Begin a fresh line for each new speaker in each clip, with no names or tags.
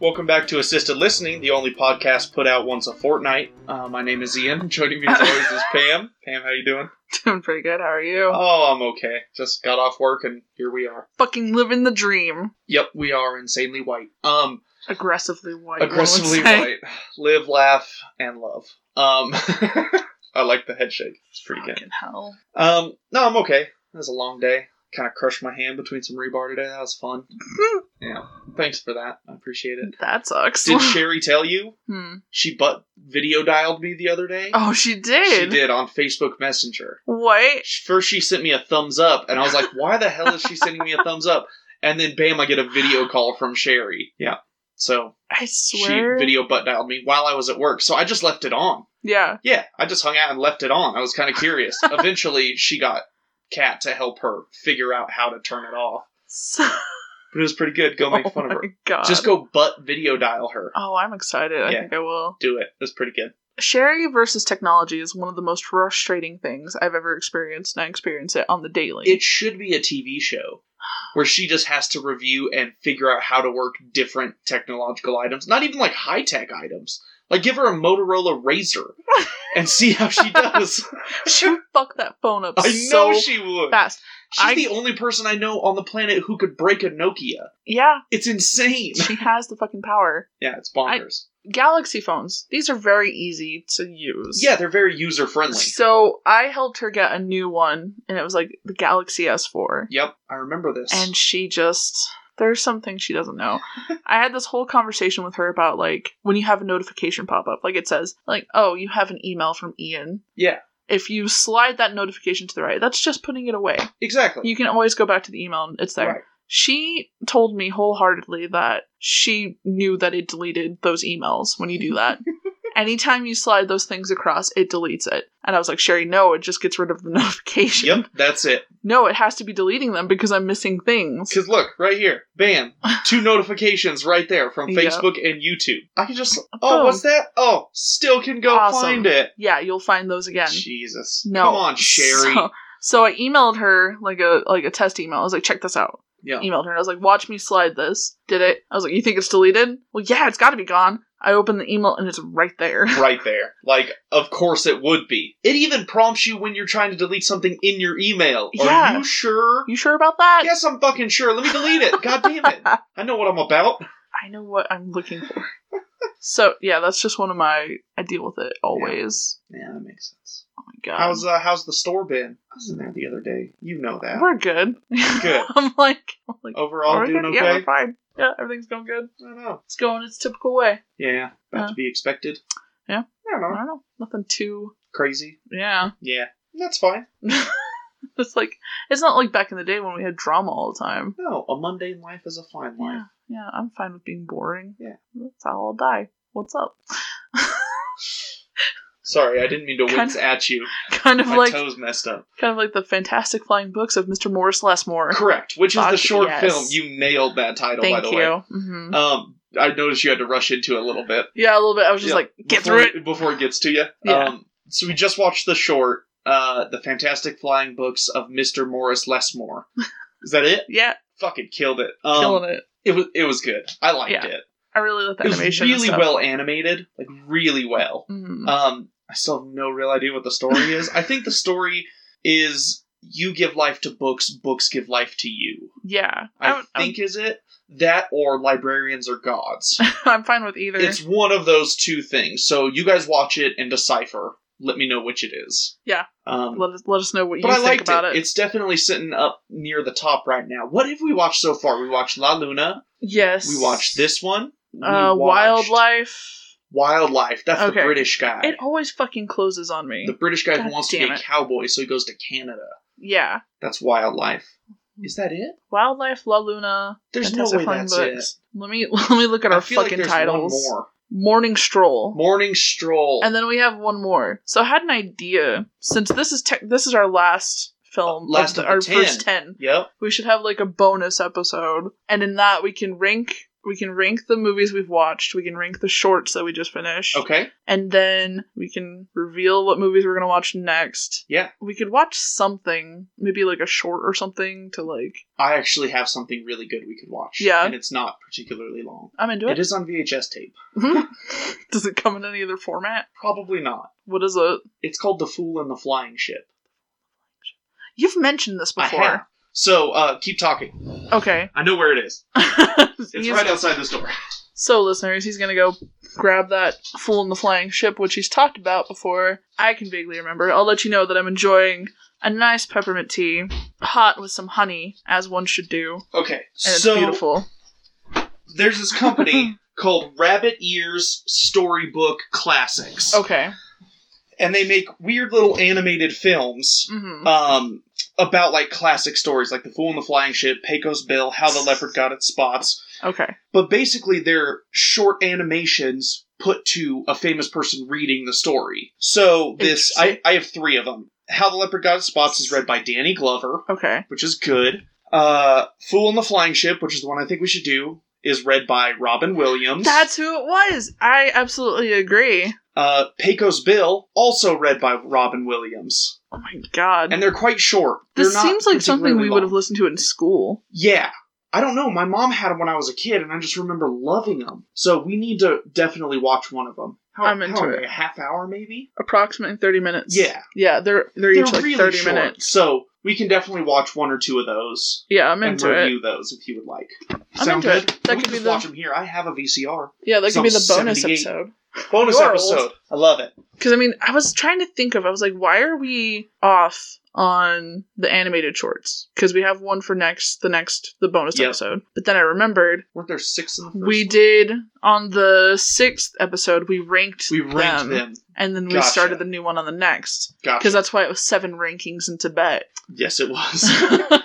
Welcome back to Assisted Listening, the only podcast put out once a fortnight. Uh, my name is Ian. Joining me as always is Pam. Pam, how you doing?
Doing pretty good. How are you?
Oh, I'm okay. Just got off work and here we are.
Fucking living the dream.
Yep, we are insanely white. Um,
Aggressively white. one would
aggressively
say.
white. Live, laugh, and love. Um, I like the head shake. It's pretty good.
Fucking hell.
Um, no, I'm okay. It was a long day. Kind of crushed my hand between some rebar today. That was fun. yeah, thanks for that. I appreciate it.
That sucks.
Did Sherry tell you
Hmm.
she butt video dialed me the other day?
Oh, she did.
She did on Facebook Messenger.
What?
First, she sent me a thumbs up, and I was like, why the hell is she sending me a thumbs up? And then, bam, I get a video call from Sherry. Yeah. So
I
she
swear.
video butt dialed me while I was at work. So I just left it on.
yeah.
Yeah, I just hung out and left it on. I was kind of curious. Eventually, she got Kat to help her figure out how to turn it off.
So,
But it was pretty good. Go make
oh
fun of her.
my god.
Just go butt video dial her.
Oh, I'm excited. I
Yeah.
think I will.
Do it. It was pretty good.
Sherry versus technology is one of the most frustrating things I've ever experienced, and I experience it on the daily.
It should be a TV show where she just has to review and figure out how to work different technological items. Not even like high tech items. Like give her a Motorola Razor and see how she does.
she would fuck that phone up
I
so
know she would.
fast.
She's
I-
the only person I know on the planet who could break a Nokia.
Yeah,
It's insane.
she has the fucking power.
Yeah, it's bonkers.
Galaxy phones. These are very easy to use.
yeah, they're very user friendly.
So I helped her get a new one, and it was like the Galaxy S4.
Yep, I remember this.
And she just. There's something she doesn't know. I had this whole conversation with her about like when you have a notification pop up, like it says, like, oh, you have an email from Ian.
Yeah.
If you slide that notification to the right, that's just putting it away.
exactly.
You can always go back to the email and it's there.
Right.
She told me wholeheartedly that she knew that it deleted those emails when you do that. Anytime you slide those things across, it deletes it. And I was like, Sherry, no, it just gets rid of the notification.
Yep, that's it.
No, it has to be deleting them because I'm missing things.
Because look, right here, bam, two notifications right there from
Yep.
Facebook and YouTube. I can just, oh, what's that? Oh, still can go
Awesome.
find it.
Yeah, you'll find those again.
Jesus.
no.
Come on, Sherry.
So, so I emailed her like a like a test email. I was like, check this out.
yeah.
emailed her. I was like, watch me slide this. Did it? I was like, you think it's deleted? Well, yeah, it's got to be gone. I opened the email and it's right there.
Right there. Like, of course it would be. It even prompts you when you're trying to delete something in your email. Are
Yeah.
you sure?
You sure about that?
Yes, I'm fucking sure. Let me delete it. God damn it. I know what I'm about.
I know what I'm looking for. so yeah, that's just one of my. I deal with it always.
Yeah, that makes sense.
Oh my god.
How's uh, how's the store been? I was in there the other day. You know that.
We're good.
Good.
I'm like, I'm like
Overall,
we're
doing
good.
okay.
Yeah, we're fine. Yeah, everything's going good.
I don't know.
It's going its typical way.
Yeah, about
Uh,
to be expected.
yeah.
I don't
I
know.
don't know. Nothing too.
Crazy.
Yeah.
Yeah, that's fine.
It's like it's not like back in the day when we had drama all the time.
No, a mundane life is a fine life.
Yeah, yeah, I'm fine with being boring.
Yeah.
That's how I'll die. What's up?
Sorry, I didn't mean to
Kind
wince at you.
kind of
My
like
toes messed up.
kind of like the fantastic flying books of Mr. Morris Lessmore.
Correct. Which is the
Fuck
short
yes.
film. You nailed that title, by
Thank
the
you.
way.
hmm
Um, I noticed you had to rush into it a little bit.
yeah, a little bit. I was just
Yeah,
like,
before,
get through it.
before it gets to you.
Yeah.
Um, so we just watched the short, uh, the Fantastic Flying Books of Mr. Morris Lessmore. Is that it?
Yeah,
Fucking killed it. Um,
killing it.
It was it was good. I liked
Yeah.
it.
I really love the
It was
animation. and
really
stuff.
well animated, like really well.
Mhm.
Um, I still have no real idea what the story is. I think the story is you give life to books, books give life to you.
yeah,
I
I'm, I'm-
think is it that or librarians are gods.
I'm fine with either.
it's one of those two things. So you guys watch it and decipher. Let me know which it is.
Yeah.
Um,
let us let us know what you
but I
think
liked
about
it.
it.
It's definitely sitting up near the top right now. What have we watched so far? We watched La Luna.
yes,
We watched this one. We
uh,
watched-
wildlife.
Wildlife. That's the
Okay.
British guy.
It always fucking closes on me.
the British guy who
God
wants to be
damn
a
it.
cowboy, so he goes to Canada.
yeah,
That's wildlife.
Mm-hmm.
Is that it?
wildlife, La Luna.
There's no
Fantastic
way
Flying
that's
Books. Let me let me
it.
look at
I
our
feel like
fucking
there's
titles.
one more.
Morning stroll.
Morning Stroll.
And then we have one more. So I had an idea since this is tech this is our last film,
Uh, last
of the-
of the 10.
our first ten.
yep.
We should have like a bonus episode, and in that we can rank We can rank the movies we've watched. We can rank the shorts that we just finished.
Okay.
And then we can reveal what movies we're going to watch next.
Yeah.
We could watch something, maybe like a short or something to like.
I actually have something really good we could watch.
Yeah.
And it's not particularly long.
I'm into
It
it.
is on VHS tape.
Does it come in any other format?
Probably not.
What is it?
It's called The Fool and the Flying Ship.
You've mentioned this
I
before.
have. So uh, keep talking.
Okay.
I know where it is. It's
He's-
right outside this door.
So, listeners, he's going to go grab that fool in the flying ship, which he's talked about before. I can vaguely remember. I'll let you know that I'm enjoying a nice peppermint tea, hot with some honey, as one should do.
Okay.
And it's
so
beautiful.
there's this company called Rabbit Ears Storybook Classics.
Okay.
And they make weird little animated films
hmm
um, about like classic stories like The Fool and the Flying Ship, Pecos Bill, How the Leopard Got Its Spots.
Okay.
But basically, they're short animations put to a famous person reading the story. So this, I,
Interesting.
I have three of them. How the Leopard Got Its Spots is read by Danny Glover,
Okay.
which is good. Uh, Fool and the Flying Ship, which is the one I think we should do, is read by Robin Williams.
That's who it was. I absolutely agree.
Uh, Pecos Bill, also read by Robin Williams.
Oh my god.
And they're quite short.
this
They're not
seems like something
particularly
we would
long.
have listened to in school.
Yeah. I don't know. My mom had them when I was a kid, and I just remember loving them. So we need to definitely watch one of them. How,
I'm into
how are
it.
they, A half hour, maybe?
Approximately 30 minutes.
Yeah.
Yeah, they're they're,
They're
each like
really
30
short.
minutes.
So we can definitely watch one or two of those
Yeah, I'm
and
into it.
review those if you would like.
I'm
Sound
into
good?
it. That
we
could
can
be
just
the-
watch them here. I have a VCR.
Yeah, that could
Some
be the bonus
78.
episode.
Bonus
You are old.
episode. I love it.
Because I mean, I was trying to think of. I was like, why are we off on the animated shorts? Because we have one for next, the next, the bonus
Yep.
episode. But then I remembered
Weren't there six in the first
we
one?
did on the sixth episode. We ranked.
We ranked them.
And then we
Gotcha.
started the new one on the next. Because
Gotcha.
that's why it was seven rankings in Tibet.
yes, it was.
it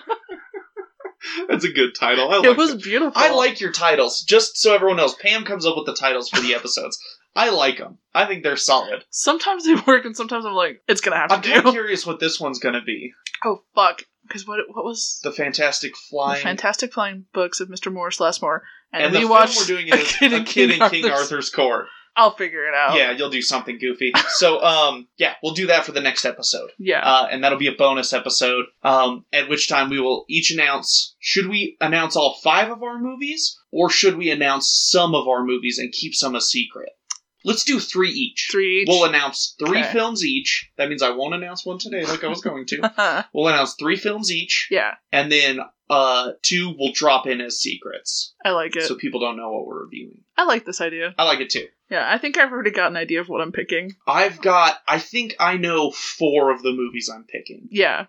That's a good title. I like
was
that.
beautiful.
I like your titles, just so everyone knows. Pam comes up with the titles for the episodes. I like them. I think they're solid.
Sometimes they work, and sometimes I'm like, it's gonna have
I'm
to
kind of
do.
curious what this one's going to be.
Oh fuck! Because what what was
The Fantastic Flying.
The Fantastic Flying Books of Mr. Morris Lessmore, and,
and the
we
film
watched.
we're doing is A Kid in King, Arthur's, Oh. Court.
I'll figure it out.
Yeah, you'll do something goofy. So, um, yeah, we'll do that for the next episode.
yeah.
Uh, and that'll be a bonus episode, um, at which time we will each announce should we announce all five of our movies, or should we announce some of our movies and keep some a secret? Let's do three each.
Three each.
We'll announce three
Okay.
films each. That means I won't announce one today like I was going to. We'll announce three films each,
yeah,
and then uh two will drop in as secrets.
I like it.
So people don't know what we're reviewing.
I like this idea.
I like it too.
Yeah, I think I've already got an idea of what I'm picking.
I've got I think I know four of the movies I'm picking.
Yeah,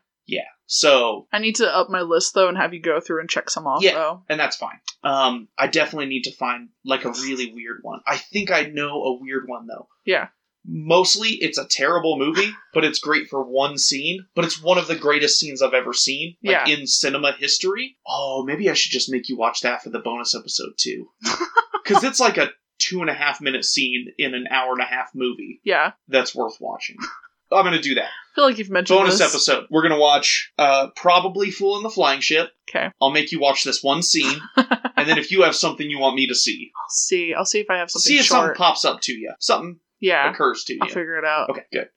So
I need to up my list though and have you go through and check some off.
Yeah.
though.
and that's fine. Um I definitely need to find like a really weird one. I think I know a weird one though.
Yeah.
Mostly it's a terrible movie, but it's great for one scene, but it's one of the greatest scenes I've ever seen like in cinema history. Oh, maybe I should just make you watch that for the bonus episode too. Cause it's like a two and a half minute scene in an hour and a half movie
yeah.
that's worth watching. I'm gonna do that.
I feel like you've mentioned
bonus
this.
episode. We're gonna watch uh, probably Fool in the Flying Ship.
Okay,
I'll make you watch this one scene, and then if you have something you want me to see,
I'll see. I'll see if I have something
see if
short.
something pops up to you, something
yeah,
occurs to you.
I'll figure it out.
Okay, good.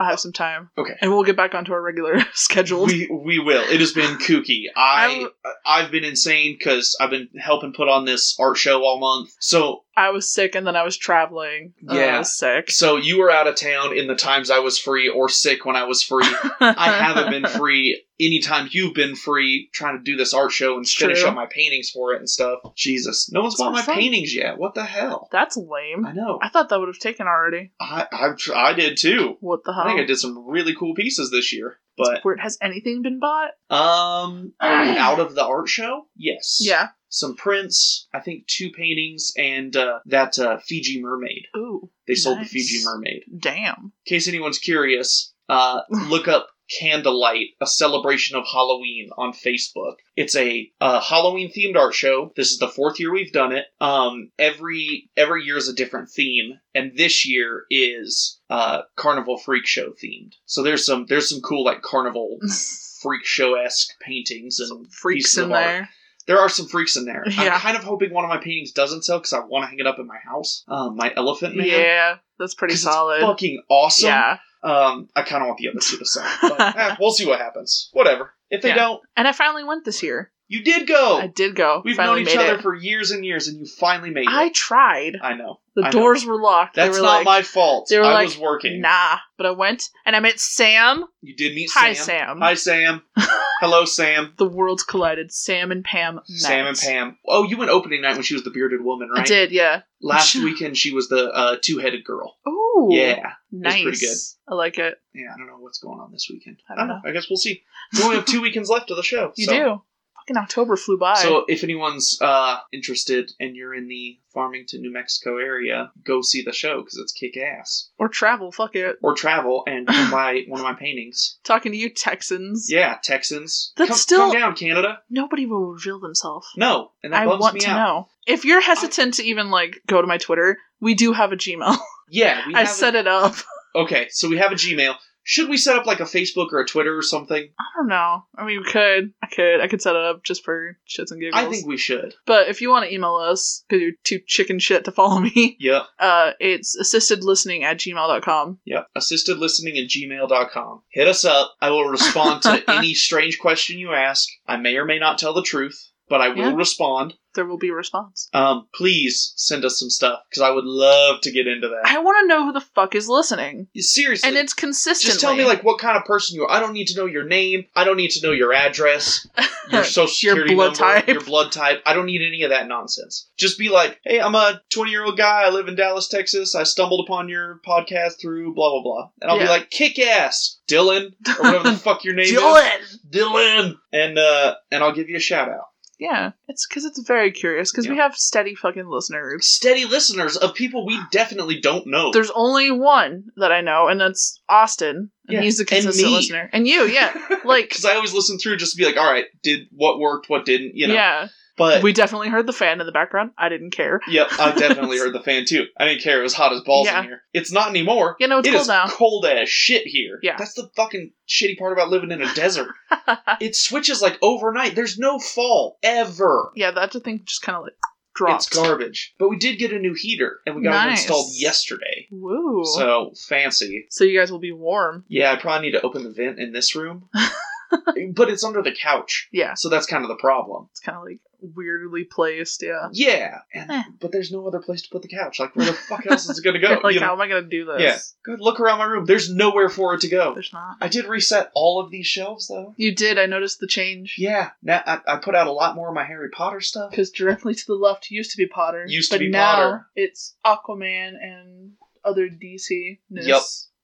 I'll have some time.
Okay.
and we'll get back onto our regular schedule.
We we will. It has been kooky. I
I'm-
I've been insane because I've been helping put on this art show all month. So
I was sick, and then I was traveling. and then
Yeah.
I was sick.
so you were out of town in the times I was free or sick when I was free. I haven't been free anytime you've been free trying to do this art show and
It's
finish
true.
up my paintings for it and stuff. Jesus. No one's
It's
bought
not
my
fun.
paintings yet. What the hell?
That's lame.
I know.
I thought that would have taken already.
I I've, tr- I did too.
What the hell?
I think I did some really cool pieces this year. But
Where has anything been bought?
um out of the art show? Yes.
Yeah.
Some prints, I think two paintings and uh, that uh, Fiji mermaid.
Ooh.
They sold
Nice.
the Fiji mermaid.
Damn.
In case anyone's curious, uh, look up Candlelight, a celebration of Halloween on Facebook. It's a uh, Halloween themed art show. This is the fourth year we've done it. Um, every every year is a different theme, and this year is uh, Carnival Freak Show themed. So there's some there's some cool like Carnival Freak Show esque paintings and
Freaks
pieces
in
of art.
there.
There are some freaks in there.
Yeah.
I'm kind of hoping one of my paintings doesn't sell because I want to hang it up in my house. Um, my elephant man.
Yeah, that's pretty
'Cause it's
solid.
Fucking awesome.
Yeah.
Um, I kind of want the other two to sell, but eh, we'll see what happens. Whatever. If they
Yeah.
don't,
And I finally went this year.
you did go.
I did go.
Oh, We've known
finally
each
made
other
it.
for years and years, and you finally made
I
it.
tried.
I know.
The
I know.
doors were locked.
That's
they were
not
like,
my fault.
they were
I
like,
was working.
Nah. But I went and I met Sam.
You did meet
Hi,
Sam.
Sam.
Hi, Sam. Hello, Sam.
The worlds collided. Sam and Pam met.
Sam and Pam. Oh, you went opening night when she was the bearded woman, right?
I did, yeah.
Last weekend she was the uh, two-headed girl.
Ooh.
Yeah.
Nice.
pretty good.
I like it.
Yeah, I don't know what's going on this weekend.
I
I
don't
don't, know. I guess we'll see. We only have two weekends left of the show.
You
so.
do. Fucking October flew by.
So if anyone's uh, interested and you're in the Farmington, New Mexico area, go see the show because it's kick ass.
or travel. Fuck it.
Or travel and come buy one of my paintings.
Talking to you, Texans.
Yeah, Texans.
That's
come,
still-
come down, Canada.
Nobody will reveal themselves.
No, and that
I
bums
want
me
to
out.
know. If you're hesitant to even like go to my Twitter, we do have a Gmail.
Yeah, we
I
have a-
set it up.
Okay, so we have a Gmail. Should we set up like a Facebook or a Twitter or something?
I don't know. I mean, we could. I could. I could set it up just for shits and giggles.
I think we should.
But if you want to email us, because you're too chicken shit to follow me,
Yeah.
uh, it's assistedlistening at gmail.com.
Yeah. Assisted listening at gmail.com. Hit us up. I will respond to any strange question you ask. I may or may not tell the truth, but I will
Yeah.
respond.
There will be a response.
Um, please send us some stuff because I would love to get into that.
I want to know who the fuck is listening.
Seriously.
And it's consistent.
just tell me like what kind of person you are. I don't need to know your name. I don't need to know your address, your social
Your
security
blood
number,
type.
your blood type. I don't need any of that nonsense. Just be like, hey, I'm a 20 year old guy. I live in Dallas, Texas. I stumbled upon your podcast through blah blah blah, and I'll
Yeah.
be like, kick ass, Dylan, or whatever the fuck your name is,
Dylan!
Dylan, and uh, and I'll give you a shout out.
Yeah, it's because it's very curious, because we have steady fucking listeners.
Steady listeners of people we definitely don't know.
There's only one that I know, and that's Austin. And
Yeah,
he's a
and
consistent
me.
listener. And you, yeah. Like,
because I always listen through just to be like, all right, did what worked, what didn't, you know.
yeah.
But
we definitely heard the fan in the background. I didn't care.
Yep, I definitely heard the fan too. I didn't care. It was hot as balls
Yeah.
in here. It's not anymore.
You know, it's
It
cold
is
now.
cold as shit here.
Yeah.
That's the fucking shitty part about living in a desert. it switches like overnight. There's no fall ever.
Yeah, that thing just kind of like dropped.
It's garbage. But we did get a new heater and we got one
Nice.
installed yesterday.
Woo. So,
So fancy.
you guys will be warm.
Yeah, I probably need to open the vent in this room. but it's under the couch.
Yeah,
So that's kind of the problem.
it's kind of like weirdly placed. Yeah.
Yeah. And,
Eh.
But there's no other place to put the couch. Like where the fuck else is it gonna go?
like,
you know?
how am I gonna do this?
Yeah. Good. Look around my room. There's nowhere for it to go.
There's not.
I did reset all of these shelves, though.
You did. I noticed the change.
Yeah. Now I, I put out a lot more of my Harry Potter stuff.
Because directly to the left used to be Potter.
Used to
but
be
now
Potter.
It's Aquaman and other DC.
Yup.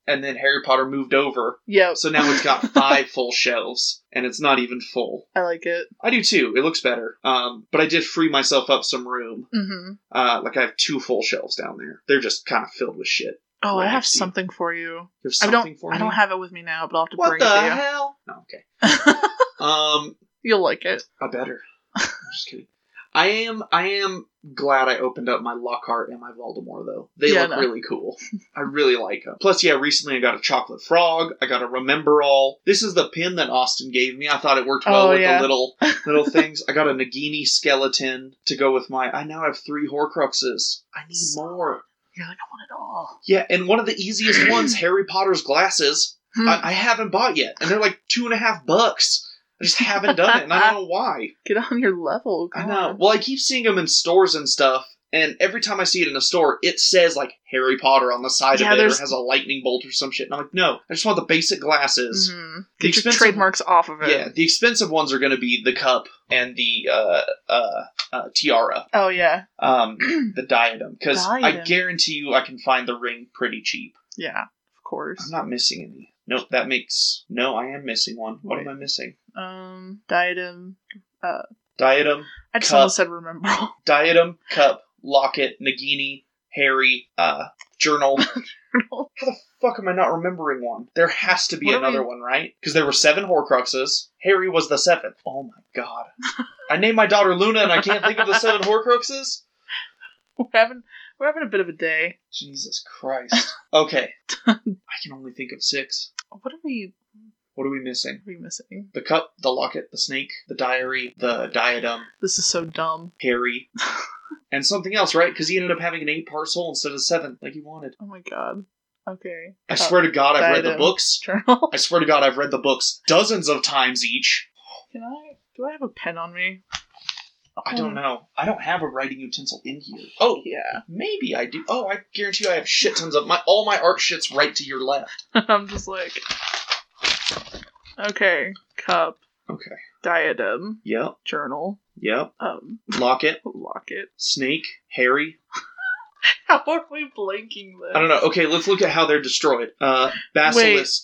And then Harry Potter moved over.
Yep.
So now it's got five full shelves, and it's not even full.
I like it.
I do too. It looks better. Um, but I did free myself up some room.
Mm-hmm.
Uh, like I have two full shelves down there. They're just kind of filled with shit.
Oh, I
Right,
have
do you-
something for you.
You have
I
something
don't.
for
I
me?
don't have it with me now, but I'll have to
What
bring
the
it to you.
hell? No, okay. Um,
You'll like it.
I better. I'm just kidding. I am. I am glad I opened up my Lockhart and my Voldemort though. They
Yeah,
look
no.
really cool. I really like them. Plus, yeah, recently I got a chocolate frog. I got a Remember All. This is the pin that Austin gave me. I thought it worked well
Oh,
with
yeah.
the little little things. I got a Nagini skeleton to go with my. I now have three Horcruxes. I need
So-
more.
You're like, I want it all.
Yeah, and one of the easiest ones, Harry Potter's glasses.
Hmm.
I, I haven't bought yet, and they're like two and a half bucks. I just haven't done it, and I don't know why.
Get on your level.
I
come
know.
on.
Well, I keep seeing them in stores and stuff, and every time I see it in a store, it says like Harry Potter on the side
Yeah,
of it,
there's-
or has a lightning bolt or some shit. And I'm like, no, I just want the basic glasses.
Mhm.
The
Get your
expensive-
trademarks off of it.
Yeah, the expensive ones are going to be the cup and the uh, uh, uh, tiara,
Oh yeah.
um, the diadem, because I
Diadem.
guarantee you I can find the ring pretty cheap.
Yeah. Of
I'm
course.
not missing any. Nope, that makes no. I am missing one. What am I missing?
Um, diadem.
Diadem,
I just
Cup.
almost said remember. all.
diadem, cup, locket, Nagini, Harry, uh, journal.
Journal.
How the fuck am I not remembering one? There has to be
What are
another
we-
one, right? Because there were seven Horcruxes. Harry was the seventh. Oh my god. I named my daughter Luna and I can't think of the seven Horcruxes?
we're having we're having a bit of a day.
Jesus Christ. Okay. I can only think of six.
What are we?
What are we missing?
What are we missing?
The cup, the locket, the snake, the diary, the diadem,
This is so dumb.
Harry, and something else, right? Because he ended up having an eight parcel instead of seven, like he wanted.
Oh my god. Okay.
I swear to God, I've read the
Uh, diadem.
books.
Journal.
I swear to God, I've read the books dozens of times each.
Can I? Do I have a pen on me?
I
Hmm.
don't know. I don't have a writing utensil in here. Oh,
Yeah.
maybe I do. Oh, I guarantee you, I have shit tons of my all my art shits right to your left.
I'm just like. Okay. Cup.
Okay.
Diadem.
Yep.
Journal.
Yep.
Um.
Locket,
Locket.
snake, Harry,
How are we blanking this?
I don't know. Okay, let's look at how they're destroyed. Uh, basilisk.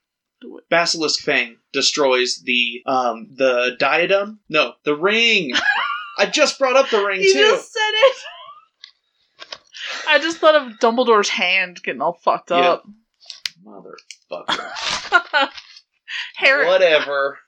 basilisk Fang destroys the um the diadem. No, the ring. I just brought up the ring
You
too.
just said it. I just thought of Dumbledore's hand getting all fucked
Yeah.
up.
Motherfucker.
Harry
Whatever.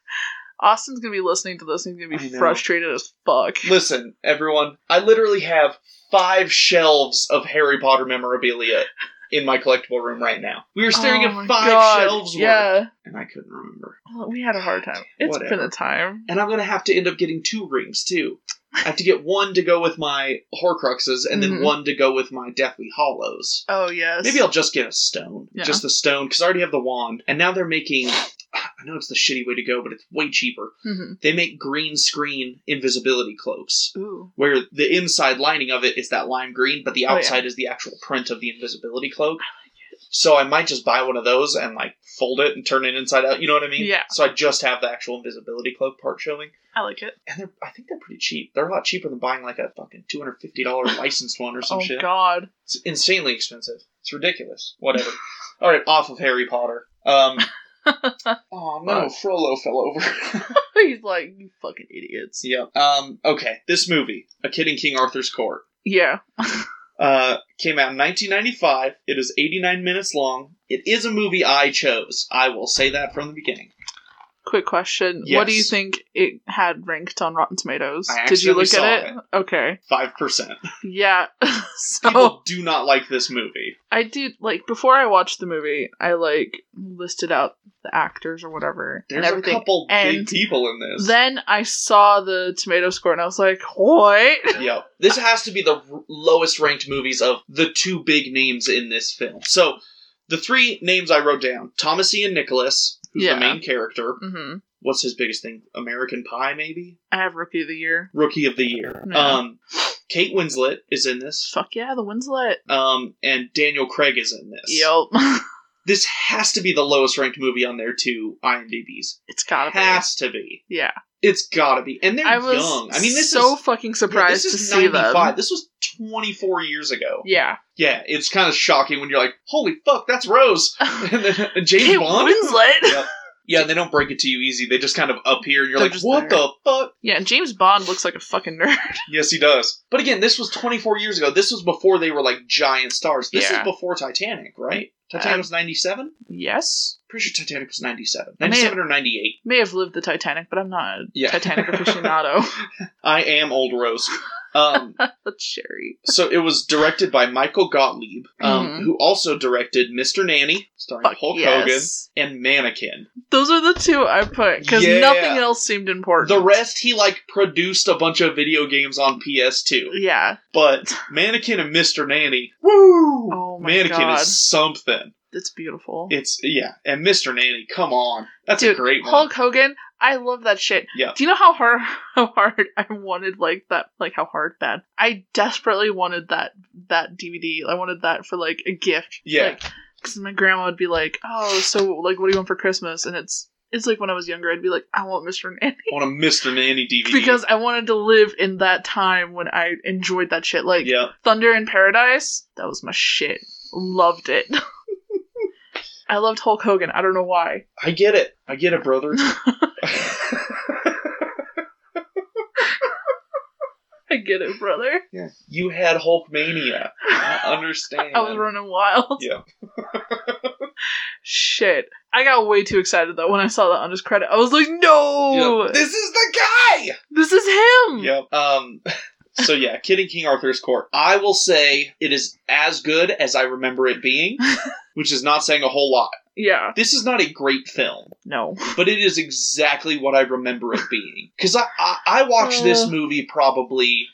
Austin's gonna be listening to this and he's gonna
I
be
know.
frustrated as fuck.
Listen, everyone. I literally have five shelves of Harry Potter memorabilia in my collectible room right now. We are staring
Oh
at
my
five
God,
shelves worth,
Yeah,
and I couldn't remember.
Well, we had a hard time. It's been
Whatever.
a time.
And I'm gonna have to end up getting two rings too. I have to get one to go with my Horcruxes, and then
Mhm.
one to go with my Deathly Hollows.
Oh yes.
Maybe I'll just get a stone.
Yeah.
Just the stone, because I already have the wand. And now they're making. I know it's the shitty way to go, but it's way cheaper.
Mhm.
They make green screen invisibility cloaks,
Ooh.
where the inside lining of it is that lime green, but the
Oh, yeah.
outside is the actual print of the invisibility cloak. So I might just buy one of those and like fold it and turn it inside out. You know what I mean?
Yeah.
So I just have the actual invisibility cloak part showing,
I like it.
and they're I think they're pretty cheap. They're a lot cheaper than buying like a fucking two hundred fifty dollar licensed one or some
oh
shit.
God.
It's insanely expensive. It's ridiculous. Whatever. All right, off of Harry Potter. Um, oh no, Frollo fell over.
he's like you fucking idiots.
yeah. Um. Okay. This movie, A Kid in King Arthur's Court,
Yeah.
uh, came out in 1995. It is 89 minutes long. It is a movie I chose. I will say that from the beginning.
Quick question. What do you
Yes.
think it had ranked on Rotten Tomatoes?
I
Did you look
accidentally
at it?
saw
Okay.
Five percent.
Yeah. so
People do not like this movie.
I did like before I watched the movie, I like listed out the actors or whatever
There's
and
a
everything.
couple big
and
people in this.
then I saw the tomato score and I was like, "What?"
Yep. This has to be the r- lowest ranked movies of the two big names in this film. So, the three names I wrote down Thomas Ian Nicholas, who's
Yeah.
the main character.
hmm
What's his biggest thing? American Pie, maybe?
I have Rookie of the Year.
Rookie of the Year.
Yeah.
Um, Kate Winslet is in this.
Fuck yeah, the Winslet.
Um, and Daniel Craig is in this.
Yep,
This has to be the lowest ranked movie on their two IMDb's.
it's gotta be.
Has to be.
Yeah,
It's gotta be. And they're
I was
young. I mean, this
so
is.
fucking
yeah,
surprised
this
to
is
see them.
This was 24 years ago.
Yeah,
Yeah, it's kind of shocking when you're like, "Holy fuck, that's Rose and, then- and James
Kate
Bond."
Winslet.
Yeah. Yeah, and they don't break it to you easy. They just kind of appear, and you're
They're
like,
just
"What
there.
the fuck?"
Yeah, and James Bond looks like a fucking nerd.
Yes, he does. But again, this was 24 years ago. This was before they were like giant stars. This
Yeah.
is before Titanic, right? Titanic was 97.
yes,
Pretty sure Titanic was 97,
I may
97 or 98.
may have lived the Titanic, but I'm not a
Yeah.
Titanic aficionado.
I am old Rose. Um,
That's Sherry.
so it was directed by Michael Gottlieb, um,
Mhm.
who also directed Mr. Nanny, starring
Fuck
Hulk
yes.
Hogan, and Mannequin.
Those are the two I put because
Yeah.
nothing else seemed important.
The rest, he like produced a bunch of video games on PS2.
yeah.
But Mannequin and Mr. Nanny, woo!
Oh my
Mannequin
God.
is something.
It's beautiful.
It's yeah, and Mr. Nanny, come on, that's
Dude,
a great one.
Hulk Hogan, I love that shit.
Yeah.
Do you know how hard how hard I wanted like that like how hard bad? I desperately wanted that that DVD. I wanted that for like a gift.
Yeah.
Like, Cause my grandma would be like, "Oh, so like, what do you want for Christmas?" And it's it's like when I was younger, I'd be like, "I want Mr. Nanny,"
On a Mr. Nanny DVD.
because I wanted to live in that time when I enjoyed that shit. Like
yeah,
Thunder in Paradise, that was my shit. Loved it. I loved Hulk Hogan. I don't know why.
I get it. I get it, brother.
I get it, brother.
yeah, you had Hulk mania. I understand.
I was running wild.
Yeah.
Shit. I got way too excited though when I saw that on his credit. I was like, no!
Yeah, This is the guy.
This is him!
Yep. Um. So yeah, Kid in King Arthur's Court. I will say it is as good as I remember it being, which is not saying a whole lot.
Yeah.
This is not a great film,
No.
but it is exactly what I remember it being. Because I, I, I watched this
Uh.
movie probably,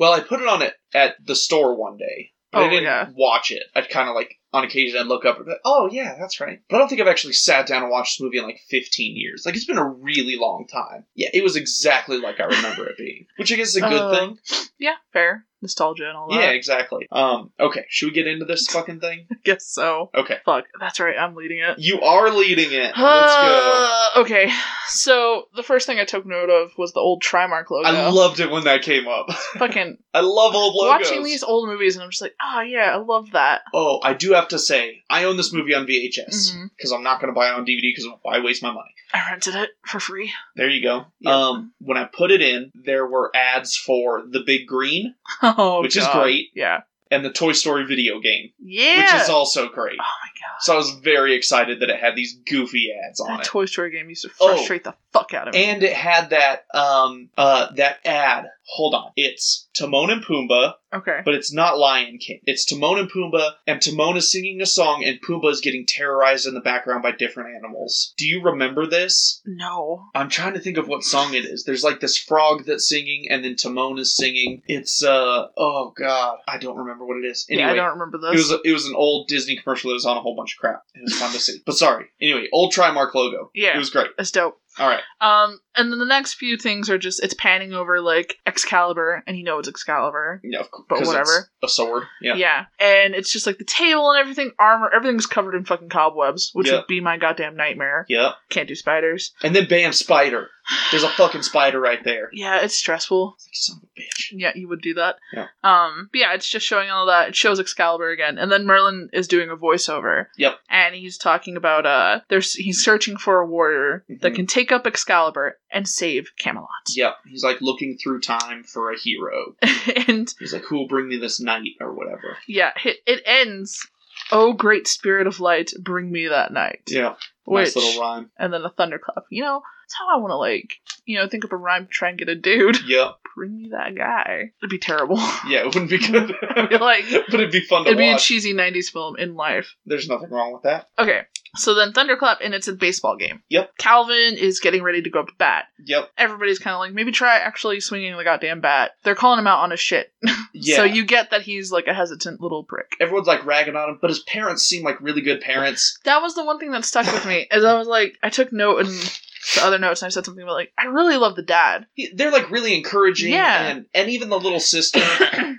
well, I put it on it at the store one day. But I
Oh,
didn't
yeah.
watch it. I'd kind of like, on occasion, I'd look up and be like, oh, yeah, that's right. But I don't think I've actually sat down and watched this movie in like 15 years. Like, it's been a really long time. Yeah, it was exactly like I remember it being, which I guess is a good
Uh,
thing.
Yeah. Fair. Nostalgia and all that.
Yeah, exactly. Um, okay, should we get into this fucking thing?
I guess so.
Okay.
Fuck. That's right. I'm leading it.
You are leading it. Let's go.
Uh, okay. So the first thing I took note of was the old Trimark logo.
I loved it when that came up.
fucking
I love old logos.
watching these old movies, and I'm just like, oh yeah, I love that.
Oh, I do have to say, I own this movie on VHS
Mhm.
because I'm not going to buy it on DVD because why waste my money?
I rented it for free.
There you go.
Yeah.
Um, when I put it in, there were ads for The Big Green
Oh,
Which is
God.
great.
Yeah.
and the Toy Story video game,
Yeah.
which is also great.
oh my god.
So I was very excited that it had these goofy ads on
That
it.
Toy Story game used to
Oh.
frustrate the fuck out of me.
and it had that um uh that ad. Hold on. It's Timon and Pumbaa
okay.
But it's not Lion King. It's Timon and Pumbaa, and Timon is singing a song, and Pumbaa is getting terrorized in the background by different animals. Do you remember this?
No.
I'm trying to think of what song it is. There's like this frog that's singing, and then Timon is singing. It's uh oh god, I don't remember what it is. Anyway,
yeah, I don't remember
it was
this.
a, it was an old Disney commercial that was on a whole bunch of crap. It was fun to see, but sorry. Anyway, old Trimark logo.
yeah.
It was great.
That's dope.
All right.
Um, and then the next few things are just it's panning over like Excalibur, and you know it's Excalibur.
Yeah, of cou-
But
'cause it's
whatever.
A sword. Yeah.
And it's just like the table and everything, armor, everything's covered in fucking cobwebs, which
Yeah.
would be my goddamn nightmare.
Yeah.
Can't do spiders.
And then bam, spider. There's a fucking spider right there.
Yeah, it's stressful.
It's like son of a bitch.
Yeah, you would do that.
Yeah.
Um, but yeah, it's just showing all that. It shows Excalibur again, and then Merlin is doing a voiceover.
Yep.
And he's talking about uh, there's he's searching for a warrior that
Mhm.
can take up Excalibur and save Camelot.
Yep. He's like looking through time for a hero.
and
He's like, who will bring me this knight or whatever?
Yeah, it, it ends. Oh, great spirit of light, bring me that night.
Yeah.
Which,
Nice little rhyme.
and then a thunderclap. You know, that's how I want to like, you know, think up a rhyme to try and get a dude.
Yep.
Bring me that guy. It'd be terrible.
Yeah, it wouldn't be good.
like,
but it'd be fun to
it'd be a
watch.
cheesy '90s film in life.
There's nothing wrong with that.
Okay, so then thunderclap, and it's a baseball game.
Yep.
Calvin is getting ready to go up to bat.
Yep.
Everybody's kind of like, maybe try actually swinging the goddamn bat. They're calling him out on his shit.
Yeah.
So you get that he's like a hesitant little prick.
Everyone's like ragging on him, but his parents seem like really good parents.
that was the one thing that stuck with me is I was like I took note and the other notes and I said something about like I really love the dad.
He, they're like really encouraging.
Yeah.
And, and even the little sister,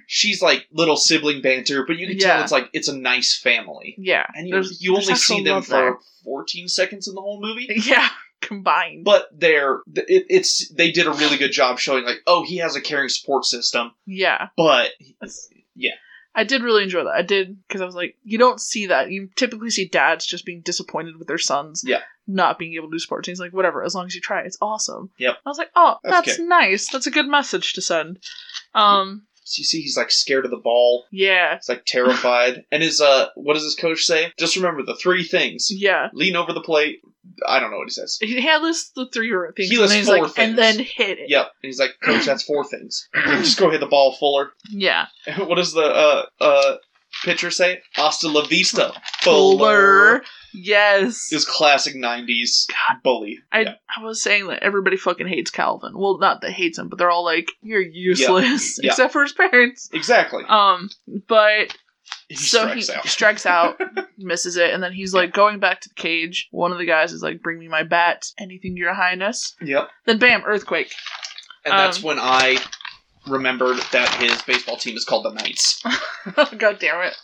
she's like little sibling banter, but you can tell
Yeah,
it's like, it's a nice family.
yeah.
And you,
There's-
you
there's
only
actual
see them
love
for
there.
14 seconds in the whole movie.
yeah combined.
but they're th- it, it's they did a really good job showing like oh he has a caring support system
yeah,
but
That's-
Yeah.
I did really enjoy that. I did because I was like you don't see that. You typically see dads just being disappointed with their sons.
Yeah.
Not being able to do sports teams, like whatever. As long as you try, it's awesome.
Yep.
I was like, oh,
That's
that's, nice. That's a good message to send. Um.
so you see he's like scared of the ball
Yeah.
he's like terrified and his uh what does his coach say just remember the three things
Yeah.
lean over the plate i don't know what he says
He had lists the three things,
He
and
lists
then he's
four
like,
things.
and then hit it.
yep and he's like coach that's four things just go hit the ball fuller
Yeah.
what does the uh uh pitcher say hasta la vista fuller
Fuller. Yes.
is classic 90s bully
I,
Yeah.
I was saying that everybody fucking hates Calvin. Well, not that hates him, but they're all like, you're useless.
Yeah.
Except for his parents.
exactly
Um, but
he
so
strikes
he
out
strikes out, misses it, and then he's like going back to the cage. One of the guys is like, "Bring me my bat, anything, Your Highness."
yep
Then bam, earthquake.
And that's
Um,
when I remembered that his baseball team is called the Knights.
God damn it!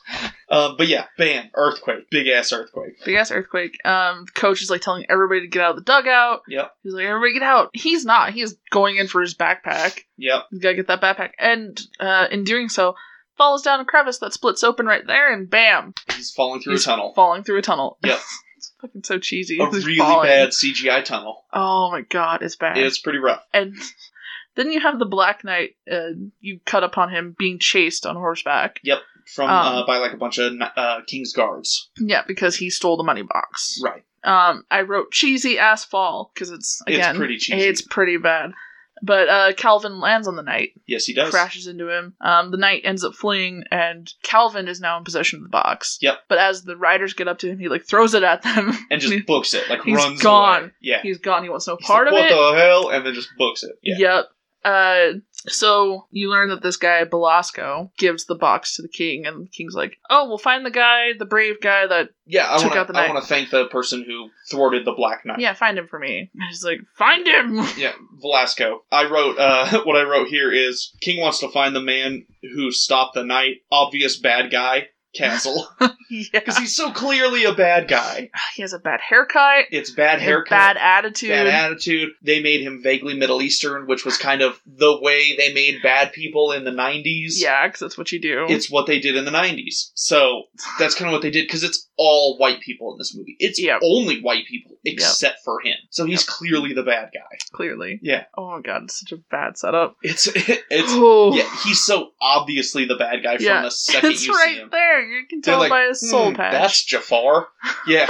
Uh, but yeah, bam, earthquake, big ass earthquake.
Big ass earthquake. Um, the coach is like telling everybody to get out of the dugout.
Yep,
He's like, "Everybody get out." He's not. He's going in for his backpack.
yep,
You gotta get that backpack. And uh, in doing so, falls down a crevice that splits open right there, and bam,
he's falling through
He's
a tunnel,
falling through a tunnel.
Yep.
it's fucking so cheesy.
a
He's
really
falling.
bad CGI tunnel.
Oh my god, it's bad.
It's pretty rough.
And then you have the Black Knight. Uh, you cut upon him being chased on horseback.
From
Um,
uh, by like a bunch of uh, king's guards,
Yeah, because he stole the money box.
right?
Um, I wrote cheesy ass fall because it's
It's
again,
pretty cheesy.
It's pretty bad. But uh, Calvin lands on the knight,
Yes, he does.
crashes into him. Um, the knight ends up fleeing, and Calvin is now in possession of the box.
Yep.
But as the riders get up to him, he like throws it at them
And just books it. Like
He's
runs
gone.
away. Yeah.
He's gone. He wants no
He's
part
like,
of it.
What the hell? And then just books it. Yeah.
Yep. Uh, so you learn that this guy Belasco gives the box to the king, and the king's like, "Oh, we'll find the guy, the brave guy that
Yeah, I
Took
wanna-
out the
I
knife.
want to thank the person who thwarted the Black Knight.
yeah, find him for me." And he's like, "Find him."
Yeah, Velasco. I wrote uh, what I wrote here is King wants to find the man who stopped the night. Obvious bad guy, Castle,
yeah,
because he's so clearly a bad guy.
he has a bad haircut,
It's bad
a
haircut,
bad attitude.
bad attitude. They made him vaguely Middle Eastern, which was kind of the way they made bad people in the '90s.
yeah, because that's what you do.
It's what they did in the 90s. So that's kind of what they did because it's all white people in this movie. It's
Yep.
only white people except for him. So he's
Yep.
clearly the bad guy.
clearly.
Yeah.
Oh my god, it's such a bad setup.
It's it's
oh,
Yeah, he's so obviously the bad guy from
Yeah,
the second
it's
you
right
see him.
there. You can
They're
tell
like,
by his soul
"Hmm,
patch.
That's Jafar. Yeah.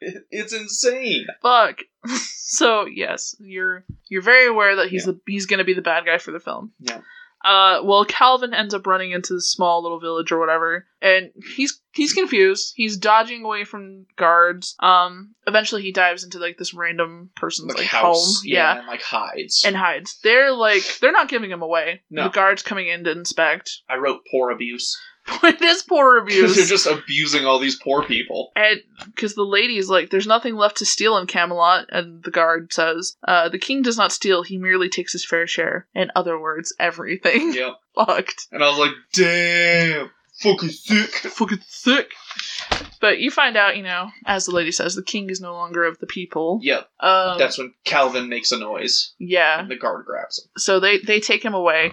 It- it's insane.
Fuck. so yes, you're you're very aware that he's
Yeah.
the he's gonna be the bad guy for the film.
Yeah.
Uh, well, Calvin ends up running into this small little village or whatever, and he's he's confused. He's dodging away from guards. Um, eventually he dives into like this random person's like, home, yeah.
and like hides.
and hides. They're like they're not giving him away.
No.
The guards coming in to inspect.
I wrote poor abuse
it is poor
because
reviews.
they're just abusing all these poor people.
And because the lady's like, there's nothing left to steal in Camelot, and the guard says, uh, the king does not steal, he merely takes his fair share. In other words, everything.
Yep.
Fucked.
And I was like, damn, fucking sick.
Fucking thick. But you find out, you know, as the lady says, the king is no longer of the people.
Yep.
Um,
That's when Calvin makes a noise
yeah.
and the guard grabs him.
So they, they take him away.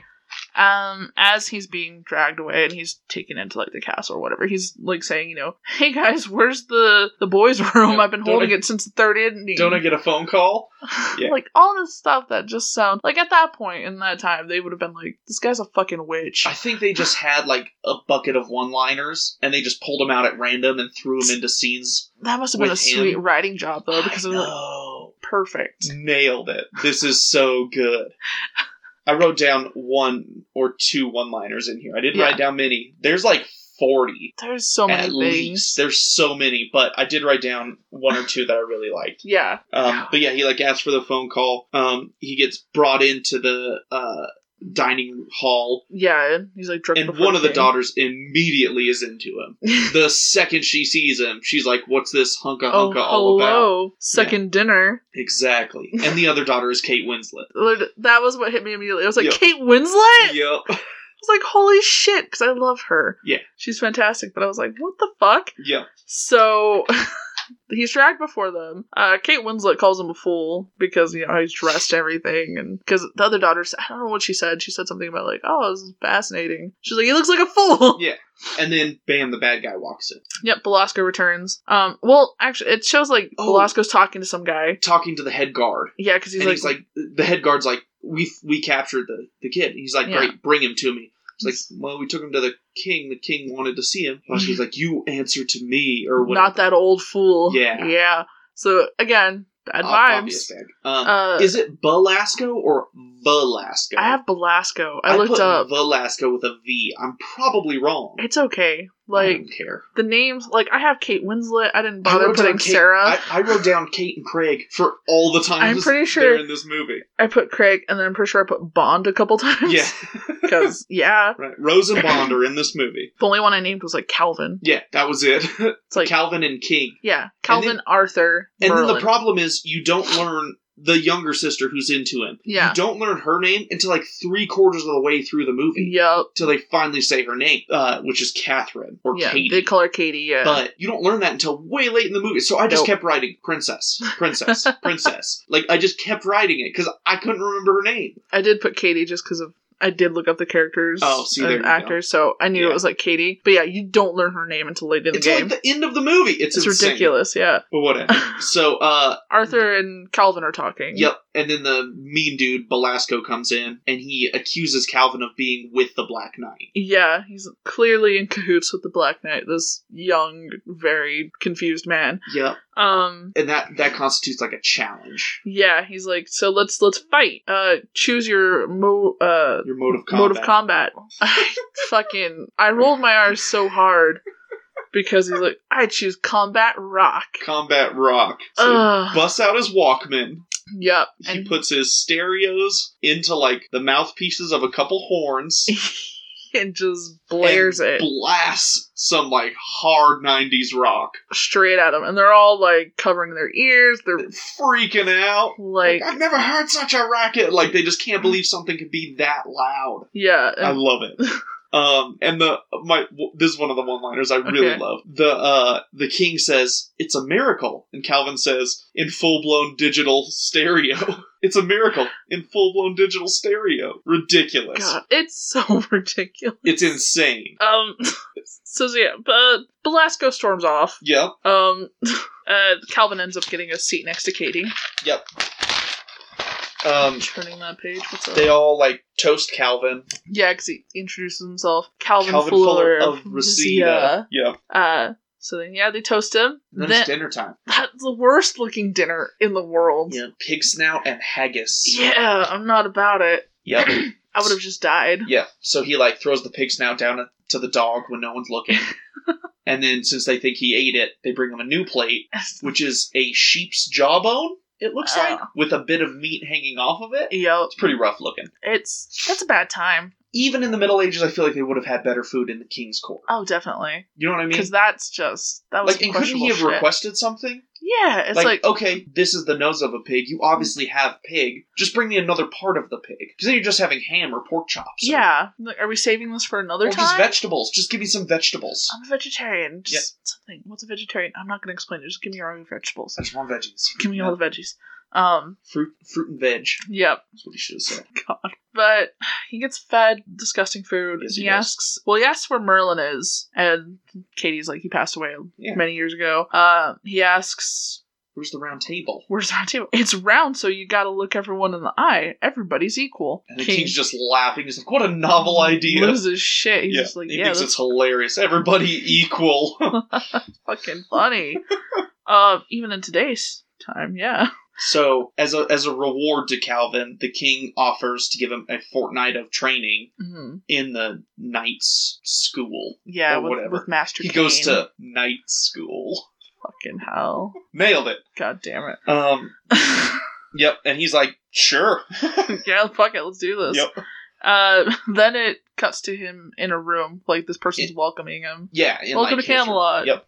Um, as he's being dragged away and he's taken into like the castle or whatever, he's like saying, you know, hey guys, where's the the boys' room?
Yeah,
I've been
don't I-
holding it since the third ending.
Don't I get a phone call? Yeah.
Like all this stuff that just sound like at that point in that time they would have been like, this guy's a fucking witch.
I think they just had like a bucket of one liners and they just pulled them out at random and threw them into scenes.
That must have been a
With him.
sweet writing job though, because it
I
was like
know.
perfect.
Nailed it. This is so good. I wrote down one or two one liners in here. I didn't
Yeah.
write down many. There's like 40
There's so many
at
things.
least. There's so many, but I did write down one or two that I really liked.
Yeah.
Um, but yeah, he like asks for the phone call. Um, he gets brought into the uh, dining hall,
Yeah. and He's like drunk
and
before
one of the
king.
daughters immediately is into him. The second she sees him, she's like, "What's this hunka hunka
Oh,
all about?"
hello. Second dinner.
Exactly. And the other daughter is Kate Winslet.
Like, That was what hit me immediately. I was like,
Yep.
Kate Winslet?
yep.
I was like, holy shit, because I love her.
Yeah.
She's fantastic. But I was like, what the fuck?
Yep.
So he's dragged before them. Uh, Kate Winslet calls him a fool because you know how he's dressed and everything, and because the other daughter said, I don't know what she said. She said something about like, oh, this is fascinating. She's like, he looks like a fool.
Yeah. And then, bam, the bad guy walks in,
Yep. Belasco returns. Um. Well, actually, it shows like
Oh.
Belasco's talking to some guy.
talking to the head guard.
Yeah, because he's,
and
like,
he's like, the head guard's like, we we captured the, the kid. He's like,
Yeah.
great, bring him to me. It's like, well, we took him to the king. The king wanted to see him. Well, she's like, you answer to me, or whatever.
not that old fool.
Yeah.
Yeah. So again, bad
Ob-
vibes.
obvious bag. Um,
Uh,
is it Belasco or Velasco?
I have Belasco. I, looked
put
up.
Velasco with a V. I'm probably wrong.
it's okay.
I
Like
don't care.
the names, like I have Kate Winslet. I didn't
I
bother
wrote
putting
down Kate-
Sarah.
I, I wrote down Kate and Craig for all the times
uh, I'm pretty sure-
they're in this movie.
I put Craig, and then I'm pretty sure I put Bond a couple times.
Yeah,
Because, yeah.
right. Rose and Bond are in this movie.
The only one I named was like Calvin.
Yeah, that was it.
It's like,
Calvin and King.
yeah, Calvin,
then-
Arthur,
And
Merlin.
then the problem is you don't learn the younger sister who's into him.
Yeah.
You don't learn her name until like three quarters of the way through the movie.
Yup.
Till they finally say her name, uh, which is Catherine or
Yeah,
Katie.
they call her Katie, yeah.
but you don't learn that until way late in the movie. So I just
Nope.
kept writing princess, princess, princess. Like I just kept writing it because I couldn't remember her name.
I did put Katie just because of I did look up the characters
Oh, see, there you
and
go.
actors, so I knew
Yeah.
it was like Katie. But yeah, you don't learn her name until late in the
It's
game.
like the end of the movie. It's,
it's
insane.
ridiculous, yeah.
But whatever. so, uh,
Arthur and Calvin are talking.
Yep. And then the mean dude, Belasco, comes in and he accuses Calvin of being with the Black Knight.
Yeah, he's clearly in cahoots with the Black Knight, this young, very confused man.
Yep.
Um
And that that constitutes like a challenge.
yeah, he's like, so let's let's fight. Uh choose your mo uh
Your mode of combat.
mode of combat. I fucking I rolled my R's so hard because he's like, I choose combat rock.
Combat rock. So
Ugh.
busts out his Walkman.
yep.
He puts his stereos into like the mouthpieces of a couple horns.
and just blares
and
it
Blasts some like hard '90s rock.
straight at them, and they're all like covering their ears. They're
Freaking out.
like,
I've never heard such a racket. Like they just can't believe something could be that loud.
yeah,
I
and
love it. Um, and the my w- this is one of the one liners I really
Okay.
love. The uh the king says it's a miracle, and Calvin says in full blown digital stereo, it's a miracle in full blown digital stereo. Ridiculous.
God, it's so ridiculous.
It's insane.
Um, so yeah, but Belasco storms off.
Yep.
Um, uh, Calvin ends up getting a seat next to Katie.
Um,
Turning that page, what's up?
they all like toast Calvin.
yeah, because he introduces himself, Calvin,
Calvin
Fuller,
Fuller of Reseda. Yeah.
Uh, so then yeah, they toast him.
Then
Then-
it's dinner time.
that's the worst looking dinner in the world.
Yeah. Pig snout and haggis.
yeah I'm not about it.
Yep.
I would have just died.
Yeah. So he like throws the pig's snout down to the dog when no one's looking. and then since they think he ate it, they bring him a new plate, which is a sheep's jawbone, it looks like,
Ah.
with a bit of meat hanging off of it.
Yo,
It's pretty rough looking.
it's that's a bad time.
Even in the Middle Ages, I feel like they would have had better food in the king's court.
Oh, definitely,
You know what I mean?
because that's just that was
Like,
like,
and couldn't he have
shit.
requested something?
Yeah, it's
like, oh,
like,
okay, this is the nose of a pig. You obviously have pig. Just bring me another part of the pig. Because then you're just having ham or pork chops. or-
yeah, like, are we saving this for another
Or
time?
just vegetables. Just give me some vegetables.
I'm a vegetarian. Just something. What's a vegetarian? I'm not gonna explain it. Just give me all your vegetables.
I just want veggies.
Give me
Yeah.
all the veggies. Um,
fruit fruit and veg.
yep.
That's what he should have said.
God, but he gets fed disgusting food.
Yes,
he
he does.
asks, well, he asks where Merlin is, and Katie's like, he passed away
Yeah.
many years ago. Uh, he asks
Where's the round table?
Where's our table? It's round, so you gotta look everyone in the eye. Everybody's equal.
And the king's just laughing. He's like, "What a novel idea!"
loses shit. He's
yeah,
just like,
he
yeah,
thinks
that's
it's hilarious. Everybody equal.
fucking funny. uh, even in today's time, yeah.
so, as a as a reward to Calvin, the king offers to give him a fortnight of training
Mhm.
in the knight's school.
Yeah,
Or
with,
whatever.
with Master
He goes
Cain.
to night school.
fucking hell.
Nailed it.
God damn it.
Um. Yep. And he's like, "Sure."
yeah, fuck it, let's do this.
Yep.
Uh, then it cuts to him in a room, like this person's welcoming him.
Yeah. in,
Welcome
like,
to
his-
Camelot.
Yep.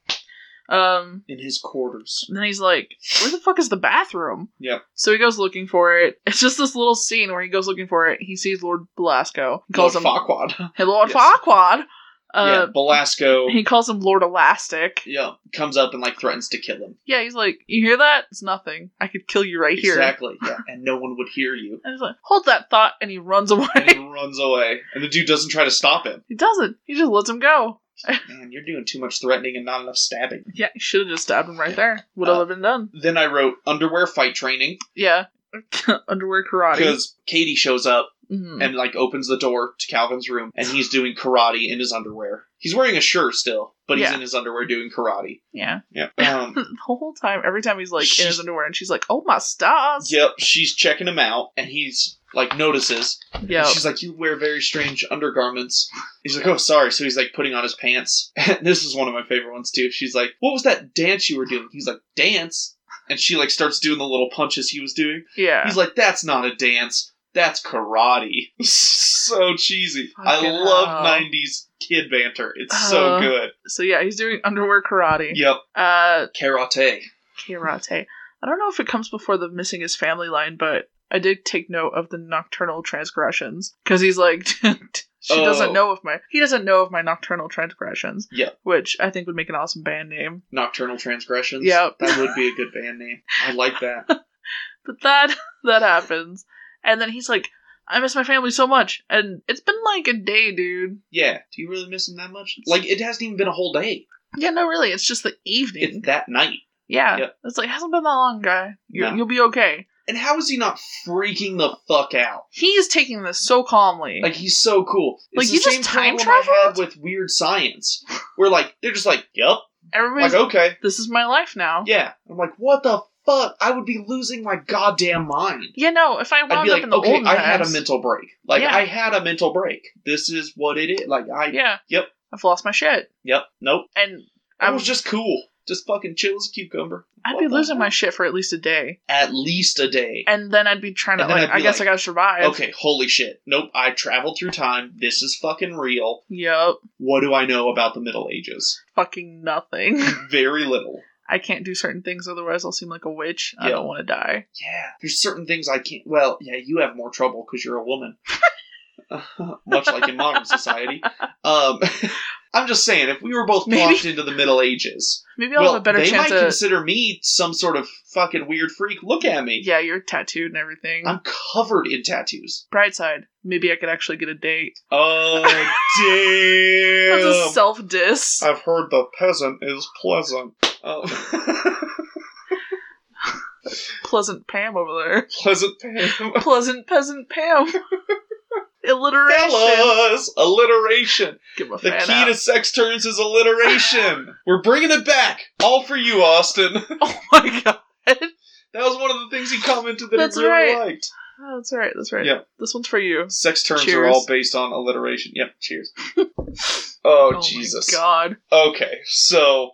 Um,
In his quarters.
And then he's like, where the fuck is the bathroom?
Yep.
So he goes looking for it. It's just this little scene where he goes looking for it. He sees Lord Belasco. He calls
Lord
him
Farquaad.
Hey, Lord
Yes.
Farquaad.
yeah.
Uh,
Belasco.
He calls him Lord Elastic.
Yeah, comes up and like threatens to kill him.
Yeah, he's like, you hear that? It's nothing. I could kill you right here.
Exactly. Yeah, and no one would hear you.
And he's like, hold that thought, and he runs
And
away.
he runs away, and the dude doesn't try to stop him.
he doesn't. He just lets him go.
Man, you're doing too much threatening and not enough stabbing.
Yeah, he should have just stabbed him right there. Would have
Uh,
been done.
Then I wrote underwear fight training
Yeah. Underwear karate.
because Katie shows up
Mhm.
and like opens the door to Calvin's room, and he's doing karate in his underwear. He's wearing a shirt still, but he's
Yeah.
in his underwear doing karate.
yeah.
Yeah. Um,
The whole time, every time he's like in
She's-
his underwear, and she's like, oh my stars.
yep. She's checking him out, and he's like notices
Yeah.
She's like, you wear very strange undergarments. He's like, oh, sorry. So he's like putting on his pants. And this is one of my favorite ones too. She's like, what was that dance you were doing? He's like, dance. And she like starts doing the little punches he was doing.
Yeah.
He's like, that's not a dance. That's karate. so cheesy. I
Fucking
love
hell.
90s kid banter. It's so
Uh.
good.
So yeah, he's doing underwear karate.
Yep.
Uh
Karate.
karate. I don't know if it comes before the missing his family line, but I did take note of the nocturnal transgressions because he's like she
Oh.
doesn't know of my he doesn't know of my nocturnal transgressions.
Yeah.
Which I think would make an awesome band name.
Nocturnal Transgressions.
Yep.
That would be a good band name. I like that.
But that that happens. And then he's like, I miss my family so much. And it's been like a day, dude.
Yeah. Do you really miss him that much? Like it hasn't even been a whole day.
Yeah, no, really. It's just the evening.
It's that night.
yeah.
Yep.
It's like, hasn't been that long, guy. you
No.
You'll be okay.
And how is he not freaking the fuck out?
He's taking this so calmly.
Like he's so cool. It's
Like,
the
you just
same
time
problem I had
traveled?
with weird science. Where like they're just like, Yep.
Everybody's
Like, okay.
this is my life now.
Yeah. I'm like, what the fuck? I would be losing my goddamn mind.
Yeah, no, if I wound
I'd be
up
like,
in the
okay,
olden
I had a
times-
mental break. Like
Yeah.
I had a mental break. This is what it is. Like I
Yeah.
Yep.
I've lost my shit.
Yep. Nope.
And
I
I'm-
was just cool. Just fucking chill as a cucumber.
I'd
What
be
the
losing my
fuck?
shit for at least a day.
At least a day.
And then I'd be trying to
And then
like
I'd
I
be
guess
like,
I gotta survive.
Okay, holy shit. Nope, I traveled through time. This is fucking real.
Yep.
What do I know about the Middle Ages?
Fucking nothing.
Very little.
I can't do certain things otherwise I'll seem like a witch. I
Yeah.
don't wanna die.
Yeah, there's certain things I can't. Well, yeah, you have more trouble because you're a woman. Much like in modern society. Um, I'm just saying, if we were both
Maybe-
plopped into the Middle Ages,
Maybe I'll
well,
have a better
they
chance
might
of
consider me some sort of fucking weird freak. Look at me.
Yeah, you're tattooed and everything.
I'm covered in tattoos.
Bright side. Maybe I could actually get a date.
Oh,
That's a
damn.
self diss.
I've heard the peasant is pleasant. Oh.
Pleasant Pam over there.
pleasant Pam.
Pleasant peasant Pam. Alliteration.
Fellas! Alliteration.
Give a
The
fan
key
out.
to sex turns is alliteration. We're bringing it back. All for you, Austin.
Oh my god.
That was one of the things he commented that
That's
he really
right.
liked.
Oh, that's right. That's right.
Yeah. Oh,
This one's for you.
Sex terms are
Cheers.
all based on alliteration. Yep, cheers. oh,
my
Jesus.
God.
Okay, so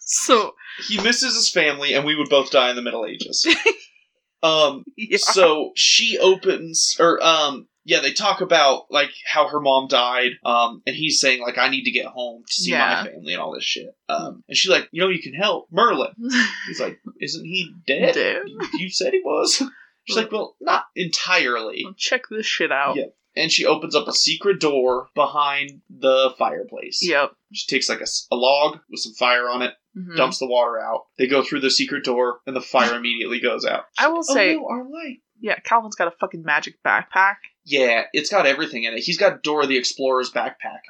So
he misses his family, and we would both die in the Middle Ages. um,
yeah.
so she opens or um yeah they talk about like how her mom died um and he's saying like i need to get home to see
Yeah.
my family and all this shit um and she's like you know you can help merlin he's like isn't he dead
Dead.
you said he was she's like well not entirely
Well, check this shit out.
Yeah. and she opens up a secret door behind the fireplace
Yep.
she takes like a, s- a log with some fire on it
Mhm.
dumps the water out they go through the secret door and the fire immediately goes out
I will
oh
say,
no our light
yeah, Calvin's got a fucking magic backpack.
Yeah, it's got everything in it. He's got Dora the Explorer's backpack.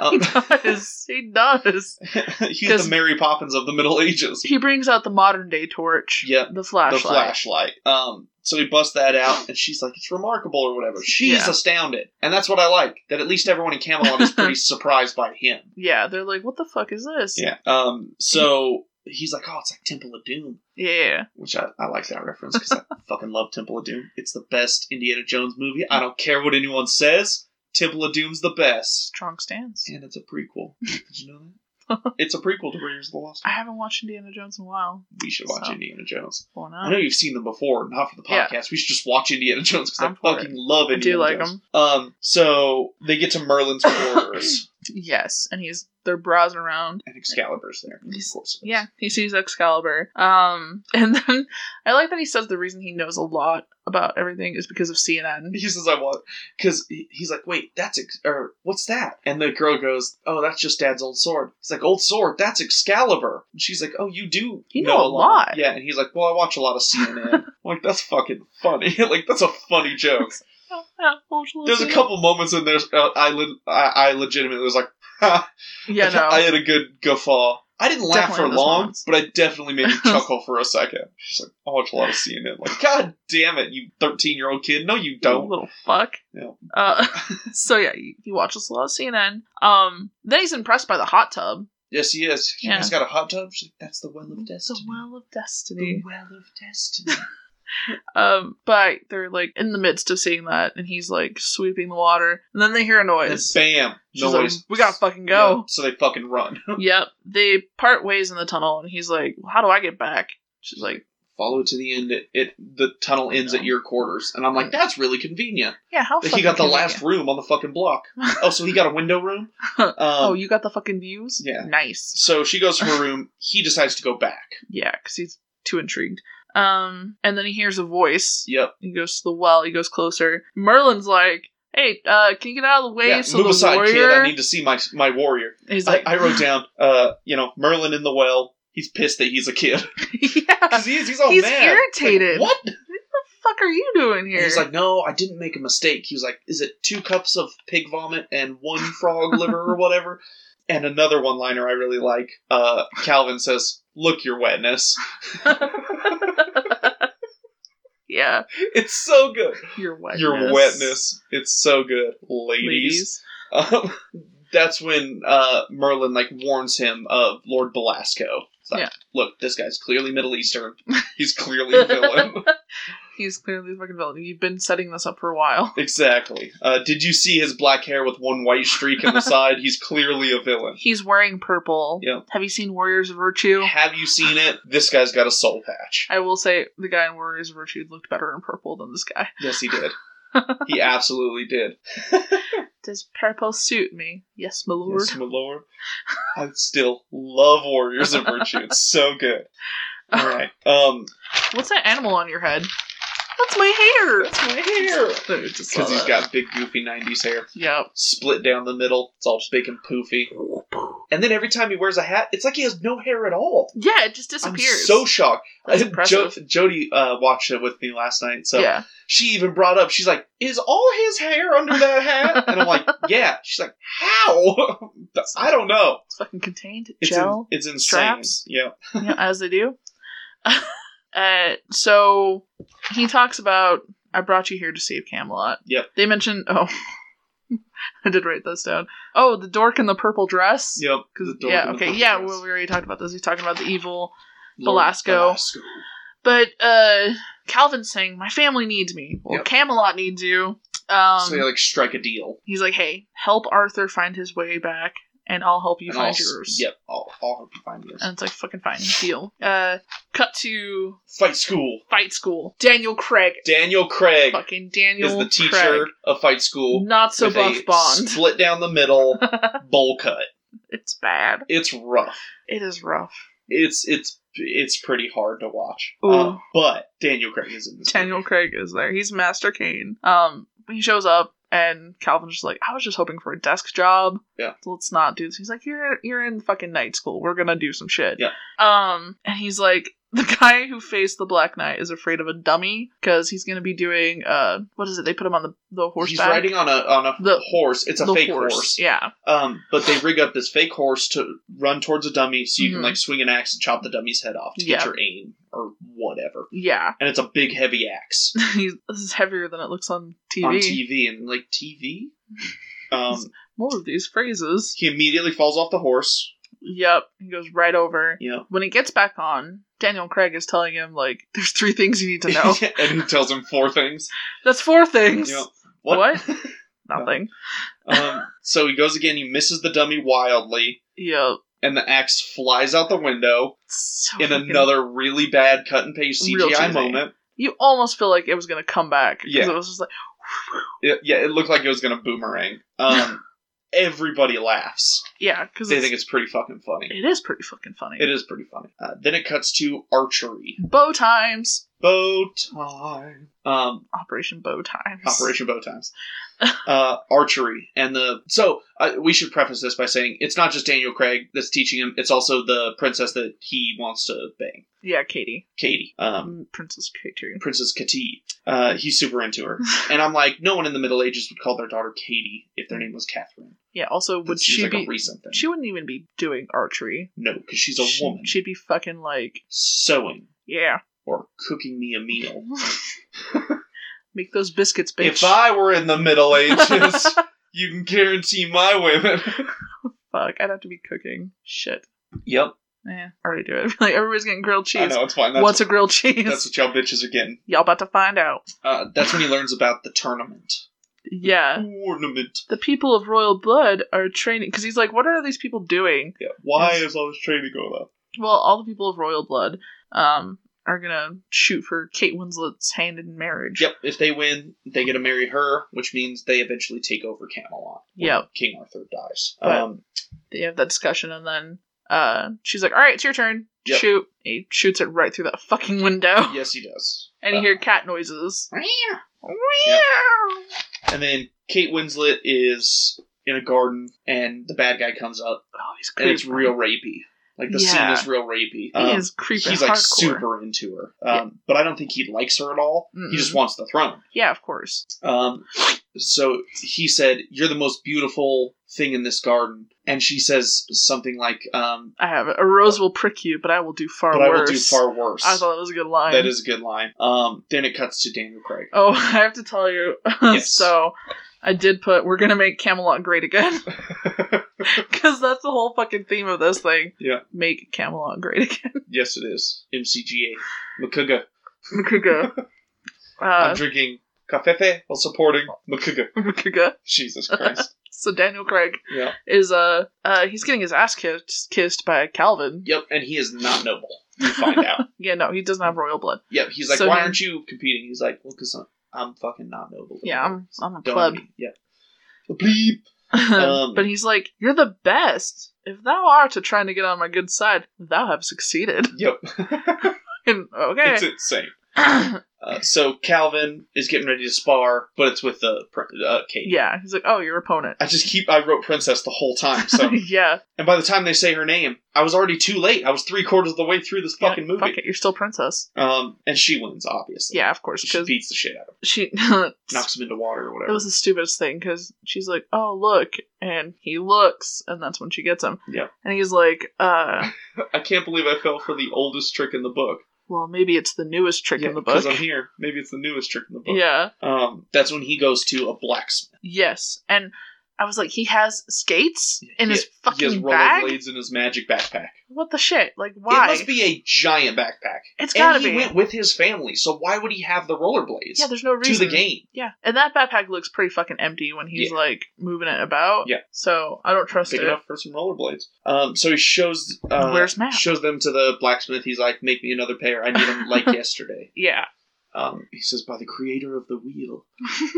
He
Um,
does. he does.
he's
Because-
the Mary Poppins of the Middle Ages.
He brings out the modern day torch.
Yeah,
The
The
flashlight.
flashlight. Um, so he busts that out, and she's like, "It's remarkable," or whatever. She's
Yeah.
astounded, and that's what I like. That at least everyone in Camelot is pretty surprised by him.
Yeah. They're like, what the fuck is this?
Yeah. Um. So he's like, "Oh, it's like Temple of Doom,"
Yeah.
which I, I like that reference because I fucking love Temple of Doom. It's the best Indiana Jones movie. I don't care what anyone says. Temple of Doom's the best.
Strong stance.
And it's a prequel. Did you know that? it's a prequel to Raiders of the Lost.
I
Ark.
haven't watched Indiana Jones in a while.
We should watch
So.
Indiana Jones.
Why
I
not?
know you've seen them before, not for the
Yeah.
podcast. We should just watch Indiana Jones because
I'm
I
for
fucking love
I
Indiana
do like
Jones. Um, so they get to Merlin's quarters
Yes. And he's they're browsing around.
and Excalibur's there.
He's-
Of course. it is.
Yeah, he sees Excalibur. Um, and then I like that he says the reason he knows a lot about everything is because of CNN.
He says, "I want," because he's like, "Wait, that's ex- or what's that?" And the girl goes, "Oh, that's just Dad's old sword." He's like, "Old sword? That's Excalibur." And she's like, "Oh, you do
You know a lot.
yeah?" And he's like, "Well, I watch a lot of CNN." I'm like, that's fucking funny. like, that's a funny joke.
Oh,
There's a couple moments in there uh, I, le- I I legitimately was like, ha,
Yeah,
I,
no.
I had a good guffaw. I didn't laugh
Definitely
for
those
long,
moments.
but I definitely made me chuckle for a second. She's like, I watch a lot of CNN. Like, God damn it, you 13 year old kid. No, you
You
don't.
little fuck.
Yeah.
Uh, so yeah, he he watches a lot of CNN. Um, then he's impressed by the hot tub.
Yes, he is. He
Yeah.
has got a hot tub. She's like, That's the well of
The
destiny.
well of
The
destiny.
well of destiny.
Um, but they're like in the midst of seeing that, and he's like sweeping the water, and then they hear a
and
noise.
bam,
She's
no
like,
noise.
we gotta fucking
Yeah,
go.
so they fucking run.
yep. They part ways in the tunnel, and he's like, "How do I get back?" She's like,
Follow it to the end. It, it the tunnel ends at your quarters, and I'm like, that's really convenient.
"Yeah, how?"
Like, he
fucking
got the
convenient."
last room on the fucking block. Oh, so he got a window room. Um,
oh, you got the fucking views.
yeah.
Nice.
so she goes to her room. He decides to go back.
Yeah, because he's too intrigued. Um, and then he hears a voice.
Yep.
He goes to the well. He goes closer. Merlin's like, "Hey, uh, can you get out of the way?"
Yeah,
so
move
the
aside,
warrior
kid. I need to see my my warrior.
he's
I,
like,
I wrote down, uh, you know, Merlin in the well. He's pissed that he's a kid
yeah,
because he is. He's all
He's
mad.
irritated.
Like, what?
fuck are you doing here?
And he's like, no, I didn't make a mistake. He was like, is it two cups of pig vomit and one frog liver or whatever? And another one liner I really like uh, Calvin says, look your wetness.
yeah,
It's so good.
your wetness.
Your wetness. It's so good, ladies.
ladies.
Um, that's when uh, Merlin like warns him of Lord Belasco. It's like,
Yeah.
look, this guy's clearly Middle Eastern. He's clearly a villain.
He's clearly the fucking villain. You've been setting this up for a while.
Exactly. Uh, did you see his black hair with one white streak in the side? He's clearly a villain.
He's wearing purple.
Yeah.
Have you seen Warriors of Virtue?
Have you seen it? This guy's got a soul patch.
I will say the guy in Warriors of Virtue looked better in purple than this guy.
Yes, he did. He absolutely did.
Does purple suit me? Yes, my lord.
Yes, my lord. I still love Warriors of Virtue. It's so good. All right. Um,
What's that animal on your head? That's my hair.
that's my hair.
Let me just
Because
saw
he's
that.
got big, goofy 90s hair.
Yep.
Split down the middle. It's all big and poofy. And then every time he wears a hat, it's like he has no hair at all.
Yeah, it just
I'm
disappears.
so shocked.
That's
Jo-
impressive.
Jody uh, watched it with me last night, so
yeah.
she even brought up, she's like, Is all his hair under that hat? and I'm like, Yeah. She's like, How? I don't know.
It's fucking contained.
It's, in,
gel.
it's insane.
straps.
Yeah.
yeah, as they do. uh, so he talks about I brought you here to save Camelot.
Yep.
They mention oh I did write this down. Oh, the dork in the purple dress.
Yep.
Cause,
The dork
yeah,
in the
okay,
purple
yeah,
dress.
well, we already talked about this. He's talking about the evil.
Lord
Belasco.
Belasco.
But uh Calvin's saying, My family needs me. Well,
Yep.
Camelot needs you. Um,
so they like strike a deal.
he's like, Hey, help Arthur find his way back, and I'll help you
And I'll
find
s-
yours. Uh,
Yep. I'll, I'll help you find yours.
And it's like, fucking fine, deal. Uh, cut to
Fight School.
Fight School. Daniel Craig.
Daniel Craig
Fucking Daniel
is the teacher
Craig.
of Fight School.
Not so
with a
buff Bond.
Split down the middle, bowl cut.
It's bad.
It's rough.
It is rough.
It's it's it's pretty hard to watch.
Ooh.
Uh, but Daniel Craig is in this.
Daniel Craig is there. He's Master Kane. Um, he shows up and Calvin's just like, I was just hoping for a desk job.
Yeah.
Let's not do this. He's like, You're you're in fucking night school. We're gonna do some shit.
Yeah.
Um, and he's like, the guy who faced the Black Knight is afraid of a dummy because he's gonna be doing uh, what is it? They put him on the the
movie.
horseback.
He's riding on a on a
The-
horse. It's a
The
fake horse.
Yeah.
Um, but they rig up this fake horse to run towards a dummy, so you can
Mhm.
like swing an axe and chop the dummy's head off to get
Yeah.
your aim or whatever.
Yeah.
And it's a big heavy axe
he's, this is heavier than it looks on TV.
on TV and like TV. Um,
More of these phrases.
he immediately falls off the horse.
Yep. He goes right over.
You know,
when he gets back on, Daniel Craig is telling him like, "There's three things you need to know.
and he tells him four things.
That's four things.
You know,
What? Nothing.
um, so he goes again. He misses the dummy wildly,
Yeah.
and the axe flies out the window
So
in
fucking-
another really bad cut and paste
Oh Real
CGI
cheesy.
moment.
you almost feel like it was gonna come back. 'cause
Yeah.
It was just like,
It- yeah, it looked like it was going to boomerang. Um, everybody laughs.
yeah, because
They think it's pretty fucking funny.
it is pretty fucking funny.
It is pretty funny. Uh, then it cuts to archery.
Bow times.
Bow time. Um,
Operation Bow Times.
Operation Bow Times. Uh, archery and the so uh, we should preface this by saying it's not just Daniel Craig that's teaching him; it's also the princess that he wants to bang,
Yeah, Katie.
Katie, um,
Um, Princess Katie.
Princess Katie. Uh, he's super into her, and I'm like, no one in the Middle Ages would call their daughter Katie if their name was Catherine.
Yeah. Also,
That
would
seems
she
like
be?
a recent thing?
she wouldn't even be doing archery.
no, because she's a
She-
woman
She'd be fucking like,
sewing
yeah.
or cooking me a meal.
Make those biscuits, bitch.
If I were in the Middle Ages, you can guarantee my women.
Fuck, I'd have to be cooking. Shit.
yep,
Yeah, already do it. Like everybody's getting
I
grilled cheese.
know it's fine. That's
What's a grilled cheese?
That's what y'all bitches are getting.
Y'all about to find out.
Uh, that's when he learns about the tournament.
Yeah.
Tournament.
The people of royal blood are training because he's like, what are these people doing?
Yeah. Why is all this training going on?
Well, all the people of royal blood um, are gonna shoot for Kate Winslet's hand in marriage.
Yep. If they win, they get to marry her, which means they eventually take over Camelot. when
Yep.
King Arthur dies.
But-
um,
They have that discussion, and then uh, she's like, all right, it's your turn.
Yep.
Shoot. He shoots it right through that fucking window,
yes, he does.
Oh. and you hear cat noises.
Uh, and then Kate Winslet is in a garden, and the bad guy comes up,
Oh, he's
and
creepy.
it's real rapey. Like the
Yeah.
scene is real rapey.
He
Um,
is creeping
he's
hardcore.
like super into her, um,
Yeah.
but I don't think he likes her at all.
Mm-mm.
He just wants the throne.
Yeah, of course.
Um, so he said, "You're the most beautiful thing in this garden," and she says something like, um,
I have it. A rose will prick you, but I will do far
"But I will
worse.
do far worse."
I thought that was a good line.
that is a good line. Um, then it cuts to Daniel Craig.
Oh, I have to tell you.
Yes.
so I did put we're gonna make Camelot great again. Cause that's the whole fucking theme of this thing.
Yeah.
Make Camelot great again.
Yes, it is MCGA Makuga.
Makuga.
I'm
Uh
drinking cafefe while supporting Makuga.
Makuga.
Jesus Christ.
So Daniel Craig
yeah.
is uh uh he's getting his ass kissed kissed by Calvin.
Yep, and he is not noble. You find out.
Yeah, no, he doesn't have royal blood.
Yep, he's like,
So
why
he-
aren't you competing? He's like, well, because I'm, I'm fucking not noble.
Yeah, I'm I'm a
Don't
pleb.
need- Yeah. The plebe. Um,
but he's like, You're the best. If thou art a trying to get on my good side, thou have succeeded.
Yep.
And, okay.
it's insane. Uh, so Calvin is getting ready to spar, but it's with the pr- uh, Kate.
yeah. He's like, Oh, your opponent.
I just keep. I wrote princess the whole time. So,
yeah.
and by the time they say her name, I was already too late. I was three quarters of the way through this
Yeah,
fucking movie.
Fuck it, you're still princess.
Um, and she wins, obviously.
Yeah, of course,
She
because
beats the shit out of him,
she.
knocks him into water or
it
whatever.
was the stupidest thing because she's like, "Oh, look," and he looks, and that's when she gets him.
Yeah.
And he's like, "Uh,
I can't believe I fell for the oldest trick in the book.
well, maybe it's the newest trick in the book."
Because I'm here. Maybe it's the newest trick in the book.
Yeah.
Um, that's when he goes to a blacksmith.
Yes, and I was like, he has skates in
He-
his fucking
he has
bag.
rollerblades in his magic backpack.
What the shit? Like, why?
It must be a giant backpack.
it's gotta
And he
be.
went with his family, so why would he have the rollerblades
yeah, there's no
to
reason.
the game?
Yeah, and that backpack looks pretty fucking empty when he's
Yeah.
like moving it about.
Yeah.
So I don't trust
Big
it.
enough for some rollerblades. Um, so he shows uh,
Where's Matt?
shows them to the blacksmith. He's like, "Make me another pair. I need them like yesterday."
Yeah.
Um, he says, "By the creator of the wheel."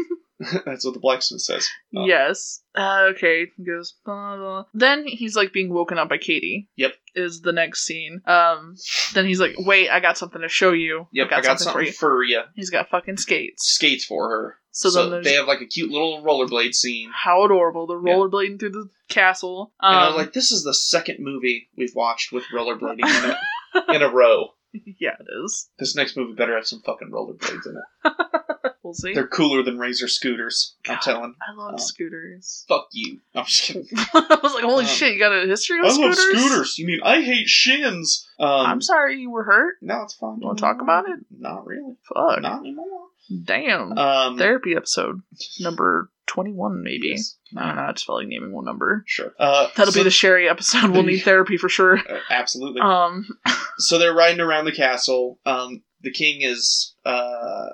That's what the blacksmith says. Uh,
Yes. Uh, okay. He goes. Blah, blah. Then he's like being woken up by Katie.
Yep.
Is the next scene. Um. Then he's like, "Wait, I got something to show you.
Yep,
I got, something, for you."
for you.
He's got fucking skates.
Skates for her.
So,
so
then there's
they have like a cute little rollerblade scene.
how adorable. They're
Yeah.
rollerblading through the castle. Um,
And I was like, this is the second movie we've watched with rollerblading in it in a row.
"Yeah, it is.
This next movie better have some fucking rollerblades in it.
We'll see."
They're cooler than Razor scooters. I'm
God.
telling.
I love
Oh.
scooters.
Fuck you. I'm just kidding.
I was like, "Holy
Um,
shit, you got a history
I
with
love
scooters?"
scooters. You mean I hate shins? Um,
I'm sorry you were hurt.
No, it's fine.
You wanna talk about it?
Not really.
Fuck.
Not anymore.
Damn.
Um,
Therapy episode number twenty-one, maybe.
yes.
I don't know. I just felt like naming one number.
Sure. Uh,
That'll
so-
be the Sherry episode. We'll need therapy for sure.
uh, absolutely.
Um,
so they're riding around the castle. Um, the king is uh,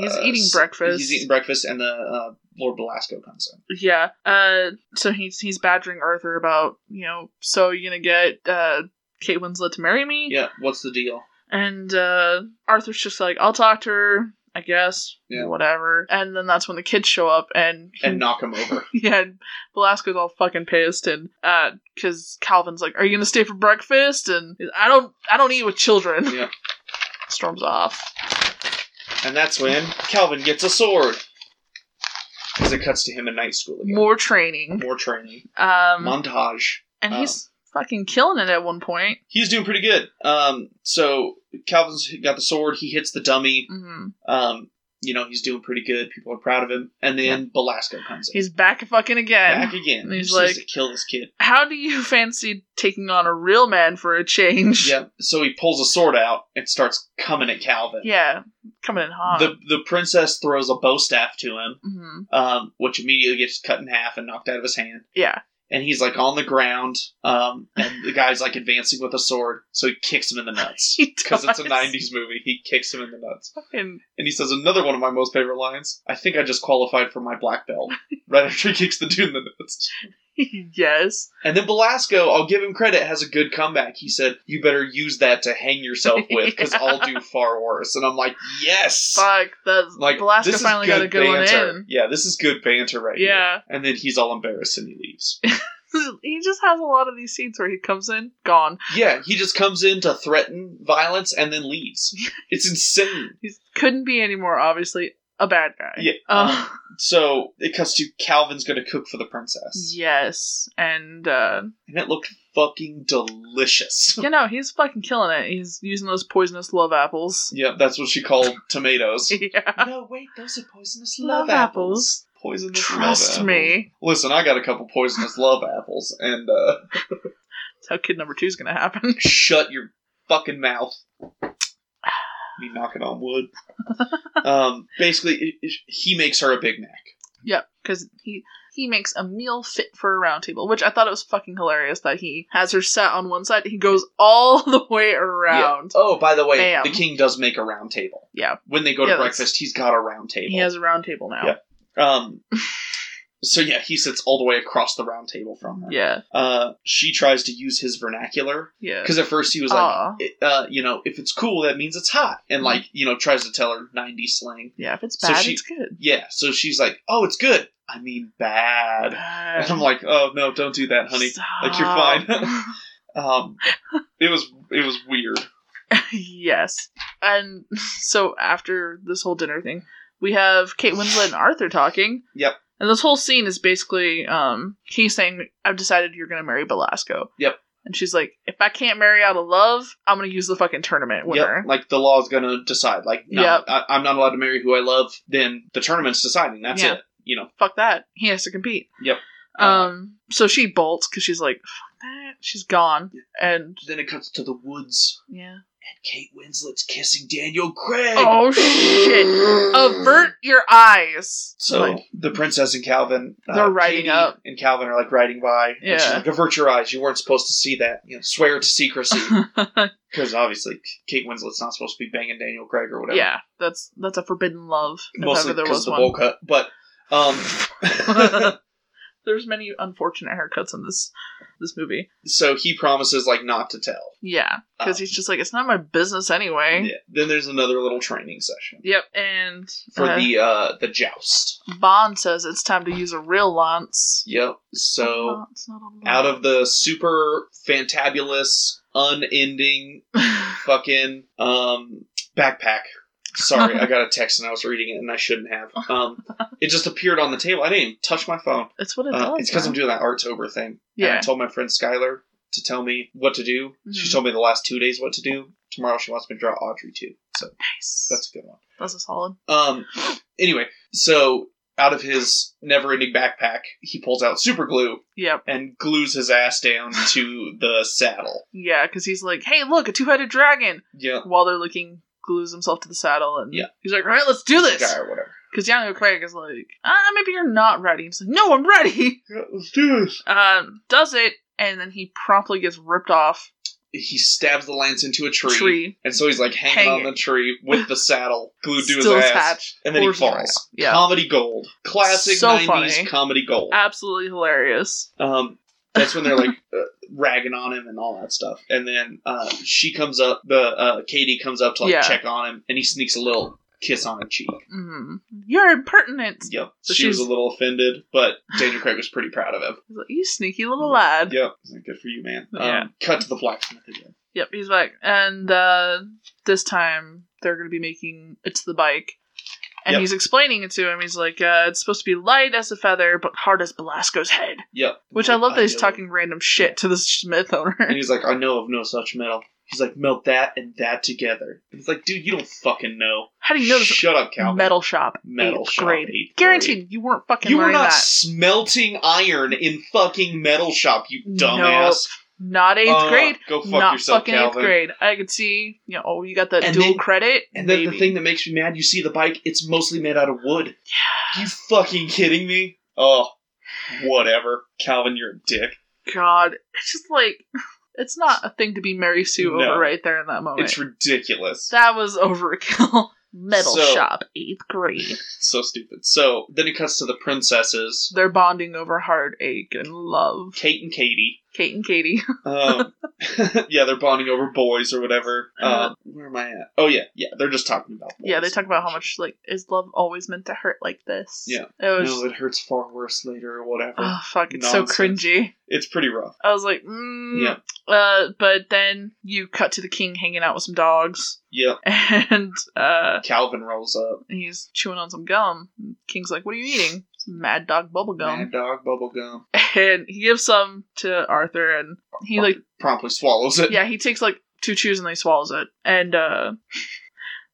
He's eating
s-
breakfast.
He's eating breakfast, and the uh, Lord Belasco comes in.
yeah. Uh, so he's he's badgering Arthur about you know, so you're gonna get uh Kate Winslet to marry me,
Yeah, what's the deal?
and uh Arthur's just like, I'll talk to her, I guess,
Yeah.
whatever. And then that's when the kids show up and
And knock him over.
yeah, and Velasco's all fucking pissed, and uh, because Calvin's like, "Are you gonna stay for breakfast?" And he's, I don't, I don't eat with children.
Yeah.
Storms off.
And that's when Calvin gets a sword. Because it cuts to him in night school again.
More training.
More training.
Um,
Montage.
and
um,
he's fucking killing it at one point.
He's doing pretty good. Um, so Calvin's got the sword. He hits the dummy.
hmm
Um, you know, he's doing pretty good. People are proud of him. And then Belasco comes in.
He's back fucking again.
back again.
and he's
He just needs
like-
to kill this kid.
How do you fancy taking on a real man for a change?
Yeah. So he pulls a sword out and starts coming at Calvin.
Yeah, coming in hot.
The the princess throws a bow staff to him,
Mhm.
um, which immediately gets cut in half and knocked out of his hand.
Yeah,
And he's like on the ground, um, and the guy's like advancing with a sword, so he kicks him in the nuts.
He
Because it's a
does.
90s movie, he kicks him in the nuts.
fucking
And he says another one of my most favorite lines I think I just qualified for my black belt. Right after he kicks the dude in the nuts.
yes.
And then Belasco, I'll give him credit, has a good comeback. He said, "You better use that to hang yourself with, because I'll do far worse." And I'm like, "Yes!"
Fuck, that's
Like
Velasco
this is
finally got a good
banter.
one in.
Yeah, this is good banter right here.
Yeah.
And then he's all embarrassed and he leaves.
he just has a lot of these scenes where he comes in, gone.
yeah, he just comes in to threaten violence and then leaves. It's insane.
He couldn't be any more obviously a bad guy.
Yeah.
Uh,
So it cuts to Calvin's going to cook for the princess,
yes, and uh,
and it looked fucking delicious.
You know, he's fucking killing it. He's using those poisonous love apples.
Yeah, that's what she called tomatoes.
Yeah.
no, wait, those are poisonous
Love
love, apples. Poisonous love
Trust
apples.
me.
Listen, I got a couple poisonous love apples, and uh,
That's how kid number two's gonna happen.
shut your fucking mouth. Me knocking on wood. Um, basically, it, it, he makes her a Big Mac.
Yep, because he he makes a meal fit for a round table, which I thought it was fucking hilarious that he has her sat on one side. He goes all the way around.
Oh, by the way,
Bam.
the king does make a round table.
Yeah.
When they go to
Yeah, that's-
breakfast, he's got a round table.
He has a round table now.
Yeah. Um, so yeah, he sits all the way across the round table from her.
Yeah.
Uh, she tries to use his vernacular
Yeah.
because at first he was like,
Aw.
"It- uh, you know, if it's cool, that means it's hot,
Mm-hmm.
and like, you know, tries to tell her '90s slang.
yeah, if it's
so
bad,
she-
it's good.
Yeah. So she's like, oh, it's good. I mean, bad. And I'm like, oh no, don't do that, honey. like, you're fine.
Stop.
Um, it was it was weird.
yes. And so after this whole dinner thing, we have Kate Winslet and Arthur talking.
Yep.
And this whole scene is basically um he's saying, I've decided you're gonna marry Belasco.
Yep.
And she's like, if I can't marry out of love, I'm gonna use the fucking tournament winner.
Yep, like the law's gonna decide. Like, no,
Yep.
I, I'm not allowed to marry who I love. Then the tournament's deciding. That's
Yeah.
it. You know.
Fuck that. He has to compete.
Yep.
Um so she bolts because she's like, fuck that. She's gone. And
Then it cuts to the woods,
yeah.
and Kate Winslet's kissing Daniel Craig.
Oh shit. Avert your eyes.
So
Like,
the princess and Calvin, uh,
They're riding
Katie
up.
and Calvin are like riding by.
Yeah.
and she's like, avert your eyes. You weren't supposed to see that. You know, swear to secrecy because obviously Kate Winslet's not supposed to be banging Daniel Craig or whatever.
yeah, that's that's a forbidden love. If
mostly
ever there
because
was
of the
one.
bowl cut. But um,
There's many unfortunate haircuts in this this movie.
so he promises like not to tell.
Yeah, because
Um,
he's just like it's not my business anyway.
Yeah. Then there's another little training session
Yep, and
for
uh,
the uh the joust.
Bond says it's time to use a real lance.
Yep. So
Lance, not a
out of the super fantabulous, unending
lance.
fucking um backpack. Sorry, I got a text and I was reading it and I shouldn't have. Um, it just appeared on the table. I didn't even touch my phone.
it's what it
Uh,
does.
it's because I'm
man.
doing that Arttober thing. And I
yeah,
told my friend Skylar to tell me what to do. She
Mhm.
told me the last two days what to do. Tomorrow she wants me to draw Audrey too. So
nice. That's,
that's a good one.
a solid.
Um, anyway, so out of his never-ending backpack, he pulls out super glue
Yep,
and glues his ass down to the saddle.
yeah, because he's like, hey, look, a two headed dragon.
Yeah,
While they're looking, glues himself to the saddle, and
Yeah.
he's like, all right, let's do this.
guy or whatever.
Because Daniel Craig is like, ah, maybe you're not ready. He's like, no, I'm ready.
Yeah, let's do this.
Um, does it, and then he promptly gets ripped off
He stabs the lance into a tree,
tree,
and so he's like hanging
Hanging.
on the tree with the saddle glued to his
still
ass,
attached,
and then he
horse is right
falls.
up. Yeah,
Comedy gold, classic
So
'90s
funny.
comedy gold.
absolutely hilarious.
Um, that's when they're like uh, ragging on him and all that stuff. And then uh, she comes up, the uh, Katie comes up to like
Yeah.
check on him, and he sneaks a little kiss on her cheek.
hmm You're impertinent.
Yep.
So
she was a
she's-
little offended, but Daniel Craig was pretty proud of him.
He's like, you sneaky little lad.
Yep. He's like, Good for you, man. Um,
Yeah.
Cut to the blacksmith again.
Yep, he's like, and uh, this time they're going to be making it's the bike. And
Yep.
he's explaining it to him. He's like, uh, it's supposed to be light as a feather, but hard as Belasco's head.
Yep.
Which I love that he's
know.
talking random shit to the Smith owner.
And he's like, I know of no such metal. He's like, melt that and that together. And it's like, dude, you don't fucking know.
How do you know this
Shut up, Calvin.
metal shop
Metal
eighth
shop,
grade.
eighth grade.
Guaranteed you weren't fucking
You were
learning
not
that.
smelting iron in fucking metal shop, you
Nope.
dumbass.
Not eighth
Uh,
grade.
Go fuck
Not
yourself,
fucking
Calvin.
eighth grade. I could see, you know, oh, you got the
And
dual
then-
credit.
And then the
Maybe.
thing that makes me mad, you see the bike, it's mostly made out of wood. You fucking kidding me? Oh, whatever. Calvin, you're a dick.
God, it's just like it's not a thing to be Mary Sue
No.
over right there in that moment.
It's ridiculous.
that was overkill. Metal
So-
shop, eighth grade.
so stupid. So then it cuts to the princesses,
They're bonding over heartache and love.
Kate and Katie.
Kate and Katie.
Um, yeah, they're bonding over boys or whatever. Um, where am I at? Oh, yeah, yeah, they're just talking about boys.
yeah, they talk about how much like is love always meant to hurt like this.
Yeah.
it was.
No, it hurts far worse later or whatever.
oh fuck, it's so
Nonsense.
cringy.
it's pretty rough.
I was like, mm.
Yeah.
Uh, but then you cut to the king hanging out with some dogs,
Yep.
and uh,
Calvin rolls up.
he's chewing on some gum. King's like, "What are you eating?" some Mad Dog bubblegum.
Mad dog bubblegum.
And he gives some to Arthur and he like
Promptly swallows it.
yeah, he takes like two chews and then he swallows it. And uh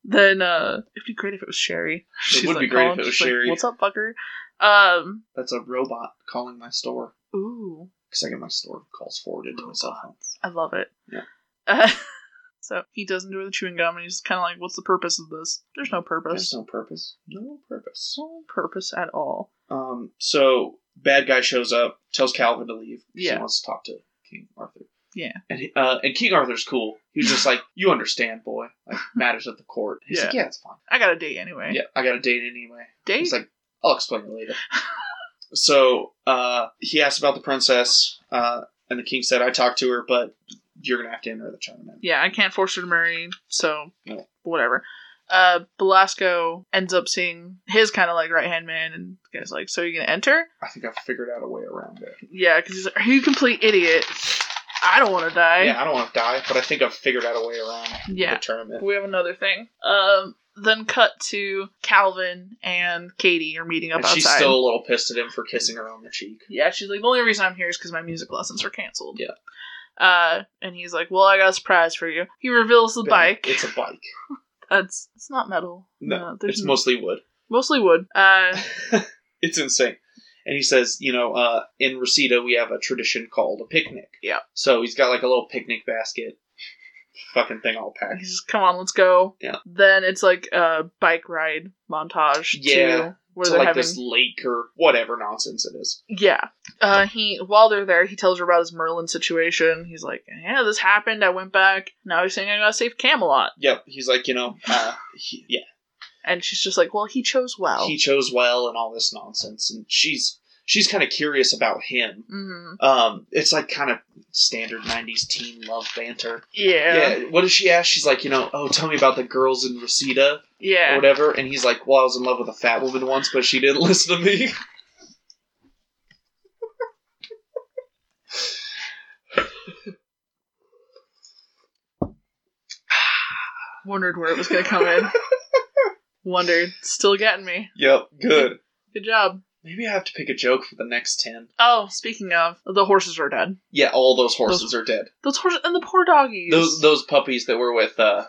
then uh it'd be great if it was Sherry. She's
would
like
be great if
calling,
it was
she's like,
Sherry.
What's up, fucker? Um
That's a robot calling my store.
Ooh.
Because I get my store calls forwarded to my cell phone.
I love it.
Yeah.
Uh, so he does enjoy the chewing gum and he's kinda like, What's the purpose of this? There's no purpose.
There's no purpose. No purpose.
no purpose at all.
Um, so bad guy shows up, tells Calvin to leave. She
Yeah.
wants to talk to King Arthur.
Yeah.
And he- uh, and King Arthur's cool. He's just like, you understand, boy. Like matters at the court. He's like, yeah, it's fine.
I got a date anyway.
Yeah, I got a date anyway.
Date?
He's like, I'll explain it later. so uh, he asked about the princess, uh, and the king said, I talked to her, but you're gonna have to enter the tournament.
yeah, I can't force her to marry, so
Yeah.
whatever. Uh, Belasco ends up seeing his kind of like right hand man, and the guy's like, "So you're gonna enter?"
I think I figured out a way around it.
Yeah, because he's like, "Are you a complete idiot? I don't want to die."
yeah, I don't want to die, but I think I've figured out a way around
Yeah.
the tournament.
We have another thing. Um, then cut to Calvin and Katie are meeting up
And
outside.
she's still a little pissed at him for kissing her on the cheek.
yeah, she's like, "The only reason I'm here is because my music lessons were canceled."
Yeah.
Uh, and he's like, "Well, I got a surprise for you." He reveals the bike.
It's a bike.
That's it's not metal.
No,
there's
it's
n-
mostly wood.
mostly wood. Uh,
It's insane. And he says, you know, uh, in Reseda we have a tradition called a picnic.
Yeah.
So he's got like a little picnic basket, fucking thing all
And
packed.
He's just, come on, let's go.
Yeah.
Then it's like a bike ride montage.
Yeah.
Too, where
to
they're
like
having.
this lake or whatever nonsense it is.
Yeah. Uh, he while they're there, he tells her about his Merlin situation. He's like, "Yeah, this happened. I went back. Now he's saying I gotta save Camelot."
Yep. He's like, you know, uh, he, yeah,
And she's just like, "Well, he chose well."
he chose well and all this nonsense, and she's she's kind of curious about him.
hmm
Um, it's like kind of standard '90s teen love banter.
Yeah.
yeah. What does she ask? She's like, you know, oh, tell me about the girls in Reseda. or
Yeah.
whatever, and he's like, "Well, I was in love with a fat woman once, but she didn't listen to me."
Wondered where it was gonna come in. Wondered. Still getting me.
Yep, good.
Good job.
Maybe I have to pick a joke for the next ten.
Oh, speaking of, the horses are dead.
Yeah, all those horses are dead.
Those horses and the poor doggies.
Those those puppies that were with uh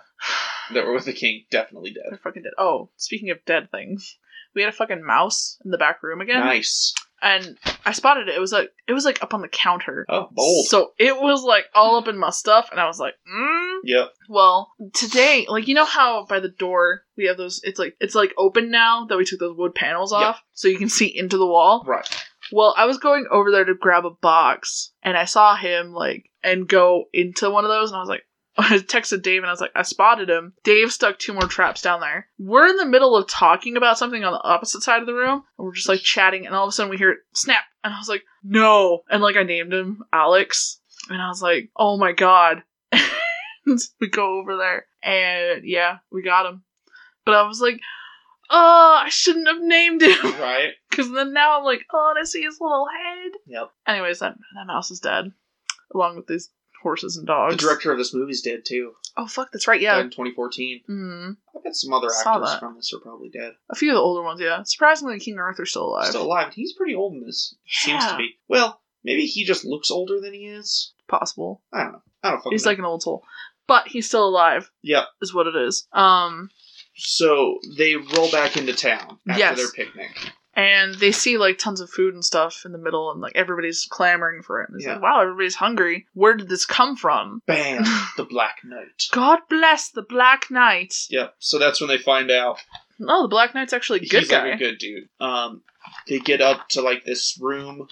that were with the king definitely dead.
They're fucking dead. Oh, speaking of dead things, we had a fucking mouse in the back room again,
Nice.
and I spotted it. It was like it was like up on the counter.
Oh, bold.
So it was like all up in my stuff, and I was like, mm.
yep.
well, today, like you know how by the door we have those. It's like it's like open now that we took those wood panels
Yeah.
off, so you can see into the wall.
Right.
Well, I was going over there to grab a box, and I saw him like and go into one of those, and I was like. I texted Dave and I was like, I spotted him. Dave stuck two more traps down there. We're in the middle of talking about something on the opposite side of the room, and we're just like chatting, and all of a sudden we hear snap, and I was like, no, and like I named him Alex, and I was like, oh my god. and we go over there, and yeah, we got him. But I was like, oh, I shouldn't have named him.
Right.
Because then now I'm like, oh, and I see his little head.
Yep.
Anyways, that, that mouse is dead, along with these horses and
The
dogs.
director of this movie's dead too.
oh, fuck, that's right, yeah.
Died in 2014.
Mm,
I bet some other
Saw
actors
that.
from this are probably dead.
a few of the older ones, yeah. Surprisingly, King Arthur's still alive.
Still alive. He's pretty old in this. Seems to
Yeah.
be. Well, maybe he just looks older than he is.
Possible.
I don't know. I don't fucking.
He's
know.
like an old soul. But he's still alive,
Yep.
is what it is. Um,
So they roll back into town after
Yes.
their picnic.
and they see like tons of food and stuff in the middle, and like everybody's clamoring for it. And it's
Yeah.
like, wow, everybody's hungry. Where did this come from?
Bam! the Black Knight.
God bless the Black Knight.
Yep. So that's when they find out
Oh, the Black Knight's actually a good
he's
guy.
like a good dude. Um, they get up to like this room.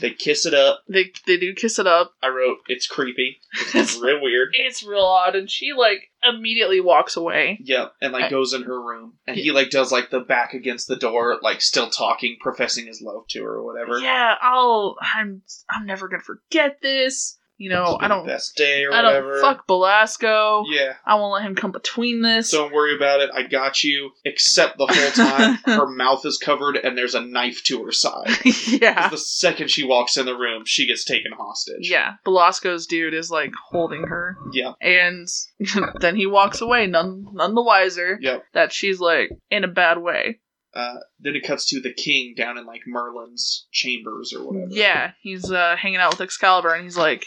They kiss it up.
They they do kiss it up.
I wrote it's creepy. It's real weird.
it's real odd and she like immediately walks away
Yep, and like
I-
goes in her room, and he like does like the back against the door, like still talking, professing his love to her or whatever.
yeah i'll i'm i'm never gonna forget this you know
It's been
i don't
the best day or
i
whatever.
don't fuck belasco
Yeah,
i won't let him come between this
don't worry about it. I got you. Except the whole time, her mouth is covered, and there's a knife to her side.
yeah
'Cause the second she walks in the room, she gets taken hostage.
yeah belasco's dude is like holding her
Yeah.
and then he walks away none none the wiser
Yep.
that she's like in a bad way
Uh, then it cuts to the king down in like Merlin's chambers or whatever.
Yeah, he's uh, hanging out with Excalibur, and he's like,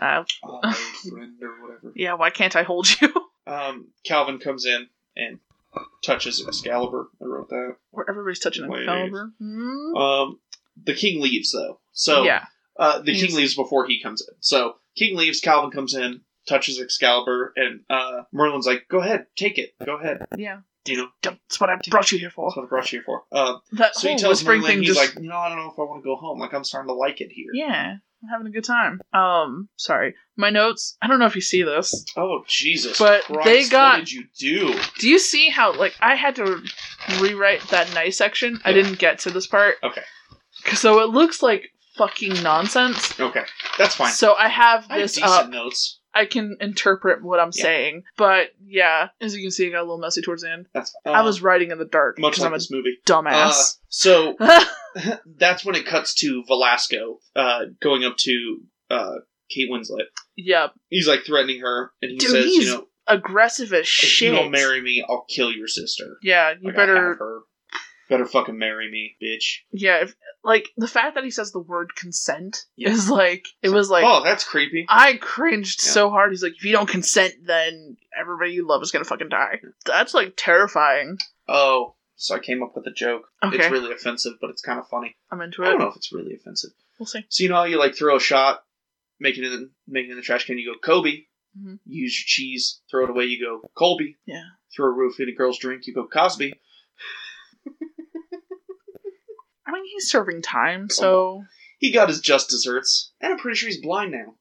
uh,
Oh, my old friend or whatever.
"Yeah, why can't I hold you?"
Um, Calvin comes in and touches Excalibur. I wrote that.
Where everybody's touching
Wait.
Excalibur. Hmm?
Um, the king leaves though, so
yeah,
uh, the
He's-
king leaves before he comes in. So king leaves. Calvin comes in, touches Excalibur, and uh, Merlin's like, "Go ahead, take it. Go ahead.
yeah.
You know,
That's what I brought you here for.
that's what I brought you here for." Um,
That
so he
whole
tells
whispering
Merlin,
thing
he's
just
like, "You know, I don't know if I want to go home. Like, I'm starting to like it here."
yeah, I'm having a good time. Um, sorry, my notes. I don't know if you see this.
Oh Jesus!
But
Christ,
they got-
What did you do?
Do you see how like I had to rewrite that nice section? I
Yeah.
didn't get to this part.
Okay.
'Cause- So it looks like fucking nonsense.
Okay, that's fine.
So I have
I have
this
decent
up.
notes.
I can interpret what I'm
Yeah.
saying. But yeah, as you can see, it got a little messy towards the end.
That's
I
um,
was writing in the dark
much
because
like
I'm a
this movie.
dumbass.
Uh, so that's when it cuts to Velasco uh, going up to uh, Kate Winslet.
yeah,
He's like threatening her, and he
Dude,
says,
he's
"You know,
aggressive as
if
shit.
you don't marry me, I'll kill your sister.
yeah, you
Like, I have
better.
her. Better fucking marry me, bitch."
Yeah, if, like the fact that he says the word consent
Yeah.
is like it was like
oh, that's creepy.
I cringed
Yeah.
so hard. He's like, if you don't consent, then everybody you love is gonna fucking die. That's like terrifying.
oh, so I came up with a joke.
Okay,
It's really offensive, but it's kind of funny.
I'm into
I don't know
it.
if it's really offensive.
We'll see.
So you know how you like throw a shot, make it in, make it in the trash can. You go Kobe,
Mhm.
use your cheese, throw it away. You go Colby,
Yeah.
Throw a roof in a girl's drink. You go Cosby.
I mean, he's serving
Oh.
time, so
He got his just desserts, and I'm pretty sure he's blind now.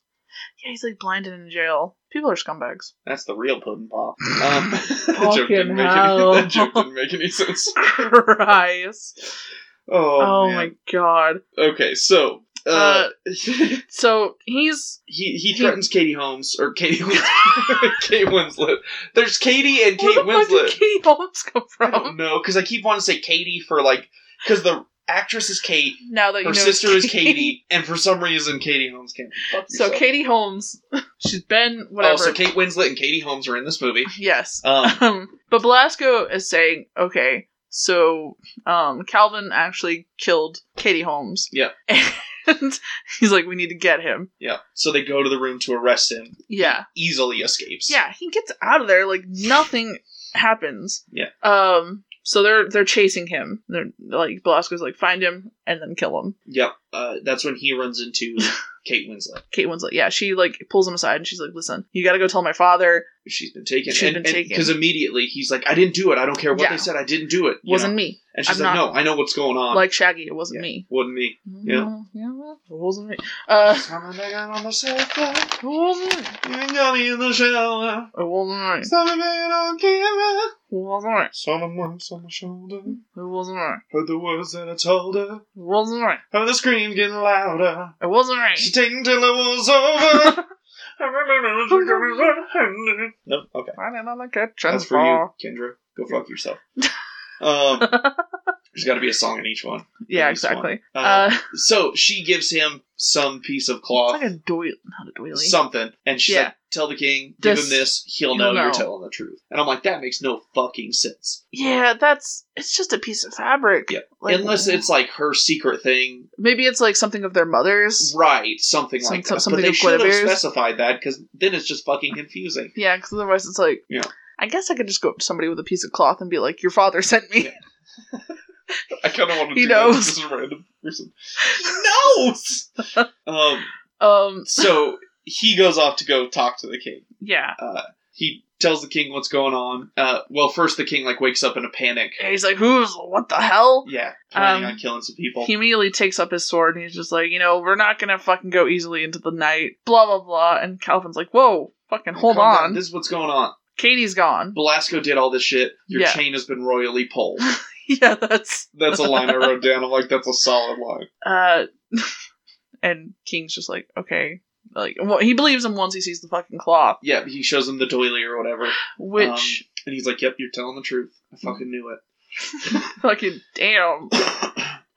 yeah, he's like blinded in jail. People are scumbags.
That's the real pudding pop. Um, that,
Fucking
joke didn't make any,
hell.
that joke didn't make any sense.
Christ.
Oh,
Oh, my
man.
god.
Okay, so uh,
So he's
he he threatens Katie Holmes or Katie Winslet. Kate Winslet. There's Katie and Kate
where the fuck
Winslet.
did Katie Holmes come
I don't
from?
know because I keep wanting to say Katie for like because the actress is Kate,
Now that you
her
know
sister
it's
is Katie, and for some reason Katie Holmes can't. Fuck
So
yourself.
Katie Holmes, she's been whatever.
Oh, so Kate Winslet and Katie Holmes are in this movie.
Yes.
Um,
Um, but Belasco is saying, okay, so um, Calvin actually killed Katie Holmes.
Yeah.
And he's like, we need to get him.
yeah. So they go to the room to arrest him.
Yeah.
Easily escapes.
Yeah, he gets out of there like nothing happens.
Yeah.
Um, so they're they're chasing him. They're like Belasco's like, find him and then kill him.
Yep. Uh, that's when he runs into Kate Winslet.
Kate Winslet, yeah, she like pulls him aside and she's like, Listen, you gotta go tell my father.
She's been taken.
She's been taken.
Because immediately he's like, I didn't do it. I don't care what
Yeah.
they said. I didn't do it. you
Wasn't
know?
me.
And she's
I'm
like,
not-
No, I know what's going on.
Like Shaggy, it wasn't me.
Wasn't me. Yeah.
Yeah, well, it wasn't me. Uh
Something I got on the sofa.
it wasn't me.
You got me in the shower.
It wasn't me.
Something on camera.
It wasn't me.
Someone once on my shoulder.
Mm-hmm. It wasn't me.
Heard the words that I told her.
It wasn't me.
Heard the scream getting louder.
It wasn't
She
me.
didn't till it was over. no, okay.
Finding on the kitchen
That's for you, Kendra. Go fuck yourself. Um, there's got to be a song in each one.
Yeah,
Nice one.
exactly.
Uh,
Uh,
So she gives him some piece of
it's
cloth,
like a doily, not a doily.
something, and she's
Yeah.
like, "Tell the king, give
This-
him this. He'll
he'll
know,
know."
you're telling the truth." And I'm like, "That makes no fucking sense."
yeah, that's it's just a piece of fabric.
Yeah.
Like,
Unless it's like her secret thing,
maybe it's like something of their mother's.
right? Something
Some-
like
some-
that.
something
but they
of
should have
Guinevere's.
specified that because then it's just fucking confusing.
Yeah, because otherwise it's like.
Yeah.
I guess I could just go up to somebody with a piece of cloth and be like, "Your father sent me."
Yeah. I kind of want to
He
do that
knows.
with this random person. He knows. um.
Um.
So he goes off to go talk to the king.
Yeah.
he tells the king what's going on. Uh, well, first the king like wakes up in a panic.
And he's like, "Who's what the hell?"
Yeah, planning
Um,
on killing some people.
He immediately takes up his sword and he's just like, you know, we're not gonna fucking go easily into the night, blah blah blah. And Calvin's like, whoa, fucking hold
Calm down,
on,
This is what's going on.
Katie's gone.
Belasco did all this shit. Your
Yeah.
chain has been royally pulled.
yeah, that's
That's a line I wrote down. I'm like, that's a solid line.
uh, and King's just like, okay, like well, he believes him once he sees the fucking cloth,
Yeah, he shows him the doily or whatever, Um,
which
and he's like, "Yep, you're telling the truth. I fucking knew it." Um,
fucking damn.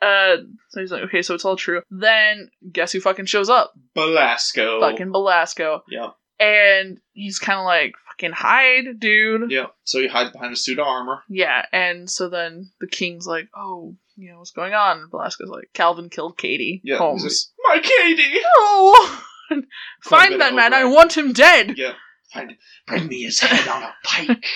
Uh, so he's like, okay, so it's all true. Then guess who fucking shows up?
Belasco.
Fucking
Oh.
Belasco.
Yeah.
And he's kind of like, fucking hide, dude.
Yeah. So he hides behind a suit of armor.
Yeah, and so then the king's like, oh, you know, what's going on? And Velasquez like, Calvin killed Katie
Yeah.
Holmes.
he's like, My Katie.
oh,
been
find that man. I
O'Brien.
want him dead.
Yeah. Find bring me his head on a pike.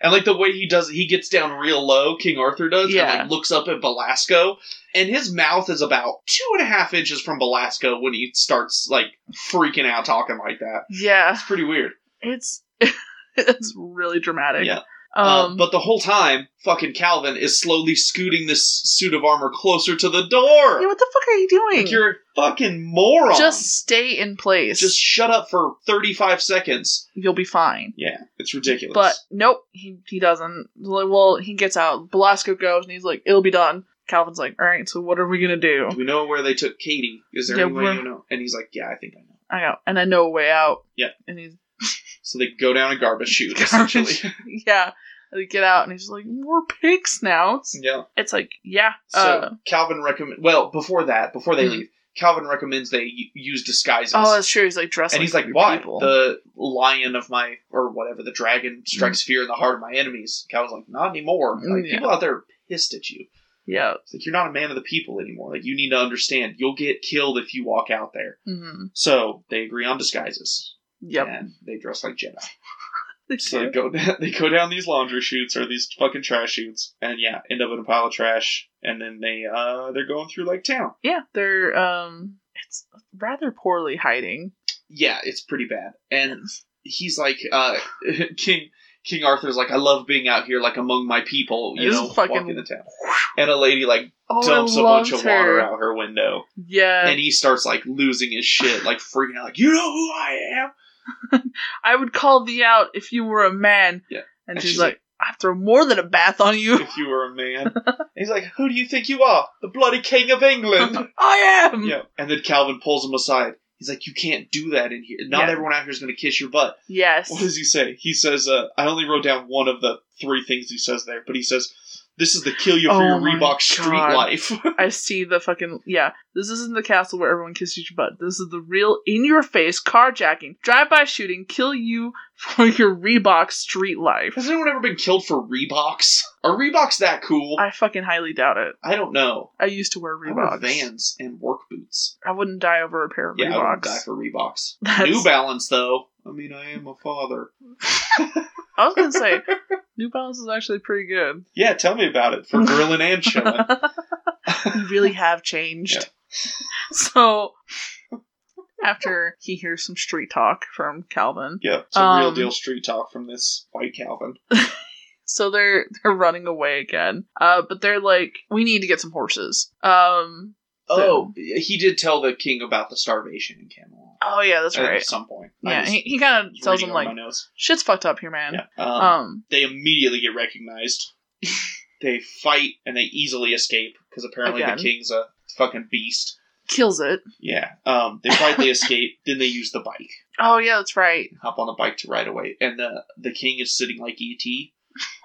And like the way he does, it, he gets down real low. King Arthur does, and
Yeah.
like looks up at Belasco, and his mouth is about two and a half inches from Belasco when he starts like freaking out, talking like that.
Yeah,
It's pretty weird.
it's it's really dramatic.
Yeah.
Um,
Uh, but the whole time, fucking Calvin is slowly scooting this suit of armor closer to the door.
yeah, what the fuck are you doing?
Like you're a fucking moron.
Just stay in place.
just shut up for 35 seconds.
you'll be fine.
Yeah, it's ridiculous.
But nope, he he doesn't. Like, Well, he gets out. Belasco goes, and he's like, "It'll be done." Calvin's like, "All right, so what are we gonna do?"
Do we know where they took Katie? Is there
Yeah,
any way
we're-
you know? And he's like, Yeah, I think I know.
I go, and I know a way out.
Yeah.
and he's
So they go down a garbage chute,
Garbage.
essentially.
yeah. And they get out, and he's like, "More pig snouts."
yeah.
It's like, yeah,
So
uh,
Calvin recommend. Well, before that, before they
Mhm.
leave, Calvin recommends they u- use disguises.
Oh, that's true. He's like dressed,
and
like
he's like,
three
"Why?
people.
The lion of my or whatever, the dragon strikes fear in the heart of my enemies." Calvin's like, "Not anymore.
Mm,
Like
yeah.
people out there are pissed at you.
yeah,
It's like you're not a man of the people anymore. Like you need to understand. You'll get killed if you walk out there."
hmm
So they agree on disguises.
yep.
And they dress like Jedi.
They
So
do.
they go down, they go down these laundry chutes or these fucking trash chutes, and yeah, end up in a pile of trash. And then they uh they're going through like town.
yeah, they're um, it's rather poorly hiding.
Yeah, it's pretty bad. And he's like, uh King King Arthur's like, I love being out here, like among my people. You
This
know,
is fucking-
walking the town. And a lady like
Oh,
dumps
I
a bunch
loved
of
her.
water out her window,
Yeah,
and he starts like losing his shit, like freaking out, like you know who I am.
I would call thee out if you were a man.
Yeah.
and,
And
she's,
she's
like, I throw more than a bath on you.
If you were a man, and he's like, who do you think you are? The bloody king of England.
I am.
Yeah. And then Calvin pulls him aside. He's like, "You can't do that in here. Not
Yeah.
everyone out here is going to kiss your butt."
Yes.
What does he say? He says, uh, "I only wrote down one of the three things he says there, but he says." This is the kill you for
Oh
your
my
Reebok street
God.
life.
I see the fucking yeah. This isn't the castle where everyone kisses your butt. This is the real in-your-face carjacking, drive-by shooting, kill you for your Reebok street life.
Has anyone ever been killed for Reeboks? Are Reeboks that cool? I,
I fucking highly doubt it.
don't know.
I used to wear
I wear
Reeboks.
Vans and work boots.
I wouldn't die over a pair of
Yeah, I would
Reeboks.
die for Reeboks.
That's-
New Balance, though. I mean, I am a father.
I was gonna say New Balance is actually pretty good.
Yeah, tell me about it for grilling and chilling.
You really have changed. So after he hears some street talk from Calvin,
Yeah, some real
Um,
deal street talk from this white Calvin.
so they're they're running away again. Uh, but they're like, we need to get some horses. Um,
Oh, he did tell the king about the starvation in Camelot.
oh yeah, that's
at
right.
some point. I
Yeah,
was-
he, he kind of
was
tells
reading
him
over
like,
my notes.
shit's fucked up here, man.
Yeah. Um,
Um,
they immediately get recognized. they fight and they easily escape because apparently
Again.
the king's a fucking beast.
kills it.
Yeah. Um, they fight, they escape. Then they use the bike,
Oh yeah, that's right.
hop on the bike to ride away, and the the king is sitting like ET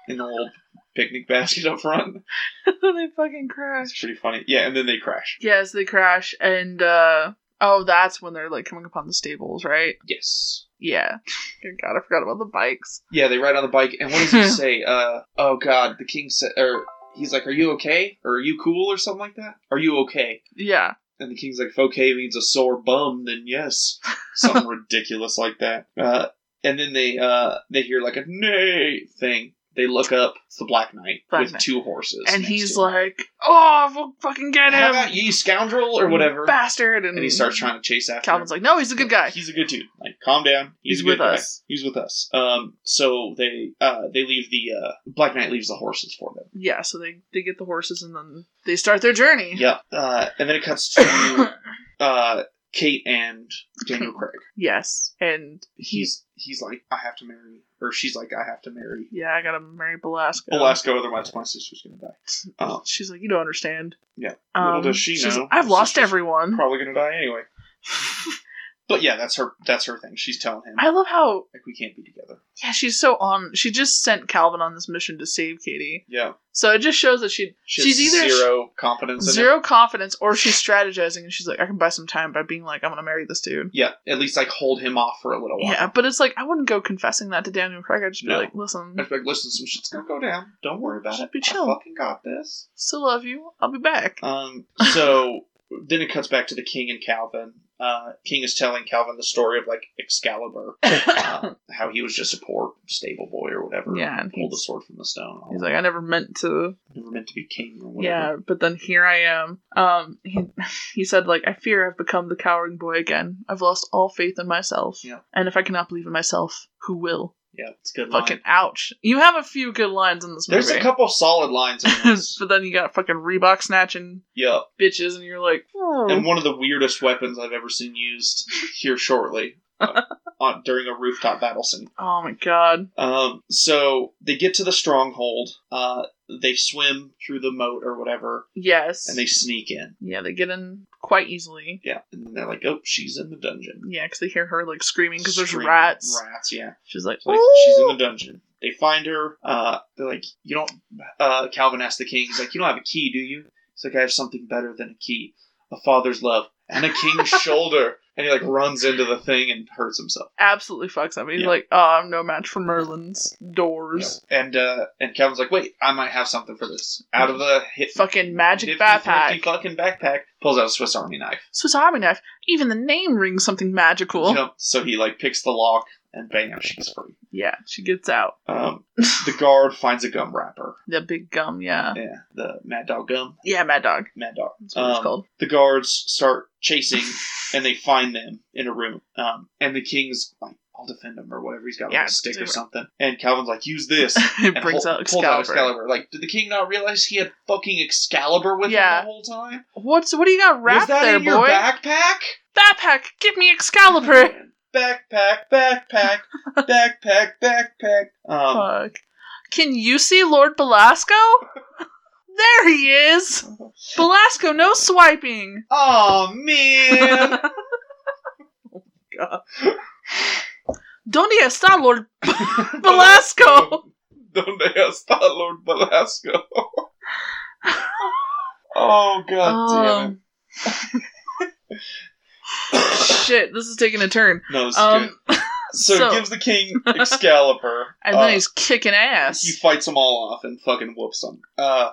in the little picnic basket up front.
they fucking crash.
It's pretty funny. Yeah, and then they crash.
Yes, they crash, and uh oh, that's when they're like coming upon the stables, right?
Yes.
Yeah. Good God, I forgot about the bikes.
Yeah, they ride on the bike, and what does he say? Uh, oh God, the king said, or he's like, "Are you okay? Or are you cool? Or something like that? Are you okay?"
Yeah,
And the king's like, "If okay means a sore bum, then yes." Something ridiculous like that. Uh, and then they uh, they hear like a neigh thing. They look up. It's the Black Knight
Black
with
Knight.
two horses,
and
next
he's
to him.
like, "Oh, we'll fucking get him,
"How about ye scoundrel?" or whatever.
bastard!" And,
And he starts trying to chase after. him.
Calvin's like, "No, he's a good guy."
He's a good dude. Like, calm down.
He's
a good
with
guy.
us.
He's with us. Um, so they uh they leave the uh Black Knight leaves the horses for them.
yeah, so they they get the horses and then they start their journey.
Yeah. Uh, and then it cuts to uh Kate and Daniel Craig.
yes, and
He's he's like I have to marry, or she's like I have to marry
yeah, I gotta marry Belasco.
Belasco, otherwise my sister's gonna die. Oh.
She's like, "You don't understand." Um,
Yeah, little does she
she's
know,
like, I've
her
lost
sister's
everyone.
Probably gonna die anyway. But yeah, that's her. That's her thing. She's telling him
I love how
like we can't be together.
yeah she's so on. She just sent Calvin on this mission to save Katie,
Yeah,
so it just shows that she
she
She's
has
either-
zero confidence. in him.
zero confidence, or she's strategizing and she's like, I can buy some time by being like, I'm gonna marry this dude.
Yeah, at least like hold him off for a little while.
Yeah, but it's like I wouldn't go confessing that to Daniel Craig. I'd just be
Oh, No.
like, listen,
I'd be like, listen, some shit's gonna go down. Don't worry about
Just
it.
be
I
chill.
fucking got this.
still love you. I'll be back.
Um, so then it cuts back to the king and Calvin. Uh, King is telling Calvin the story of like Excalibur, uh, how he was just a poor stable boy or whatever.
yeah, and
pulled the
he's,
sword from the stone.
he's like, I never meant to.
never meant to be king or
Yeah,
whatever.
but then here I am. Um, he he said like, I fear I've become the cowering boy again. I've lost all faith in myself.
Yeah.
And if I cannot believe in myself, who will?
Yeah, it's a good.
Fucking
line.
ouch. You have a few good lines in this
There's
movie.
a couple solid lines in this.
but then you got fucking Reebok snatching
yeah,
bitches, and you're like, hmm.
and one of the weirdest weapons I've ever seen used here shortly uh, on, during a rooftop battle scene.
oh my god.
Um, so they get to the stronghold. Uh, they swim through the moat or whatever,
Yes.
and they sneak in.
yeah, they get in quite easily.
Yeah, and then they're like, "Oh, she's in the dungeon."
Yeah, because they hear her like screaming because there's
Screaming
rats.
Rats, yeah.
She's like,
It's like
"Ooh."
she's in the dungeon. They find her. Uh, they're like, "You don't." Uh, Calvin asks the king. He's like, "You don't have a key, do you?" He's like, "I have something better than a key: a father's love and a king's shoulder." And he like runs into the thing and hurts himself.
absolutely fucks up. He's
Yeah.
like, oh, I'm no match for Merlin's doors.
And uh, and Calvin's like, "Wait, I might have something for this." Out of the hit,
Fucking magic
nifty, thrifty
backpack.
fucking backpack, pulls out a Swiss Army knife.
Swiss Army knife. Even the name rings something magical.
You know, so he like picks the lock and bam, she's free.
Yeah, she gets out.
Um, the guard finds a gum wrapper.
The big gum, yeah.
Yeah, the Mad Dog Gum.
Yeah, Mad Dog.
Mad Dog.
That's what it's
Um,
called.
The guards start chasing and they find them in a room. Um, and the king's like, I'll defend him or whatever. He's got like,
Yeah,
a stick or
it's-
something. And Calvin's like, use this. And
it brings
hol-
out
pulls
Excalibur.
Like, did the king not realize he had fucking Excalibur with
Yeah.
him the whole time?
What's what do you got
Was
wrapped
that
there,
in your
boy?
backpack?
Backpack, give me Excalibur.
Backpack, backpack, backpack, backpack. Um,
Fuck. Can you see Lord Belasco? there he is. Belasco, no swiping.
oh man.
Donde está Lord Belasco?
Donde está Lord Velasco? oh god damn it!
Um, shit, this is taking a turn.
No, this is good.
Um,
So,
so-
it gives the king Excalibur,
and
Uh,
then he's kicking ass.
he fights them all off and fucking whoops them. Uh,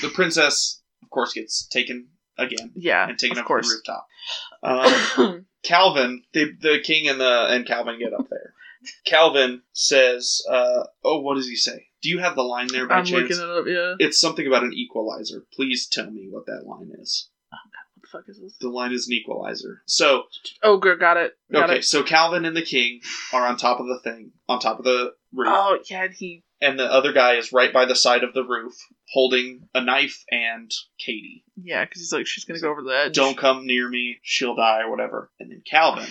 the princess, of course, gets taken again
yeah,
and taken
of
up to the
course.
rooftop. Um, Calvin, they, the king and the and Calvin get up there. Calvin says, uh, "Oh, what does he say? Do you have the line there by
I'm
chance?"
looking it up. Yeah,
It's something about an equalizer. Please tell me what that line is.
what the fuck is this?
The line is an equalizer. So,
Ogre got it. Got
okay,
it.
so Calvin and the king are on top of the thing, on top of the roof,
Oh yeah, and he
and the other guy is right by the side of the roof holding a knife and Katie.
yeah, because he's like she's gonna go over the edge.
Don't come near me, she'll die or whatever. And then Calvin,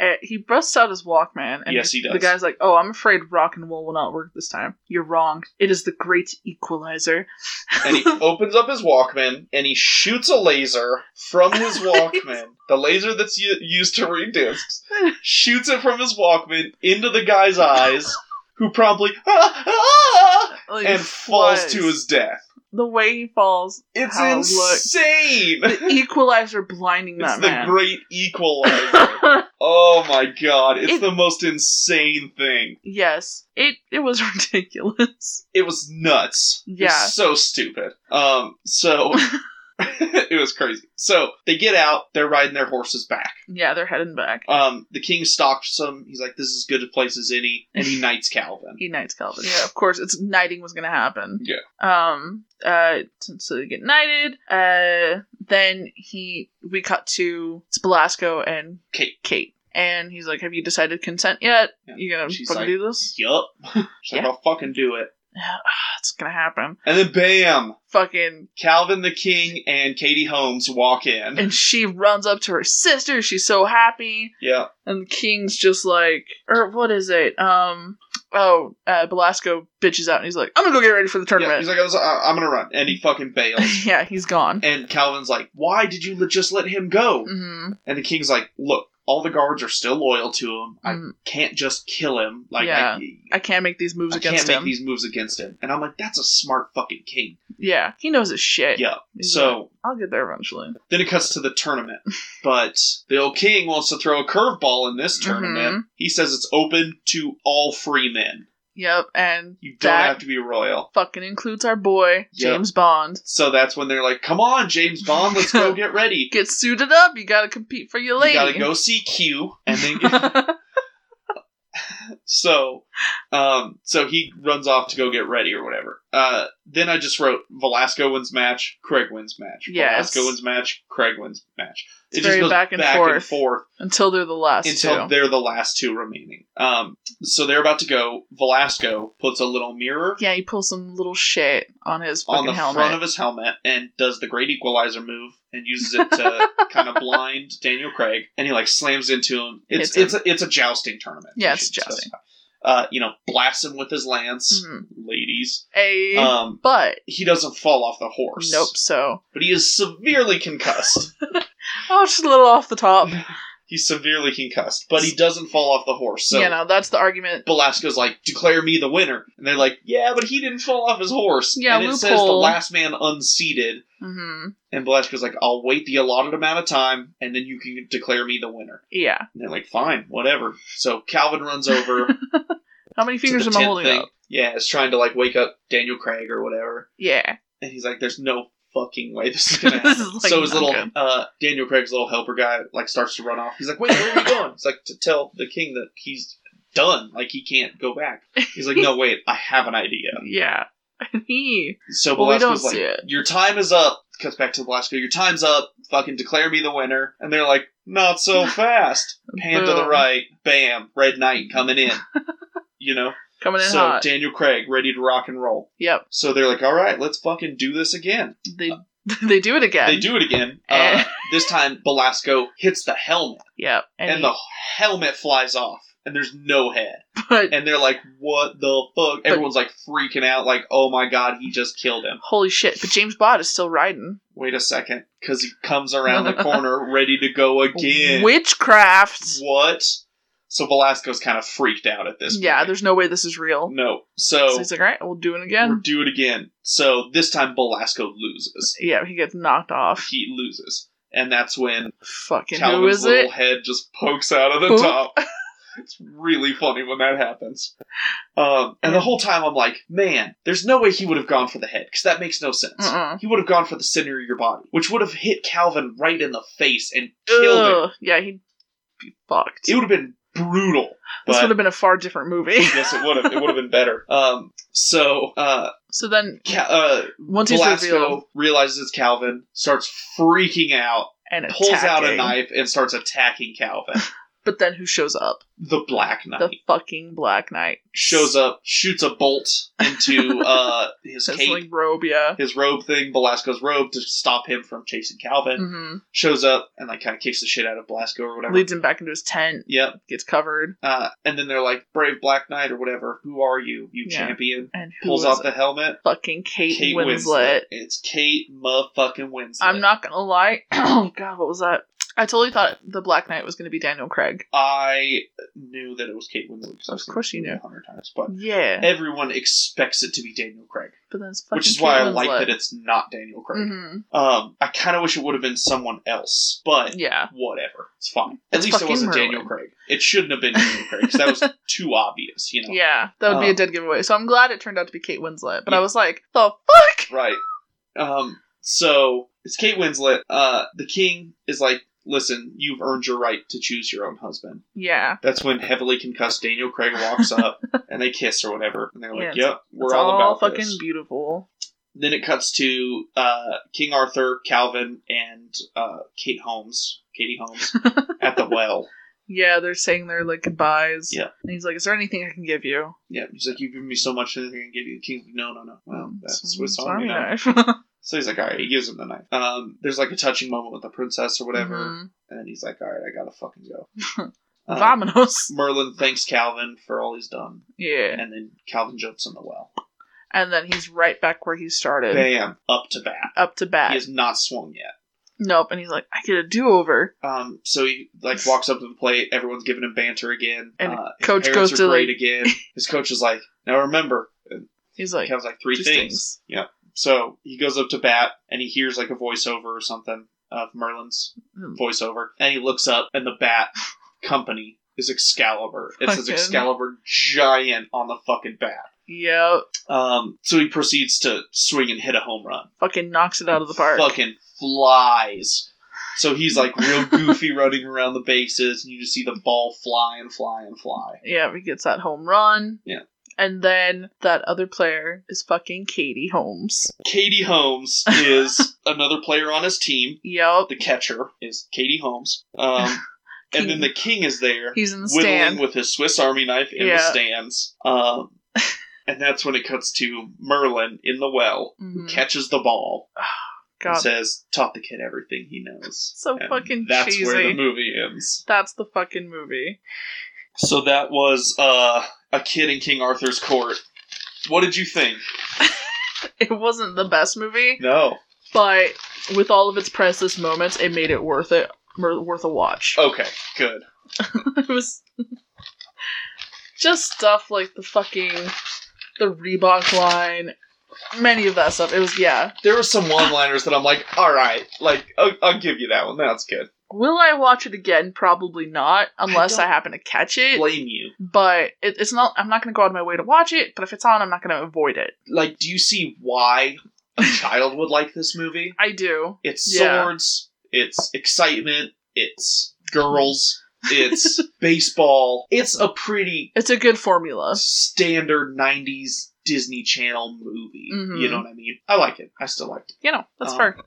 Uh, he busts out his Walkman. And
Yes, he does.
The guy's like, "Oh, I'm afraid rock and roll will not work this time. You're wrong. It is the great equalizer."
and he opens up his Walkman and he shoots a laser from his Walkman, the laser that's u- used to read discs, shoots it from his Walkman into the guy's eyes, who probably "Ah, ah,"
Like,
and falls
flies.
to his death.
the way he falls.
It's
How, look.
insane.
The equalizer blinding
It's
that
the
man.
great equalizer. oh my god, it's
It-
the most insane thing.
Yes, it it was ridiculous.
It was nuts. It was
Yeah.
so stupid. Um, so it was crazy. So they get out, they're riding their horses back.
Yeah, they're heading back.
Um, the king stalks them. He's like, "This is as good a place as any," and he knights Calvin.
He knights Calvin. Yeah, of course, it's knighting was gonna happen.
Yeah.
Um. Uh. So they get knighted. Uh. Then he we cut to it's Belasco and
Kate.
Kate, and he's like, "Have you decided consent yet?
Yeah.
You gonna
She's
fucking
like-
do this?
Yup. She's like,
Yeah.
"I'll fucking do it."
it's gonna happen."
And then, bam!
Fucking.
Calvin the king and Katie Holmes walk in.
And she runs up to her sister. She's so happy.
Yeah,
And the king's just like, or what is it? Um, oh, uh, Belasco bitches out, and he's like, I'm gonna go get ready for the
yeah.
tournament.
He's like, I was- I- "I'm gonna run," and he fucking bails.
yeah, he's gone.
And Calvin's like, "Why did you li- just let him go?"
hmm
And the king's like, "Look, all the guards are still loyal to him. I
Mm.
can't just kill him. Like
Yeah.
I,
I can't make these moves
I can't
against
make
him.
these moves against him. And I'm like, that's a smart fucking king.
Yeah, he knows his shit.
Yeah.
He's like,
So
I'll get there eventually.
then it cuts to the tournament. But the old king wants to throw a curveball in this
Mm-hmm.
tournament. He says it's open to all free men.
Yep, and
You don't
That-
have to be royal.
fucking includes our boy
Yeah.
James Bond.
So that's when they're like, "Come on, James Bond, let's go get ready.
Get suited up. You gotta compete for your
You
lady.
gotta go see Q." And then so, um, so he runs off to go get ready or whatever. Uh, then I just wrote Velasco wins match, Craig wins match.
Yes.
Velasco wins match, Craig wins match.
It's very back and forth.
forth
until they're the last
until
two.
they're the last two remaining. Um, so they're about to go. Velasco puts a little mirror
Yeah, he pulls some little shit on his fucking
on the
helmet.
front of his helmet and does the great equalizer move and uses it to kind of blind Daniel Craig and he like slams into him. It's it's
Hits
a, it's a jousting tournament.
Yeah,
we
it's
should
jousting.
specify. Uh, you know, blasts him with his lance,
Mhm.
ladies.
A
Um,
but
he doesn't fall off the horse.
nope. So
But he is severely concussed.
oh, just a little off the top.
He's severely concussed, but he doesn't fall off the horse. So
you know, that's the argument.
Belasco's like, declare me the winner. And they're like, yeah, but he didn't fall off his horse.
Yeah,
and it says the
loophole.
last man unseated.
hmm
And Velasquez like, I'll wait the allotted amount of time, and then you can declare me the winner.
Yeah.
And they're like, fine, whatever. So Calvin runs over. to
How many fingers
the
am I
tent
holding
thing.
up?
Yeah, it's trying to like wake up Daniel Craig or whatever.
Yeah.
And he's like, there's no fucking way this is gonna
This
happen.
is, like,
so his
not
little
good.
uh, Daniel Craig's little helper guy like starts to run off. He's like, wait, where are you going? It's like to tell the king that he's done. Like he can't go back. He's like, no, wait, I have an idea.
Yeah. He.
So
Well, we don't
Belasco's like,
see it.
"Your time is up." Cuts back to Belasco. "Your time's up. Fucking declare me the winner." And they're like, "Not so fast." Pan to the
Boom.
right. Bam. Red Knight coming in. You know.
Coming in
so
hot.
Daniel Craig ready to rock and roll.
yep.
So they're like, "All right, let's fucking do this again."
They they do it again.
uh, They do it again. Uh,
And-
this time, Belasco hits the helmet,
Yep. And,
and,
he-
the helmet flies off. And there's no head.
but
And they're like, what the fuck? Everyone's like freaking out, like, oh my god, he just killed him.
holy shit! But James Bond is still riding
Wait a second, because he comes around the corner ready to go again.
witchcraft.
what? So Velasco's kind of freaked out at this.
Yeah.
point.
There's no way this is real.
no. So,
So he's like, all right, we'll do it
we'll
again.
do it again. So this time Velasco loses.
Yeah. He gets knocked off.
He loses, and that's when
Fucking who
Calvin's
is
little
it?
head just pokes out of the
Boop.
top. It's really funny when that happens. Um, and the whole time I'm like, man, there's no way he would have gone for the head because that makes no sense.
Uh-uh.
He would have gone for the center of your body, which would have hit Calvin right in the face and killed him.
Ugh. Yeah. He'd be fucked.
It would have been brutal.
this would
But
have been a far different movie.
yes, it would have. It would have been better. Um, so uh,
so then,
Ca- uh,
once he's revealed
Velasco realizes it's Calvin, starts freaking out,
and attacking,
pulls out a knife, and starts attacking Calvin.
but then who shows up?
the Black Knight
The fucking Black Knight.
shows up, shoots a bolt into uh, his
His
cape,
like robe, yeah.
his robe thing, Velasco's robe, to stop him from chasing Calvin.
hmm
Shows up and like kind of kicks the shit out of Velasco or whatever.
Leads him back into his tent.
Yep.
Gets covered.
Uh, and then they're like, "Brave Black Knight" or whatever. Who are you, you
Yeah.
champion?
And who
Pulls
is
off the helmet.
fucking Kate,
Kate
Winslet.
Winslet. It's Kate motherfucking Winslet.
I'm not gonna lie. oh god, what was that? I totally thought the Black Knight was gonna be Daniel Craig.
I knew that it was Kate Winslet. because I've
Of
seen
course
it
you knew.
a hundred times, but
Yeah,
everyone expects it to be Daniel Craig,
but then it's fucking
Eh, which is why
Kate
I like
Winslet.
that it's not Daniel Craig.
Mhm.
Um, I kind of wish it would have been someone else, but
Yeah,
whatever, it's fine. At
It's
least it
fucking
wasn't Daniel
Merlin.
Craig. It shouldn't have been Daniel Craig because that was too obvious, you know.
yeah, that would be
Um,
a dead giveaway. So I'm glad it turned out to be Kate Winslet. But
Yeah.
I was like, the fuck.
Right. Um, so it's Kate Winslet. Uh, the king is like, listen, you've earned your right to choose your own husband.
Yeah,
That's when heavily concussed Daniel Craig walks up and they kiss or whatever. And they're
Yeah,
like,
it's-
yep, we're
it's
all,
all,
about
fucking
this.
beautiful.
Then it cuts to uh, King Arthur, Calvin, and uh, Kate Holmes, Katie Holmes, at the well.
Yeah, they're saying their like goodbyes.
Yeah.
and he's like, "Is there anything I can give you?"
Yeah, he's like, you've given me so much, and I'm going to give you the king's like, no, no, no. Well, that's
Some
Swiss Army knife. So he's like, all right, he gives him the knife. Um, there's like a touching moment with the princess or whatever,
Mhm.
and he's like, all right, I gotta fucking go. um,
Vamonos.
Merlin thanks Calvin for all he's done,
Yeah,
and then Calvin jumps in the well.
and then he's right back where he started,
Bam, up to bat.
up to bat.
He has not swung yet.
Nope. And he's like, I get a do over.
Um, so he like walks up to the plate. Everyone's giving him banter again.
And
uh, his
coach
parents
goes
are
to,
great
like-
again. His coach is like, now remember, and
He's like,
Kevin's like three
"Just
things. So he goes up to bat and he hears like a voiceover or something of Merlin's
Hmm.
voiceover, and he looks up and the bat company is Excalibur. It says
Fucking-
Excalibur giant on the fucking bat.
Yep.
Um, so he proceeds to swing and hit a home run.
Fucking knocks it out of the park.
Fucking flies. So he's like real goofy running around the bases, and you just see the ball fly and fly and fly.
Yeah, he gets that home run.
Yeah.
And then that other player is fucking Katie Holmes.
Katie Holmes is another player on his team.
Yep.
The catcher is Katie Holmes. Um, and then the king is there,
He's in the
whittling
stand.
with his Swiss Army knife in the
Yeah.
stands. Um, and that's when it cuts to Merlin in the well, who
Mhm.
catches the ball and
God,
says, "Taught the kid everything he knows."
So
And
fucking
That's where the
cheesy.
movie ends.
that's the fucking movie.
So that was uh, a kid in King Arthur's court. What did you think?
It wasn't the best movie,
No.
but with all of its priceless moments, it made it worth it, mer- worth a watch.
Okay. Good.
it was just stuff like the fucking the Reebok line, many of that stuff. It was yeah.
There were some one-liners that I'm like, all right, like I'll, I'll give you that one. That's good.
Will I watch it again? Probably not, unless I,
don't
happen to catch it.
Blame you.
but it, it's not. I'm not going to go out of my way to watch it. But if it's on, I'm not going to avoid it.
Like, do you see why a child would like this movie?
I do.
It's
Yeah.
swords. It's excitement. It's girls. It's baseball. It's a pretty
It's a good formula.
standard '90s Disney Channel movie.
Mhm.
You know what I mean? I like it. I still like it.
You know, that's
Um,
fair.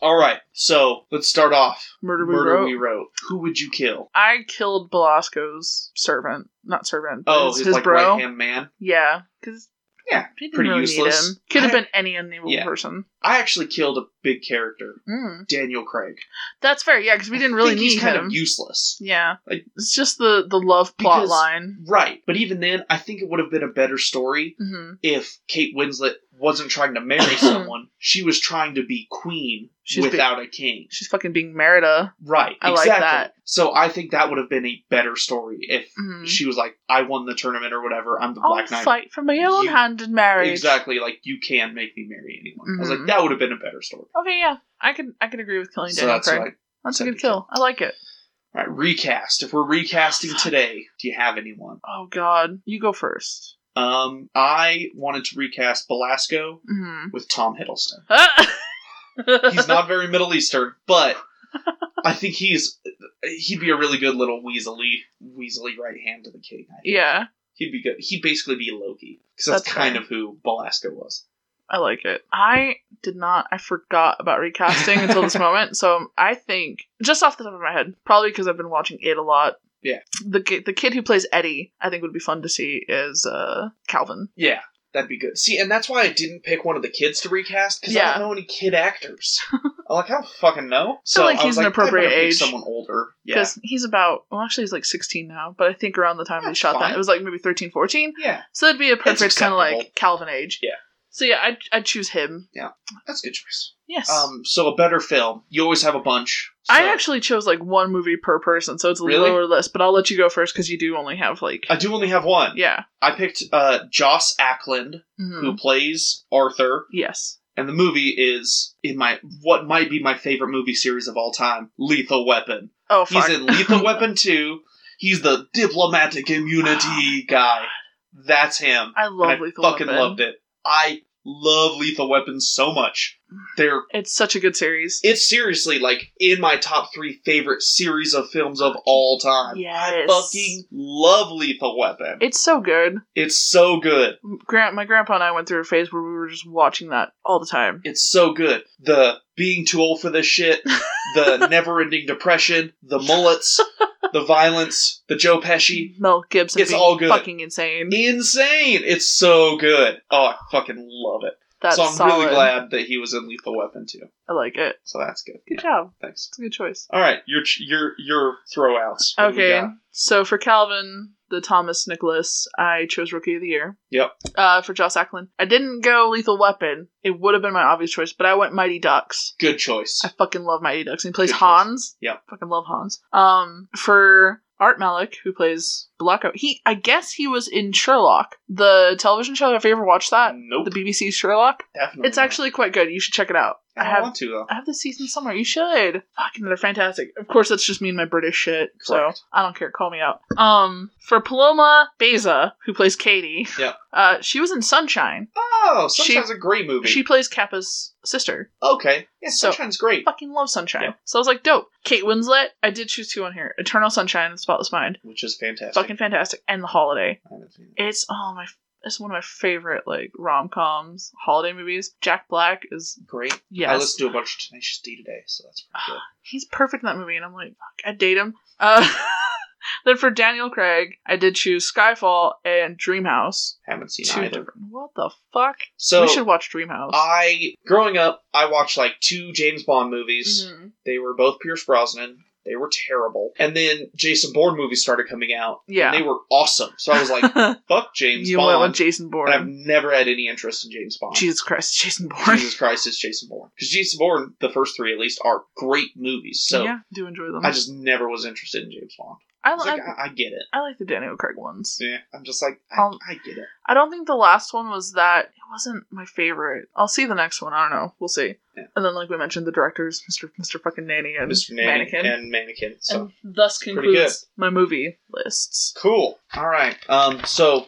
All right, so let's start off.
Murder, We
Murder
Wrote.
we wrote. Who would you kill?
I killed Belasco's servant, not servant. but
Oh,
his,
his,
his
like
bro.
right hand man.
Yeah, because
Yeah,
he didn't
pretty
really
useless.
need him. Could have
I-
been any unnameable
Yeah.
person.
I actually killed a big character,
Mm.
Daniel Craig.
That's fair. Yeah, because we
I
didn't really
think
need
he's kind
him.
of useless.
yeah,
Like-
it's just the the love plot
Because-
line.
Right, but even then, I think it would have been a better story
hmm
if Kate Winslet wasn't trying to marry someone. She was trying to be queen
She's be-
without a king.
She's fucking being uh. Merida.
Right,
I like
exactly.
that.
So I think that would have been a better story if
Mhm.
she was like, "I won the tournament" or whatever. I'm the
I'll
Black Knight.
fight for my own
You-
hand in marriage.
Exactly, like you can make me marry anyone. I was like,
Mhm.
that would have been a better story.
Okay, yeah, I can I can agree with killing
So
Daniel
that's
Craig.
right.
That's a
said
good
to
kill. I like it.
All right, recast. If we're recasting today, do you have anyone?
Oh God, you go first.
Um, I wanted to recast Belasco
Mm-hmm.
with Tom Hiddleston. He's not very Middle Eastern, but I think he's he'd be a really good little weaselly weaselly right hand to the king. I think.
yeah,
He'd be good. He'd basically be Loki because that's,
That's
kind
fair.
of who Belasco was.
I like it. I did not. I forgot about recasting until this moment. So I think, just off the top of my head, probably because I've been watching it a lot.
Yeah.
The ki- the kid who plays Eddie, I think would be fun to see is uh Calvin.
Yeah, that'd be good. See, and that's why I didn't pick one of the kids to recast because I
Yeah.
don't know any kid actors. I'm like, I don't fucking know.
feel like
I was
he's an
I better
appropriate
pick
age.
someone older. Yeah,
Because he's about, well, actually, he's like 16 now, but I think around the time
Yeah,
they shot
fine.
that, it was like maybe 13, 14.
yeah,
So it'd be a perfect kind of
acceptable.
like Calvin age.
Yeah.
So yeah, I'd, I'd choose him.
that's a good choice.
Yes.
Um, so a better film. You always have a bunch.
I
so-
actually chose like one movie per person, so it's a
Really? Uh,
lower list, but I'll let you go first because you do only have like.
I do only have one.
yeah.
I picked uh, Joss Ackland,
Mhm.
who plays Arthur,
Yes.
and the movie is in my what might be my favorite movie series of all time, Lethal Weapon.
Oh, fuck.
He's in Lethal Weapon 2. He's the diplomatic immunity guy. That's him.
I love
And I
Lethal
fucking
Weapon.
loved it. I love Lethal Weapon so much. They're
It's such a good series.
it's seriously like in my top three favorite series of films of all time. I
Yes.
fucking love Lethal Weapon.
It's so good.
It's so good.
Grant, my grandpa and I went through a phase where we were just watching that all the time.
It's so good. The being too old for this shit, the never ending depression, the mullets, the violence, the Joe Pesci.
Mm-hmm. Mel Gibson
It's
being
all good.
fucking insane.
Insane. It's so good. Oh, I fucking love it.
That's
so I'm
solid.
really glad that he was in Lethal Weapon too.
I like it.
So that's good.
Good
Yeah,
job.
thanks.
It's a good choice.
All right, your ch- your your throwouts. What do we
Okay,
got?
so for Calvin, the Thomas Nicholas, I chose Rookie of the Year.
Yep.
Uh, for Joss Ackland, I didn't go Lethal Weapon. It would have been my obvious choice, but I went Mighty Ducks.
Good choice.
I fucking love Mighty Ducks. And he plays
Good choice.
Hans.
Yep.
Fucking love Hans. Um, for Art Malik, who plays Blocko, he I guess he was in Sherlock, the television show. Have you ever watched that?
nope.
The BBC Sherlock.
definitely.
It's
not.
actually quite good. You should check it out.
Mm-hmm. I
I
don't
have
want to though.
I have the season somewhere. You should. Fucking, they're fantastic. Of course, that's just me and my British shit.
Correct.
So I don't care. Call me out. Um, for Paloma Beza, who plays Katie.
Yeah.
Uh, she was in Sunshine.
Oh,
She-
Sunshine's a great movie.
She plays Kappa's sister.
okay, yeah,
So-
Sunshine's great.
Fucking love Sunshine.
Yeah.
So I was like, dope. Kate Winslet. I did choose two on here. Eternal Sunshine of the Spotless Mind.
which is fantastic.
Fucking fantastic. And The Holiday.
I haven't seen it.
It's oh my. It's one of my favorite like rom coms, holiday movies. Jack Black is
Great.
yes.
I listened to a bunch of Tenacious D today, so that's pretty good.
he's perfect in that movie, and I'm like, fuck, I'd date him. Uh, then for Daniel Craig, I did choose Skyfall and Dreamhouse.
haven't seen
Two
either.
different. What the fuck?
So
we should watch Dreamhouse.
I, growing up, I watched like two James Bond movies.
Mhm.
They were both Pierce Brosnan. They were terrible. And then Jason Bourne movies started coming out. And
Yeah.
they were awesome. So I was like, fuck James
you went
Bond.
with Jason
and I've
Bourne.
never had any interest in James Bond.
Jesus Christ, Jason Bourne.
Jesus Christ is Jason Bourne. Because Jason Bourne, the first three at least, are great movies. So
yeah, I do enjoy them.
I just never was interested in James Bond.
I,
I, was
like,
like,
I,
I, I get it.
I like the Daniel Craig ones.
Yeah. I'm just like, I,
Um,
I get it.
I don't think the last one was that. It wasn't my favorite. I'll see the next one. I don't know. We'll see.
Yeah.
And then, like we mentioned, the directors, Mr. Mr. Fucking Nanny and
Mr.
Mannequin.
Nanny and Mannequin. So.
and thus
pretty
concludes my movie lists.
Cool. All right. Um. So,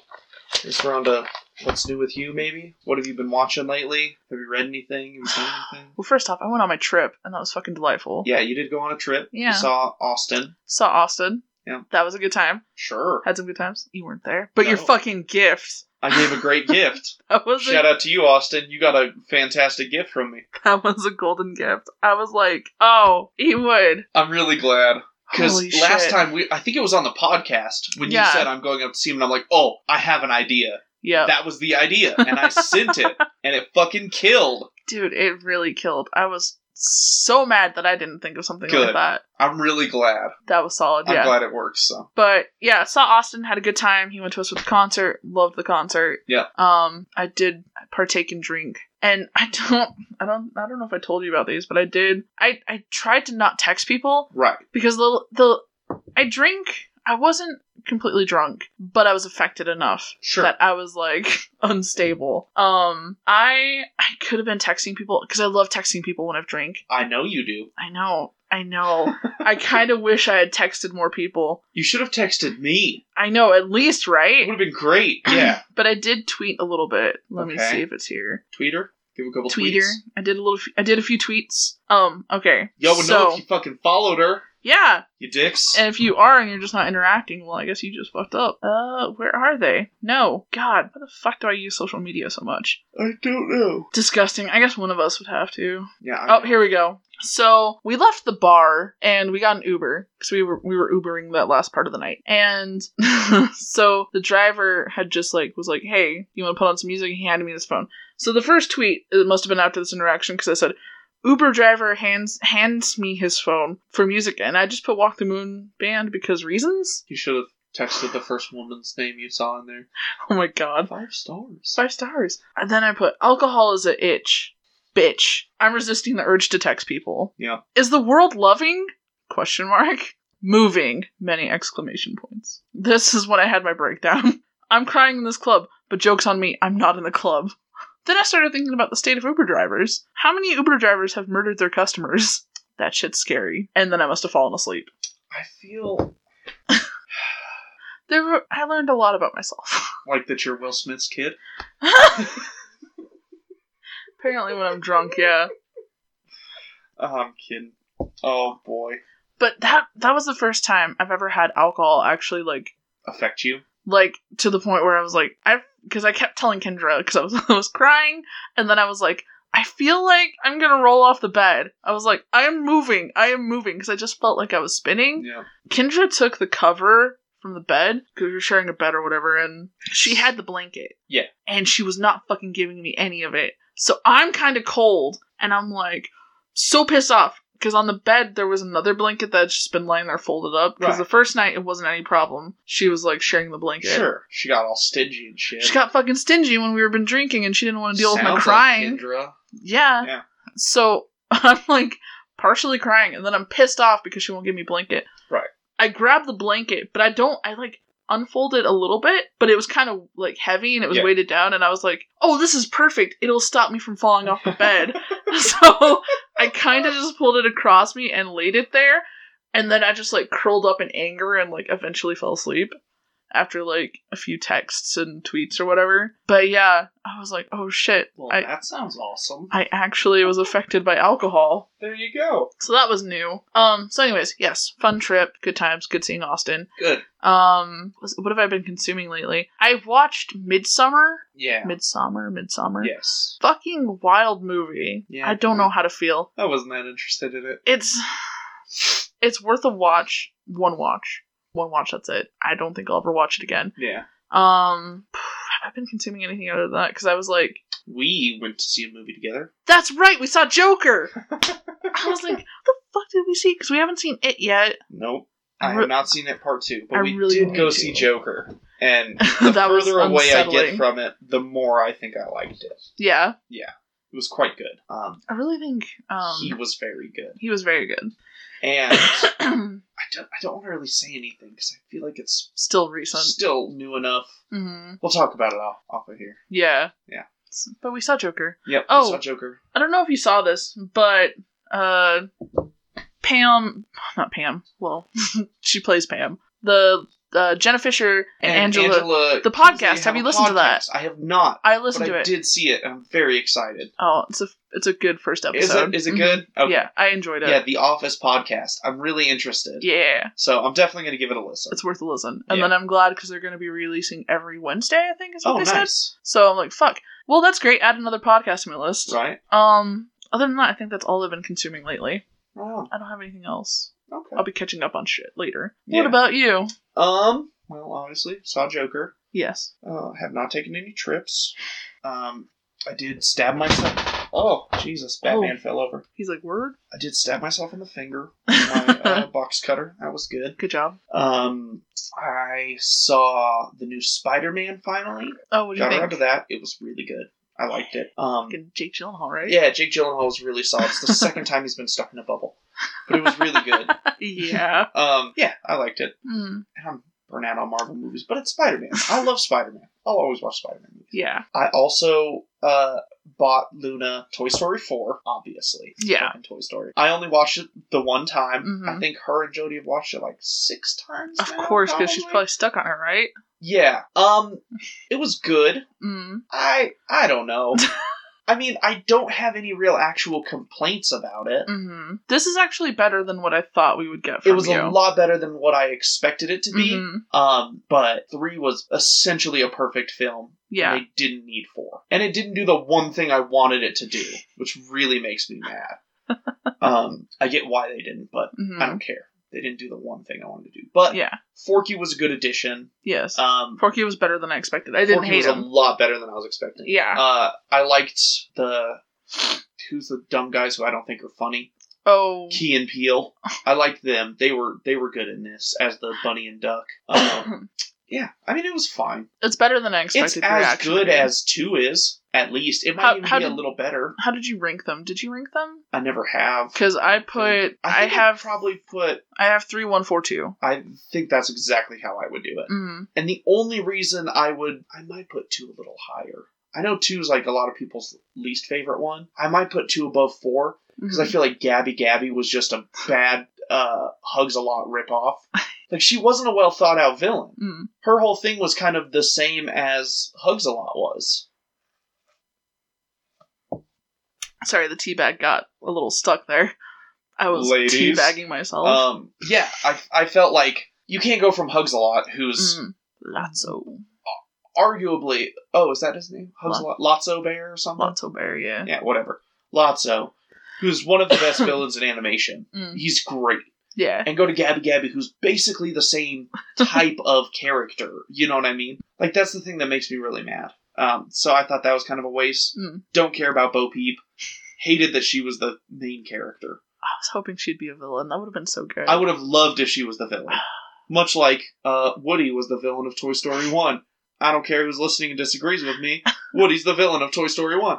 this round of what's new with you? Maybe. What have you been watching lately? Have you read anything? Have you seen anything?
Well, first off, I went on my trip, and that was fucking delightful.
Yeah, you did go on a trip.
Yeah.
You saw Austin.
Saw Austin.
Yeah.
That was a good time.
Sure.
Had some good times. You weren't there, but your
No.
fucking gift.
I gave a great gift.
That was
Shout
a,
out to you, Austin. You got a fantastic gift from me.
that was a golden gift. I was like, oh, he would.
I'm really glad because
Holy
last
shit.
time we, I think it was on the podcast when
Yeah.
you said I'm going up to see him, and I'm like, oh, I have an idea.
yeah,
That was the idea, and I sent it, and it fucking killed.
dude, it really killed. I was so mad that I didn't think of something like
Good.
that.
I'm really glad.
That was solid.
I'm
yeah.
glad it works. So
But yeah, saw Austin, had a good time. He went to us with the concert, loved the concert.
Yeah.
Um, I did partake in drink. And I don't I don't I don't know if I told you about these, but I did I, I tried to not text people
right.
because the the I drink I wasn't completely drunk, but I was affected enough
Sure.
that I was like unstable. Um I I could have been texting people because I love texting people when I've drank.
I know you do.
I know. I know. I kind of wish I had texted more people.
You should have texted me.
I know, at least,
It
right?
would have been great. Yeah.
But I did tweet a little bit. Let me
Okay.
see if it's here.
Tweeter. Give a couple
Tweeter.
tweets.
I did a little. I did a few tweets. Um. Okay.
Y'all would
so
know if you fucking followed her,
yeah,
you dicks.
and if you are and you're just not interacting, well, I guess you just fucked up. Uh, where are they? No, God, why the fuck do I use social media so much?
I don't know.
Disgusting. I guess one of us would have to.
Yeah. I
Oh,
know.
here we go. So we left the bar and we got an Uber because we were we were Ubering that last part of the night. And so the driver had just like was like, "Hey, you want to put on some music?" He handed me this phone. So the first tweet it must have been after this interaction because I said, "Uber driver hands hands me his phone for music," and I just put "Walk the Moon" band because reasons.
You should have texted the first woman's name you saw in there.
Oh my god,
Five stars.
five stars. And then I put "Alcohol is a itch, bitch." I'm resisting the urge to text people.
Yeah.
Is the world loving? Question mark. Moving. Many exclamation points. This is when I had my breakdown. I'm crying in this club, but joke's on me, I'm not in the club. Then I started thinking about the state of Uber drivers. How many Uber drivers have murdered their customers? That shit's scary. And then I must have fallen asleep.
I feel
There were, I learned a lot about myself.
like that you're Will Smith's kid.
Apparently, when I'm drunk, yeah.
Oh, I'm kidding. Oh boy.
But that that was the first time I've ever had alcohol actually like
Affect you.
like to the point where I was like, I because I kept telling Kendra because I was I was crying, and then I was like, I feel like I'm gonna roll off the bed. I was like, I am moving, I am moving, because I just felt like I was spinning.
Yeah.
Kendra took the cover. from from the bed because we were sharing a bed or whatever, and she had the blanket.
Yeah.
And she was not fucking giving me any of it. So I'm kind of cold, and I'm like so pissed off because on the bed there was another blanket that's just been lying there folded up. Because
Right.
the first night it wasn't any problem. She was like sharing the blanket.
Sure. She got all stingy and shit.
She got fucking stingy when we were been drinking, and she didn't want to deal with my
Sounds like
crying.
Kendra.
Yeah.
Yeah.
So I'm like partially crying, and then I'm pissed off because she won't give me blanket.
Right.
I grab the blanket, but I don't. I like unfold it a little bit, but it was kind of like heavy and it was
Yeah.
weighted down, and I was like, "Oh, this is perfect. It'll stop me from falling off the bed." so I kind of just pulled it across me and laid it there, and then I just like curled up in anger and like eventually fell asleep. After like a few texts and tweets or whatever, but yeah, I was like, "Oh shit!"
Well,
I,
that sounds awesome.
I actually was affected by alcohol.
There you go.
So that was new. Um so anyways, yes, fun trip, good times, good seeing Austin.
Good.
Um was- what have I been consuming lately? I've watched Midsummer,
Yeah.
Midsummer, Midsummer.
Yes.
Fucking wild movie.
Yeah.
I don't know how to feel.
I wasn't that interested in it.
It's it's worth a watch, one watch. One watch, that's it. I don't think I'll ever watch it again.
Yeah.
Um have I been consuming anything other than that? Because I was like,
We went to see a movie together.
That's right, we saw Joker. I was like, what the fuck did we see? Because we haven't seen it yet.
Nope.
I
I
re-
have not seen it part two, but
I
we
really
did go
need
see
to.
Joker. And the
That was
further away I
unsettling.
get from it, the more I think I liked it.
Yeah,
It was quite good. Um,
I really think um,
he was very good.
he was very good.
And I don't, I don't want to really say anything because I feel like it's
Still recent.
still new enough.
hmm
We'll talk about it off, off of here.
Yeah.
Yeah.
S- But we saw Joker.
Yep. we
Oh.
saw Joker.
I don't know if you saw this, but uh, Pam, not Pam. Well, she plays Pam. The uh, Jenna Fisher and, Angela. the podcast,
Kinsey
have you
a
listened to that?
podcast. I have not.
I listened
but
to
I
it.
did see it. and I'm very excited.
Oh, it's a it's a good first
Is
episode.
it? Is it
Mhm.
good? Okay.
Yeah, I enjoyed it.
Yeah, the Office podcast. I'm really interested.
yeah.
So I'm definitely going to give it a listen.
it's worth a listen. And
Yeah.
then I'm glad because they're going to be releasing every Wednesday, I think is what
oh,
they said.
nice.
So I'm like, fuck. Well, that's great. Add another podcast to my list.
Right.
Um, other than that, I think that's all I've been consuming lately.
Oh,
I don't have anything else.
okay.
I'll be catching up on shit later. What
Yeah.
about you?
Um. Well, obviously, saw Joker.
Yes.
Uh, have not taken any trips. Um, I did stab myself. Oh, Jesus! Batman fell over.
He's like, word?
I did stab myself in the finger. With my uh, box cutter. That was good.
Good job.
Um, I saw the new Spider-Man finally.
Oh, what do you
Got around
think?
to that. It was really good. I liked it. Um,
Fucking Jake Gyllenhaal, right?
yeah, Jake Gyllenhaal was really solid. It's the second time he's been stuck in a bubble, but it was really good.
yeah.
Um, yeah, I liked it.
Mm,
And I'm burnt out on Marvel movies, but it's Spider-Man. I love Spider-Man. I'll always watch Spider-Man movies.
yeah.
I also uh, bought Luna Toy Story 4, obviously.
Yeah.
Fucking Toy Story. I only watched it the one time.
Mhm.
I think her and Jody have watched it like six times.
Of
now,
course, because she's probably stuck on her, right?
Yeah. Um it was good.
Mm.
I I don't know. I mean, I don't have any real actual complaints about it.
hmm This is actually better than what I thought we would get from
It was
you.
a lot better than what I expected it to be.
Mhm.
Um, but three was essentially a perfect film.
Yeah.
and I didn't need four. And it didn't do the one thing I wanted it to do, which really makes me mad. um, I get why they didn't, but
Mhm.
I don't care. They didn't do the one thing I wanted to do. But
Yeah.
Forky was a good addition.
Yes.
Um,
Forky was better than I expected. I didn't
Forky
hate
was a
him.
lot better than I was expecting.
Yeah.
Uh, I liked the who's the dumb guys who I don't think are funny.
oh.
Key and Peel. I liked them. They were they were good in this as the bunny and duck. Um, yeah, I mean it was fine.
it's better than I
it's
expected. your
as
reaction
good
to me.
as two is at least it might
How-
even
how
be a
did-
little better
How did you rank them? Did you rank them?
i never have
Because I put I,
think I
have
probably put
I have three one four two.
i think that's exactly how i would do it
Mm.
and the only reason i would i might put two a little higher i know two's like a lot of people's least favorite one i might put two above four because I feel like Gabby Gabby was just a bad uh, hugs a lot ripoff. Like she wasn't a well thought out villain.
Mm.
Her whole thing was kind of the same as hugs a lot was.
Sorry, the tea bag got a little stuck there. I was
Ladies.
tea bagging myself.
Um, yeah, I I felt like you can't go from hugs a lot, who's
Mm. Lotso,
Mm-hmm. arguably oh is that his name hugs a lot Lotso Bear or something?
Lotso Bear, yeah.
Yeah, whatever. Lotso, who's one of the best villains in animation.
Mm.
He's great.
Yeah.
and go to Gabby Gabby, who's basically the same type of character. You know what I mean? Like that's the thing that makes me really mad. Um, so I thought that was kind of a waste.
Mm.
Don't care about Bo Peep. Hated that she was the main character.
I was hoping she'd be a villain. That would have been so good.
I would have loved if she was the villain, much like uh, Woody was the villain of Toy Story One. I don't care who's listening and disagrees with me. Woody's the villain of Toy Story One.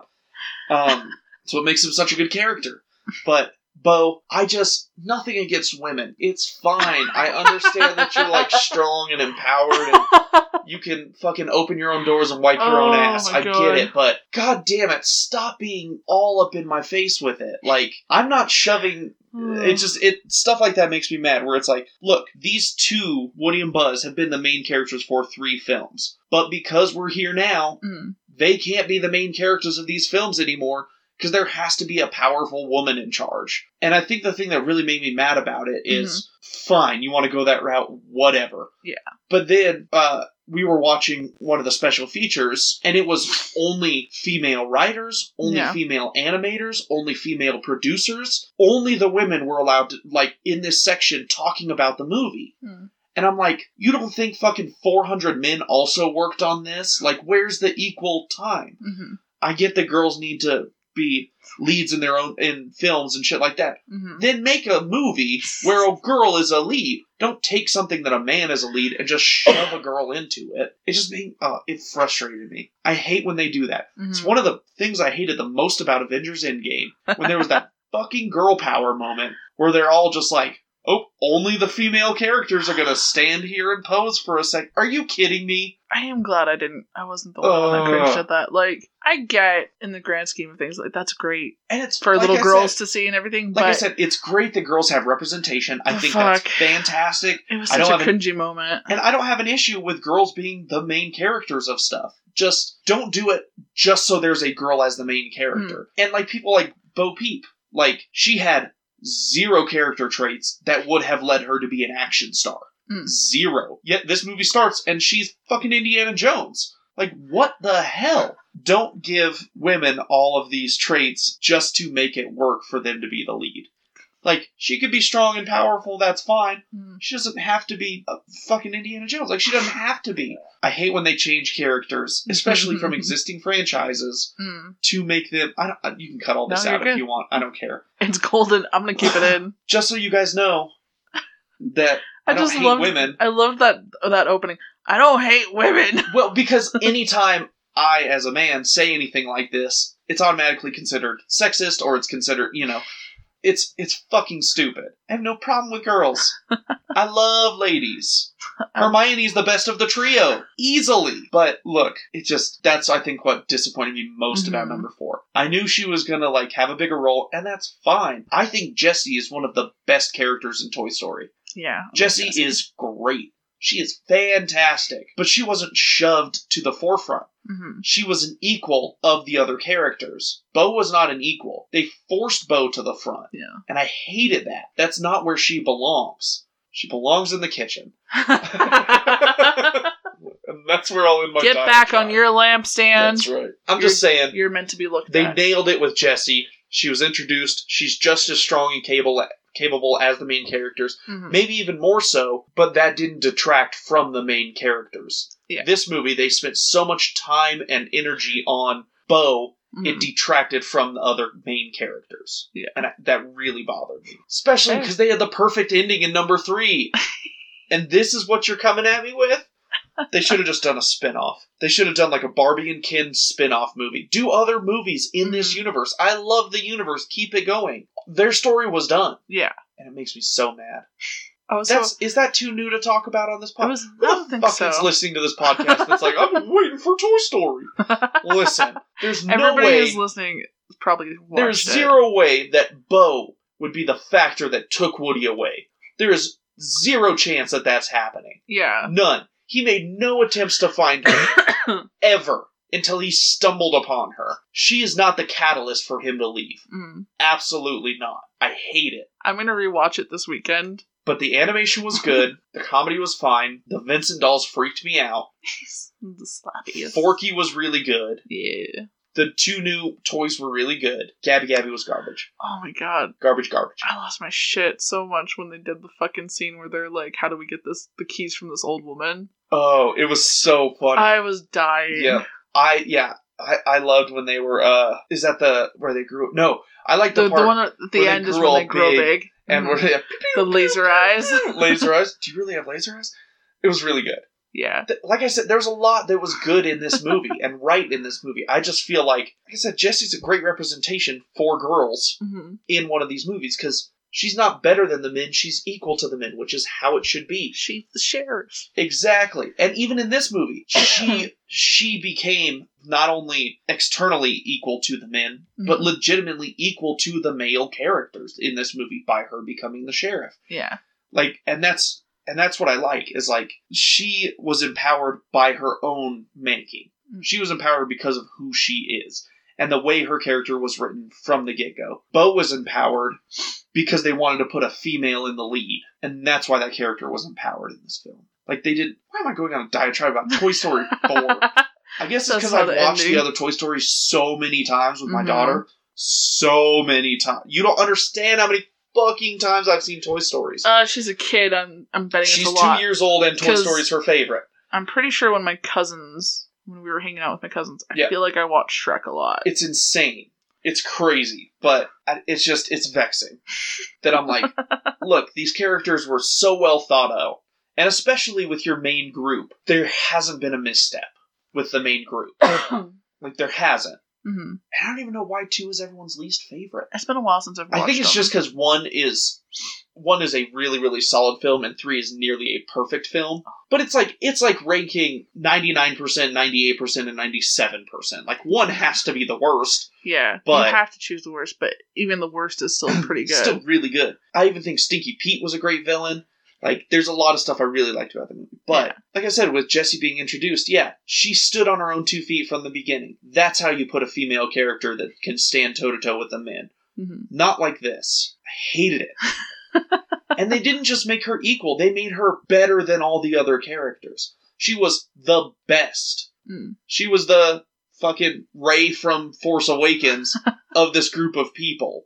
Um, so it makes him such a good character. But Bo, I just nothing against women. It's fine. I understand that you're like strong and empowered and you can fucking open your own doors and wipe your
Oh
own ass.
my
I
God.
get it, but god damn it, stop being all up in my face with it. Like I'm not shoving it just it stuff like that makes me mad where it's like look these two woody and buzz have been the main characters for three films but because we're here now
Mm.
they can't be the main characters of these films anymore because there has to be a powerful woman in charge and i think the thing that really made me mad about it is, fine you want to go that route whatever
Yeah.
but then uh we were watching one of the special features and it was only female writers only
Yeah.
female animators only female producers only the women were allowed to like in this section talking about the movie
Hmm.
and i'm like you don't think fucking 400 men also worked on this like where's the equal time
Mhm.
i get that girls need to be leads in their own in films and shit like that
Mhm.
then make a movie where a girl is a lead. Don't take something that a man is a lead and just shove a girl into it. It just made uh, it frustrated me. I hate when they do that. It's
Mhm.
one of the things I hated the most about Avengers Endgame when there was that fucking girl power moment where they're all just like, "Oh, only the female characters are gonna stand here and pose for a sec." Are you kidding me?
I am glad I didn't. I wasn't the one
Uh.
that cringed at that. Like, I get in the grand scheme of things, like that's great
And it's
for
like
little
I
girls
said-
to see and everything.
like
but
I said, it's great that girls have representation. I
Oh,
think
fuck.
that's fantastic.
it was
I
such
don't
a
have an-
cringy moment.
And I don't have an issue with girls being the main characters of stuff. Just don't do it just so there's a girl as the main character. And like people like Bo Peep, like she had zero character traits that would have led her to be an action star.
Mm.
Zero. Yet this movie starts and she's fucking Indiana Jones. Like what the hell? Don't give women all of these traits just to make it work for them to be the lead. Like she could be strong and powerful, that's fine.
Mm.
She doesn't have to be a fucking Indiana Jones. Like she doesn't have to be. I hate when they change characters, especially from existing franchises,
Mm.
to make them. I don't, you can cut all this
No,
out
you're
if
good.
you want. I don't care.
It's golden. I'm gonna keep it in.
Just so you guys know that I,
I,
don't
just
hate
loved.
women.
I loved that that opening. I don't hate women.
Well, because anytime I, as a man, say anything like this, it's automatically considered sexist, or it's considered, you know, it's it's fucking stupid. I have no problem with girls. I love ladies. Hermione's the best of the trio, easily. But look, it just that's I think what disappointed me most about
Mhm.
number four. I knew she was gonna like have a bigger role, and that's fine. I think Jessie is one of the best characters in Toy Story.
Yeah.
Jessie is great. She is fantastic. But she wasn't shoved to the forefront.
Mhm.
She was an equal of the other characters. Bo was not an equal. They forced Bo to the front.
Yeah.
And I hated that. That's not where she belongs. She belongs in the kitchen. And that's where I'll end my
Get back on your lampstand.
That's right. I'm just saying,
You're meant to be looked
they
at.
nailed it with Jessie. She was introduced. She's just as strong and capable capable as the main characters
Mhm.
maybe even more so, but that didn't detract from the main characters.
Yeah.
This movie, they spent so much time and energy on Bo, it
Mhm.
detracted from the other main characters.
Yeah.
And I, that really bothered me. Especially
Fair.
because they had the perfect ending in number three. and this is what you're coming at me with? They should have just done a spin off. They should have done like a Barbie and Ken spin off movie. Do other movies in this
Mhm.
universe. I love the universe. Keep it going. Their story was done.
Yeah.
And it makes me so mad.
I was.
That's is that too new to talk about on this
so, Oh, I
podcast?
was. I
Who
don't
the
think
fuck
so.
is listening to this podcast that's like, I've been waiting for Toy Story. Listen, there's no
Everybody
way
who's listening probably watched
there's
it.
zero way that Bo would be the factor that took Woody away. There is zero chance that that's happening.
Yeah.
None. He made no attempts to find her ever until he stumbled upon her. She is not the catalyst for him to leave.
Mm.
Absolutely not. I hate it.
I'm gonna rewatch it this weekend.
But the animation was good. The comedy was fine. The Vincent dolls freaked me out.
He's the slappiest.
Forky was really good.
Yeah.
The two new toys were really good. Gabby Gabby was garbage.
Oh my god.
Garbage, garbage.
I lost my shit so much when they did the fucking scene where they're like, how do we get this the keys from this old woman?
Oh, it was so funny.
I was dying.
yeah. I, yeah. I, I loved when they were, uh, is that the, where they grew? No, I like the,
The, the
part
one at the
where they
end is
grew
when
all
they grow
big
big. Mm-hmm.
and where they have
the laser eyes.
laser eyes. Do you really have laser eyes? It was really good.
yeah.
Th- Like I said, there was a lot that was good in this movie and right in this movie. I just feel like, like I said, Jessie's a great representation for girls
hmm
in one of these movies because she's not better than the men, she's equal to the men, which is how it should be.
She's the sheriff.
Exactly. And even in this movie, she she became not only externally equal to the men, but
Mhm.
legitimately equal to the male characters in this movie by her becoming the sheriff.
Yeah.
Like and that's and that's what I like is like she was empowered by her own making.
Mm.
She was empowered because of who she is and the way her character was written from the get-go. Bo was empowered because they wanted to put a female in the lead, and that's why that character was empowered in this film. Like they did. Why am I going on a diatribe about Toy Story Four? I guess it's
That's
because
how
I've
the
watched
ending-
the other Toy Stories so many times with my
Mhm.
daughter, so many times. You don't understand how many fucking times I've seen Toy Stories.
Uh, she's a kid. I'm I'm betting
She's
it's a lot.
two years old, and Toy
'Cause-
Story's her favorite.
I'm pretty sure when my cousins, when we were hanging out with my cousins, I
Yeah.
feel like I watched Shrek a lot.
It's insane. It's crazy, but I- it's just it's vexing that I'm like, look, these characters were so well thought out, and especially with your main group, there hasn't been a misstep with the main group.
Mhm.
Like there hasn't. And I don't even know why two is everyone's least favorite.
Mm-hmm. It's been a while since I've watched
I think it's
them.
just because one is one is a really really solid film and three is nearly a perfect film. But it's like it's like ranking ninety nine percent, ninety eight percent, and ninety seven percent. Like one has to be the worst.
yeah.
but-
you have to choose the worst, but even the worst is still pretty good.
It's still really good. I even think Stinky Pete was a great villain. Like there's a lot of stuff I really liked about the movie. But
Yeah.
like I said, with Jessie being introduced, yeah, she stood on her own two feet from the beginning. That's how you put a female character that can stand toe to toe with a man.
Mhm.
Not like this. I hated it. and they didn't just make her equal, they made her better than all the other characters. She was the best.
Mm.
She was the fucking Ray from Force Awakens of this group of people.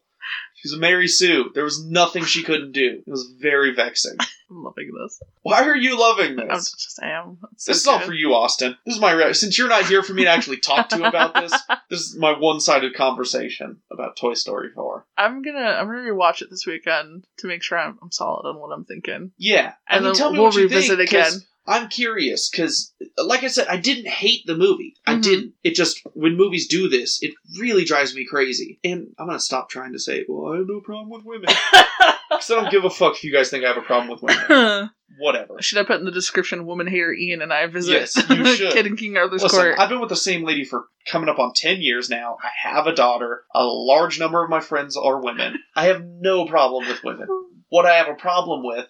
She's a Mary Sue. There was nothing she couldn't do. It was very vexing.
I'm loving this.
Why are you loving
I'm
this?
just I am. It's so
This is all
good.
for you, Austin. This is my re- since you're not here for me to actually talk to about this. This is my one-sided conversation about Toy Story 4.
I'm gonna I'm gonna rewatch it this weekend to make sure I'm, I'm solid on what I'm thinking,
Yeah, I
and
mean,
then
tell me
we'll
what you
revisit
think, 'cause
again.
I'm curious because, like I said, I didn't hate the movie. I
Mhm.
didn't. It just when movies do this, it really drives me crazy. And I'm gonna stop trying to say, "Well, I have no problem with women," because I don't give a fuck if you guys think I have a problem with women. Whatever.
should I put in the description "Woman hater Ian and I visit
Yes, you should.
Kid and King Arthur's
Listen,
Court"?
I've been with the same lady for coming up on 10 years now. I have a daughter. A large number of my friends are women. I have no problem with women. What I have a problem with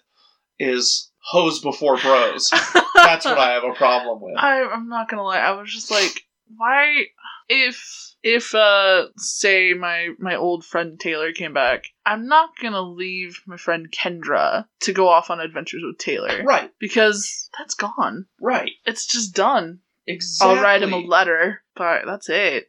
is hoes before bros. That's what I have a problem with.
I, I'm not gonna lie. I was just like, why? If if uh, say my my old friend Taylor came back, I'm not gonna leave my friend Kendra to go off on adventures with Taylor
Right,
because that's gone.
right.
It's just done.
Exactly.
I'll write him a letter, but that's it.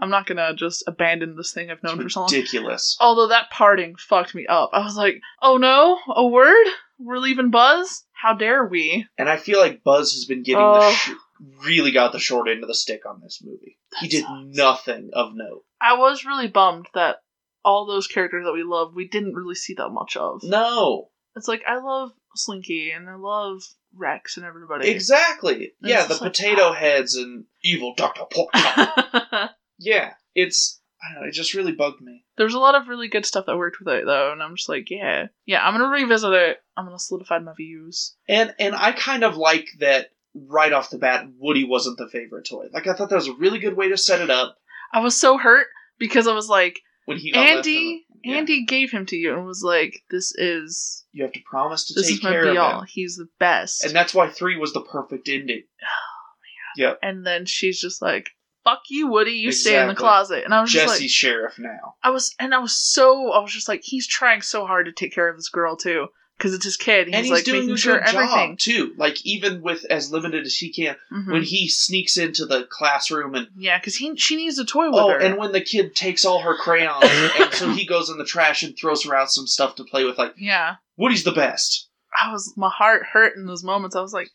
I'm not gonna just abandon this thing I've known for so long.
Ridiculous.
Although that parting fucked me up. I was like, oh no, a word? We're leaving Buzz? How dare we?
And I feel like Buzz has been getting the
Oh.
sh- really got the short end of the stick on this movie. he
That
did
sucks.
nothing of note.
I was really bummed that all those characters that we love, we didn't really see that much of.
No,
It's like I love Slinky and I love Rex and everybody.
exactly.
It's
yeah, the
just like-
potato heads and evil Doctor Pork. yeah, it's I don't know. It just really bugged me.
There's a lot of really good stuff that worked with it though, and I'm just like, yeah, yeah. I'm gonna revisit it. I'm gonna solidify my views.
And and I kind of like that right off the bat. Woody wasn't the favorite toy. Like I thought that was a really good way to set it up
I was so hurt because I was like,
when he got left in
Andy,
the- yeah.
Andy gave him to you and was like, this is
the- You have to promise to
this
take
is my
care of
be all.
him.
He's the best.
And that's why three was the perfect ending.
and then she's just like, "Fuck you, Woody. You stay in the
Exactly.
closet." And I was
Jesse's
just like,
sheriff now.
I was, and I was so, I was just like, he's trying so hard to take care of this girl too. because it's his kid.
and he's
like
doing
making
a
sure
good job
everything.
too. Like even with as limited as he can,
Mhm.
when he sneaks into the classroom and
yeah, because he she needs a toy with
oh,
her.
and when the kid takes all her crayons, and so he goes in the trash and throws her out some stuff to play with. Like
yeah,
Woody's the best.
I was my heart hurt in those moments. I was like,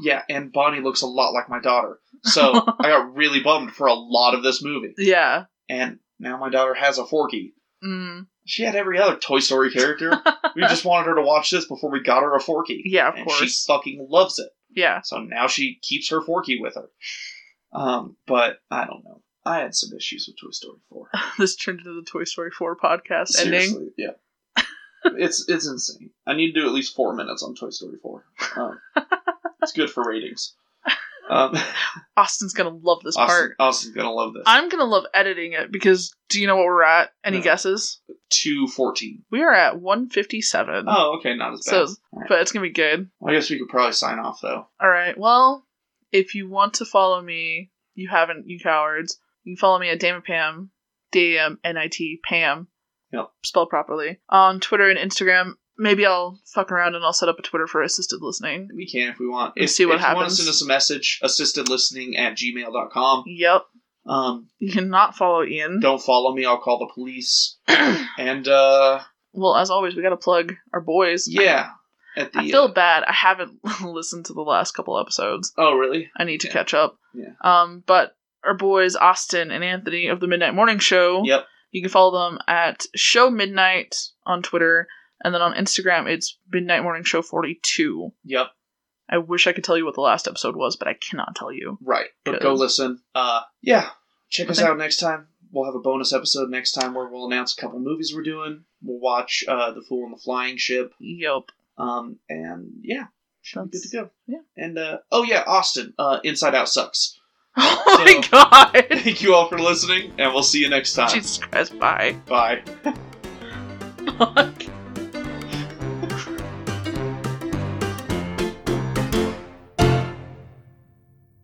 Yeah, and Bonnie looks a lot like my daughter, so I got really bummed for a lot of this movie.
yeah,
And now my daughter has a Forky.
mm,
She had every other Toy Story character. we just wanted her to watch this before we got her a Forky.
yeah, of
and she
course,
fucking loves it.
yeah,
So now she keeps her Forky with her. Um, but I don't know. I had some issues with Toy Story Four.
this turned into the Toy Story four podcast ending.
Seriously, yeah. it's it's insane. I need to do at least four minutes on Toy Story Four. Um, it's good for ratings. Um,
Austin's gonna love this
Austin,
part.
Austin's gonna love this.
I'm gonna love editing it because do you know what we're at? Any
No.
guesses?
Two fourteen.
We are at 157.
Oh, okay, not as bad.
so,
Alright.
but it's gonna be good.
I guess we could probably sign off though.
All right. Well, if you want to follow me, you haven't, you cowards. You can follow me at Damapam, D A M N I T Pam.
Yep.
Spelled properly on Twitter and Instagram. Maybe I'll fuck around and I'll set up a Twitter for assisted listening.
We can if we want.
Let's
if,
see what
if you want to
happens.
send us a message, assistedlistening at gmail.com.
Yep.
Um,
You cannot follow Ian.
don't follow me, I'll call the police. and uh
Well, as always, we gotta plug our boys.
yeah. At the
I feel
uh,
bad. I haven't listened to the last couple episodes.
Oh really?
I need to
Yeah.
catch up.
Yeah.
Um, but our boys Austin and Anthony of the Midnight Morning Show.
Yep.
You can follow them at Show Midnight on Twitter, and then on Instagram it's Midnight Morning Show forty two.
Yep.
I wish I could tell you what the last episode was, but I cannot tell you.
Right. But
Good.
go listen. Uh yeah. Check us
Okay.
out next time. We'll have a bonus episode next time where we'll announce a couple movies we're doing. We'll watch uh The Fool on the Flying Ship.
Yup.
Um and yeah. Should be good
That's-
to go.
yeah.
And uh oh yeah, Austin, uh Inside Out sucks.
Oh
So-
my god.
Thank you all for listening and we'll see you next time.
Jesus Christ, bye.
Bye.
Fuck.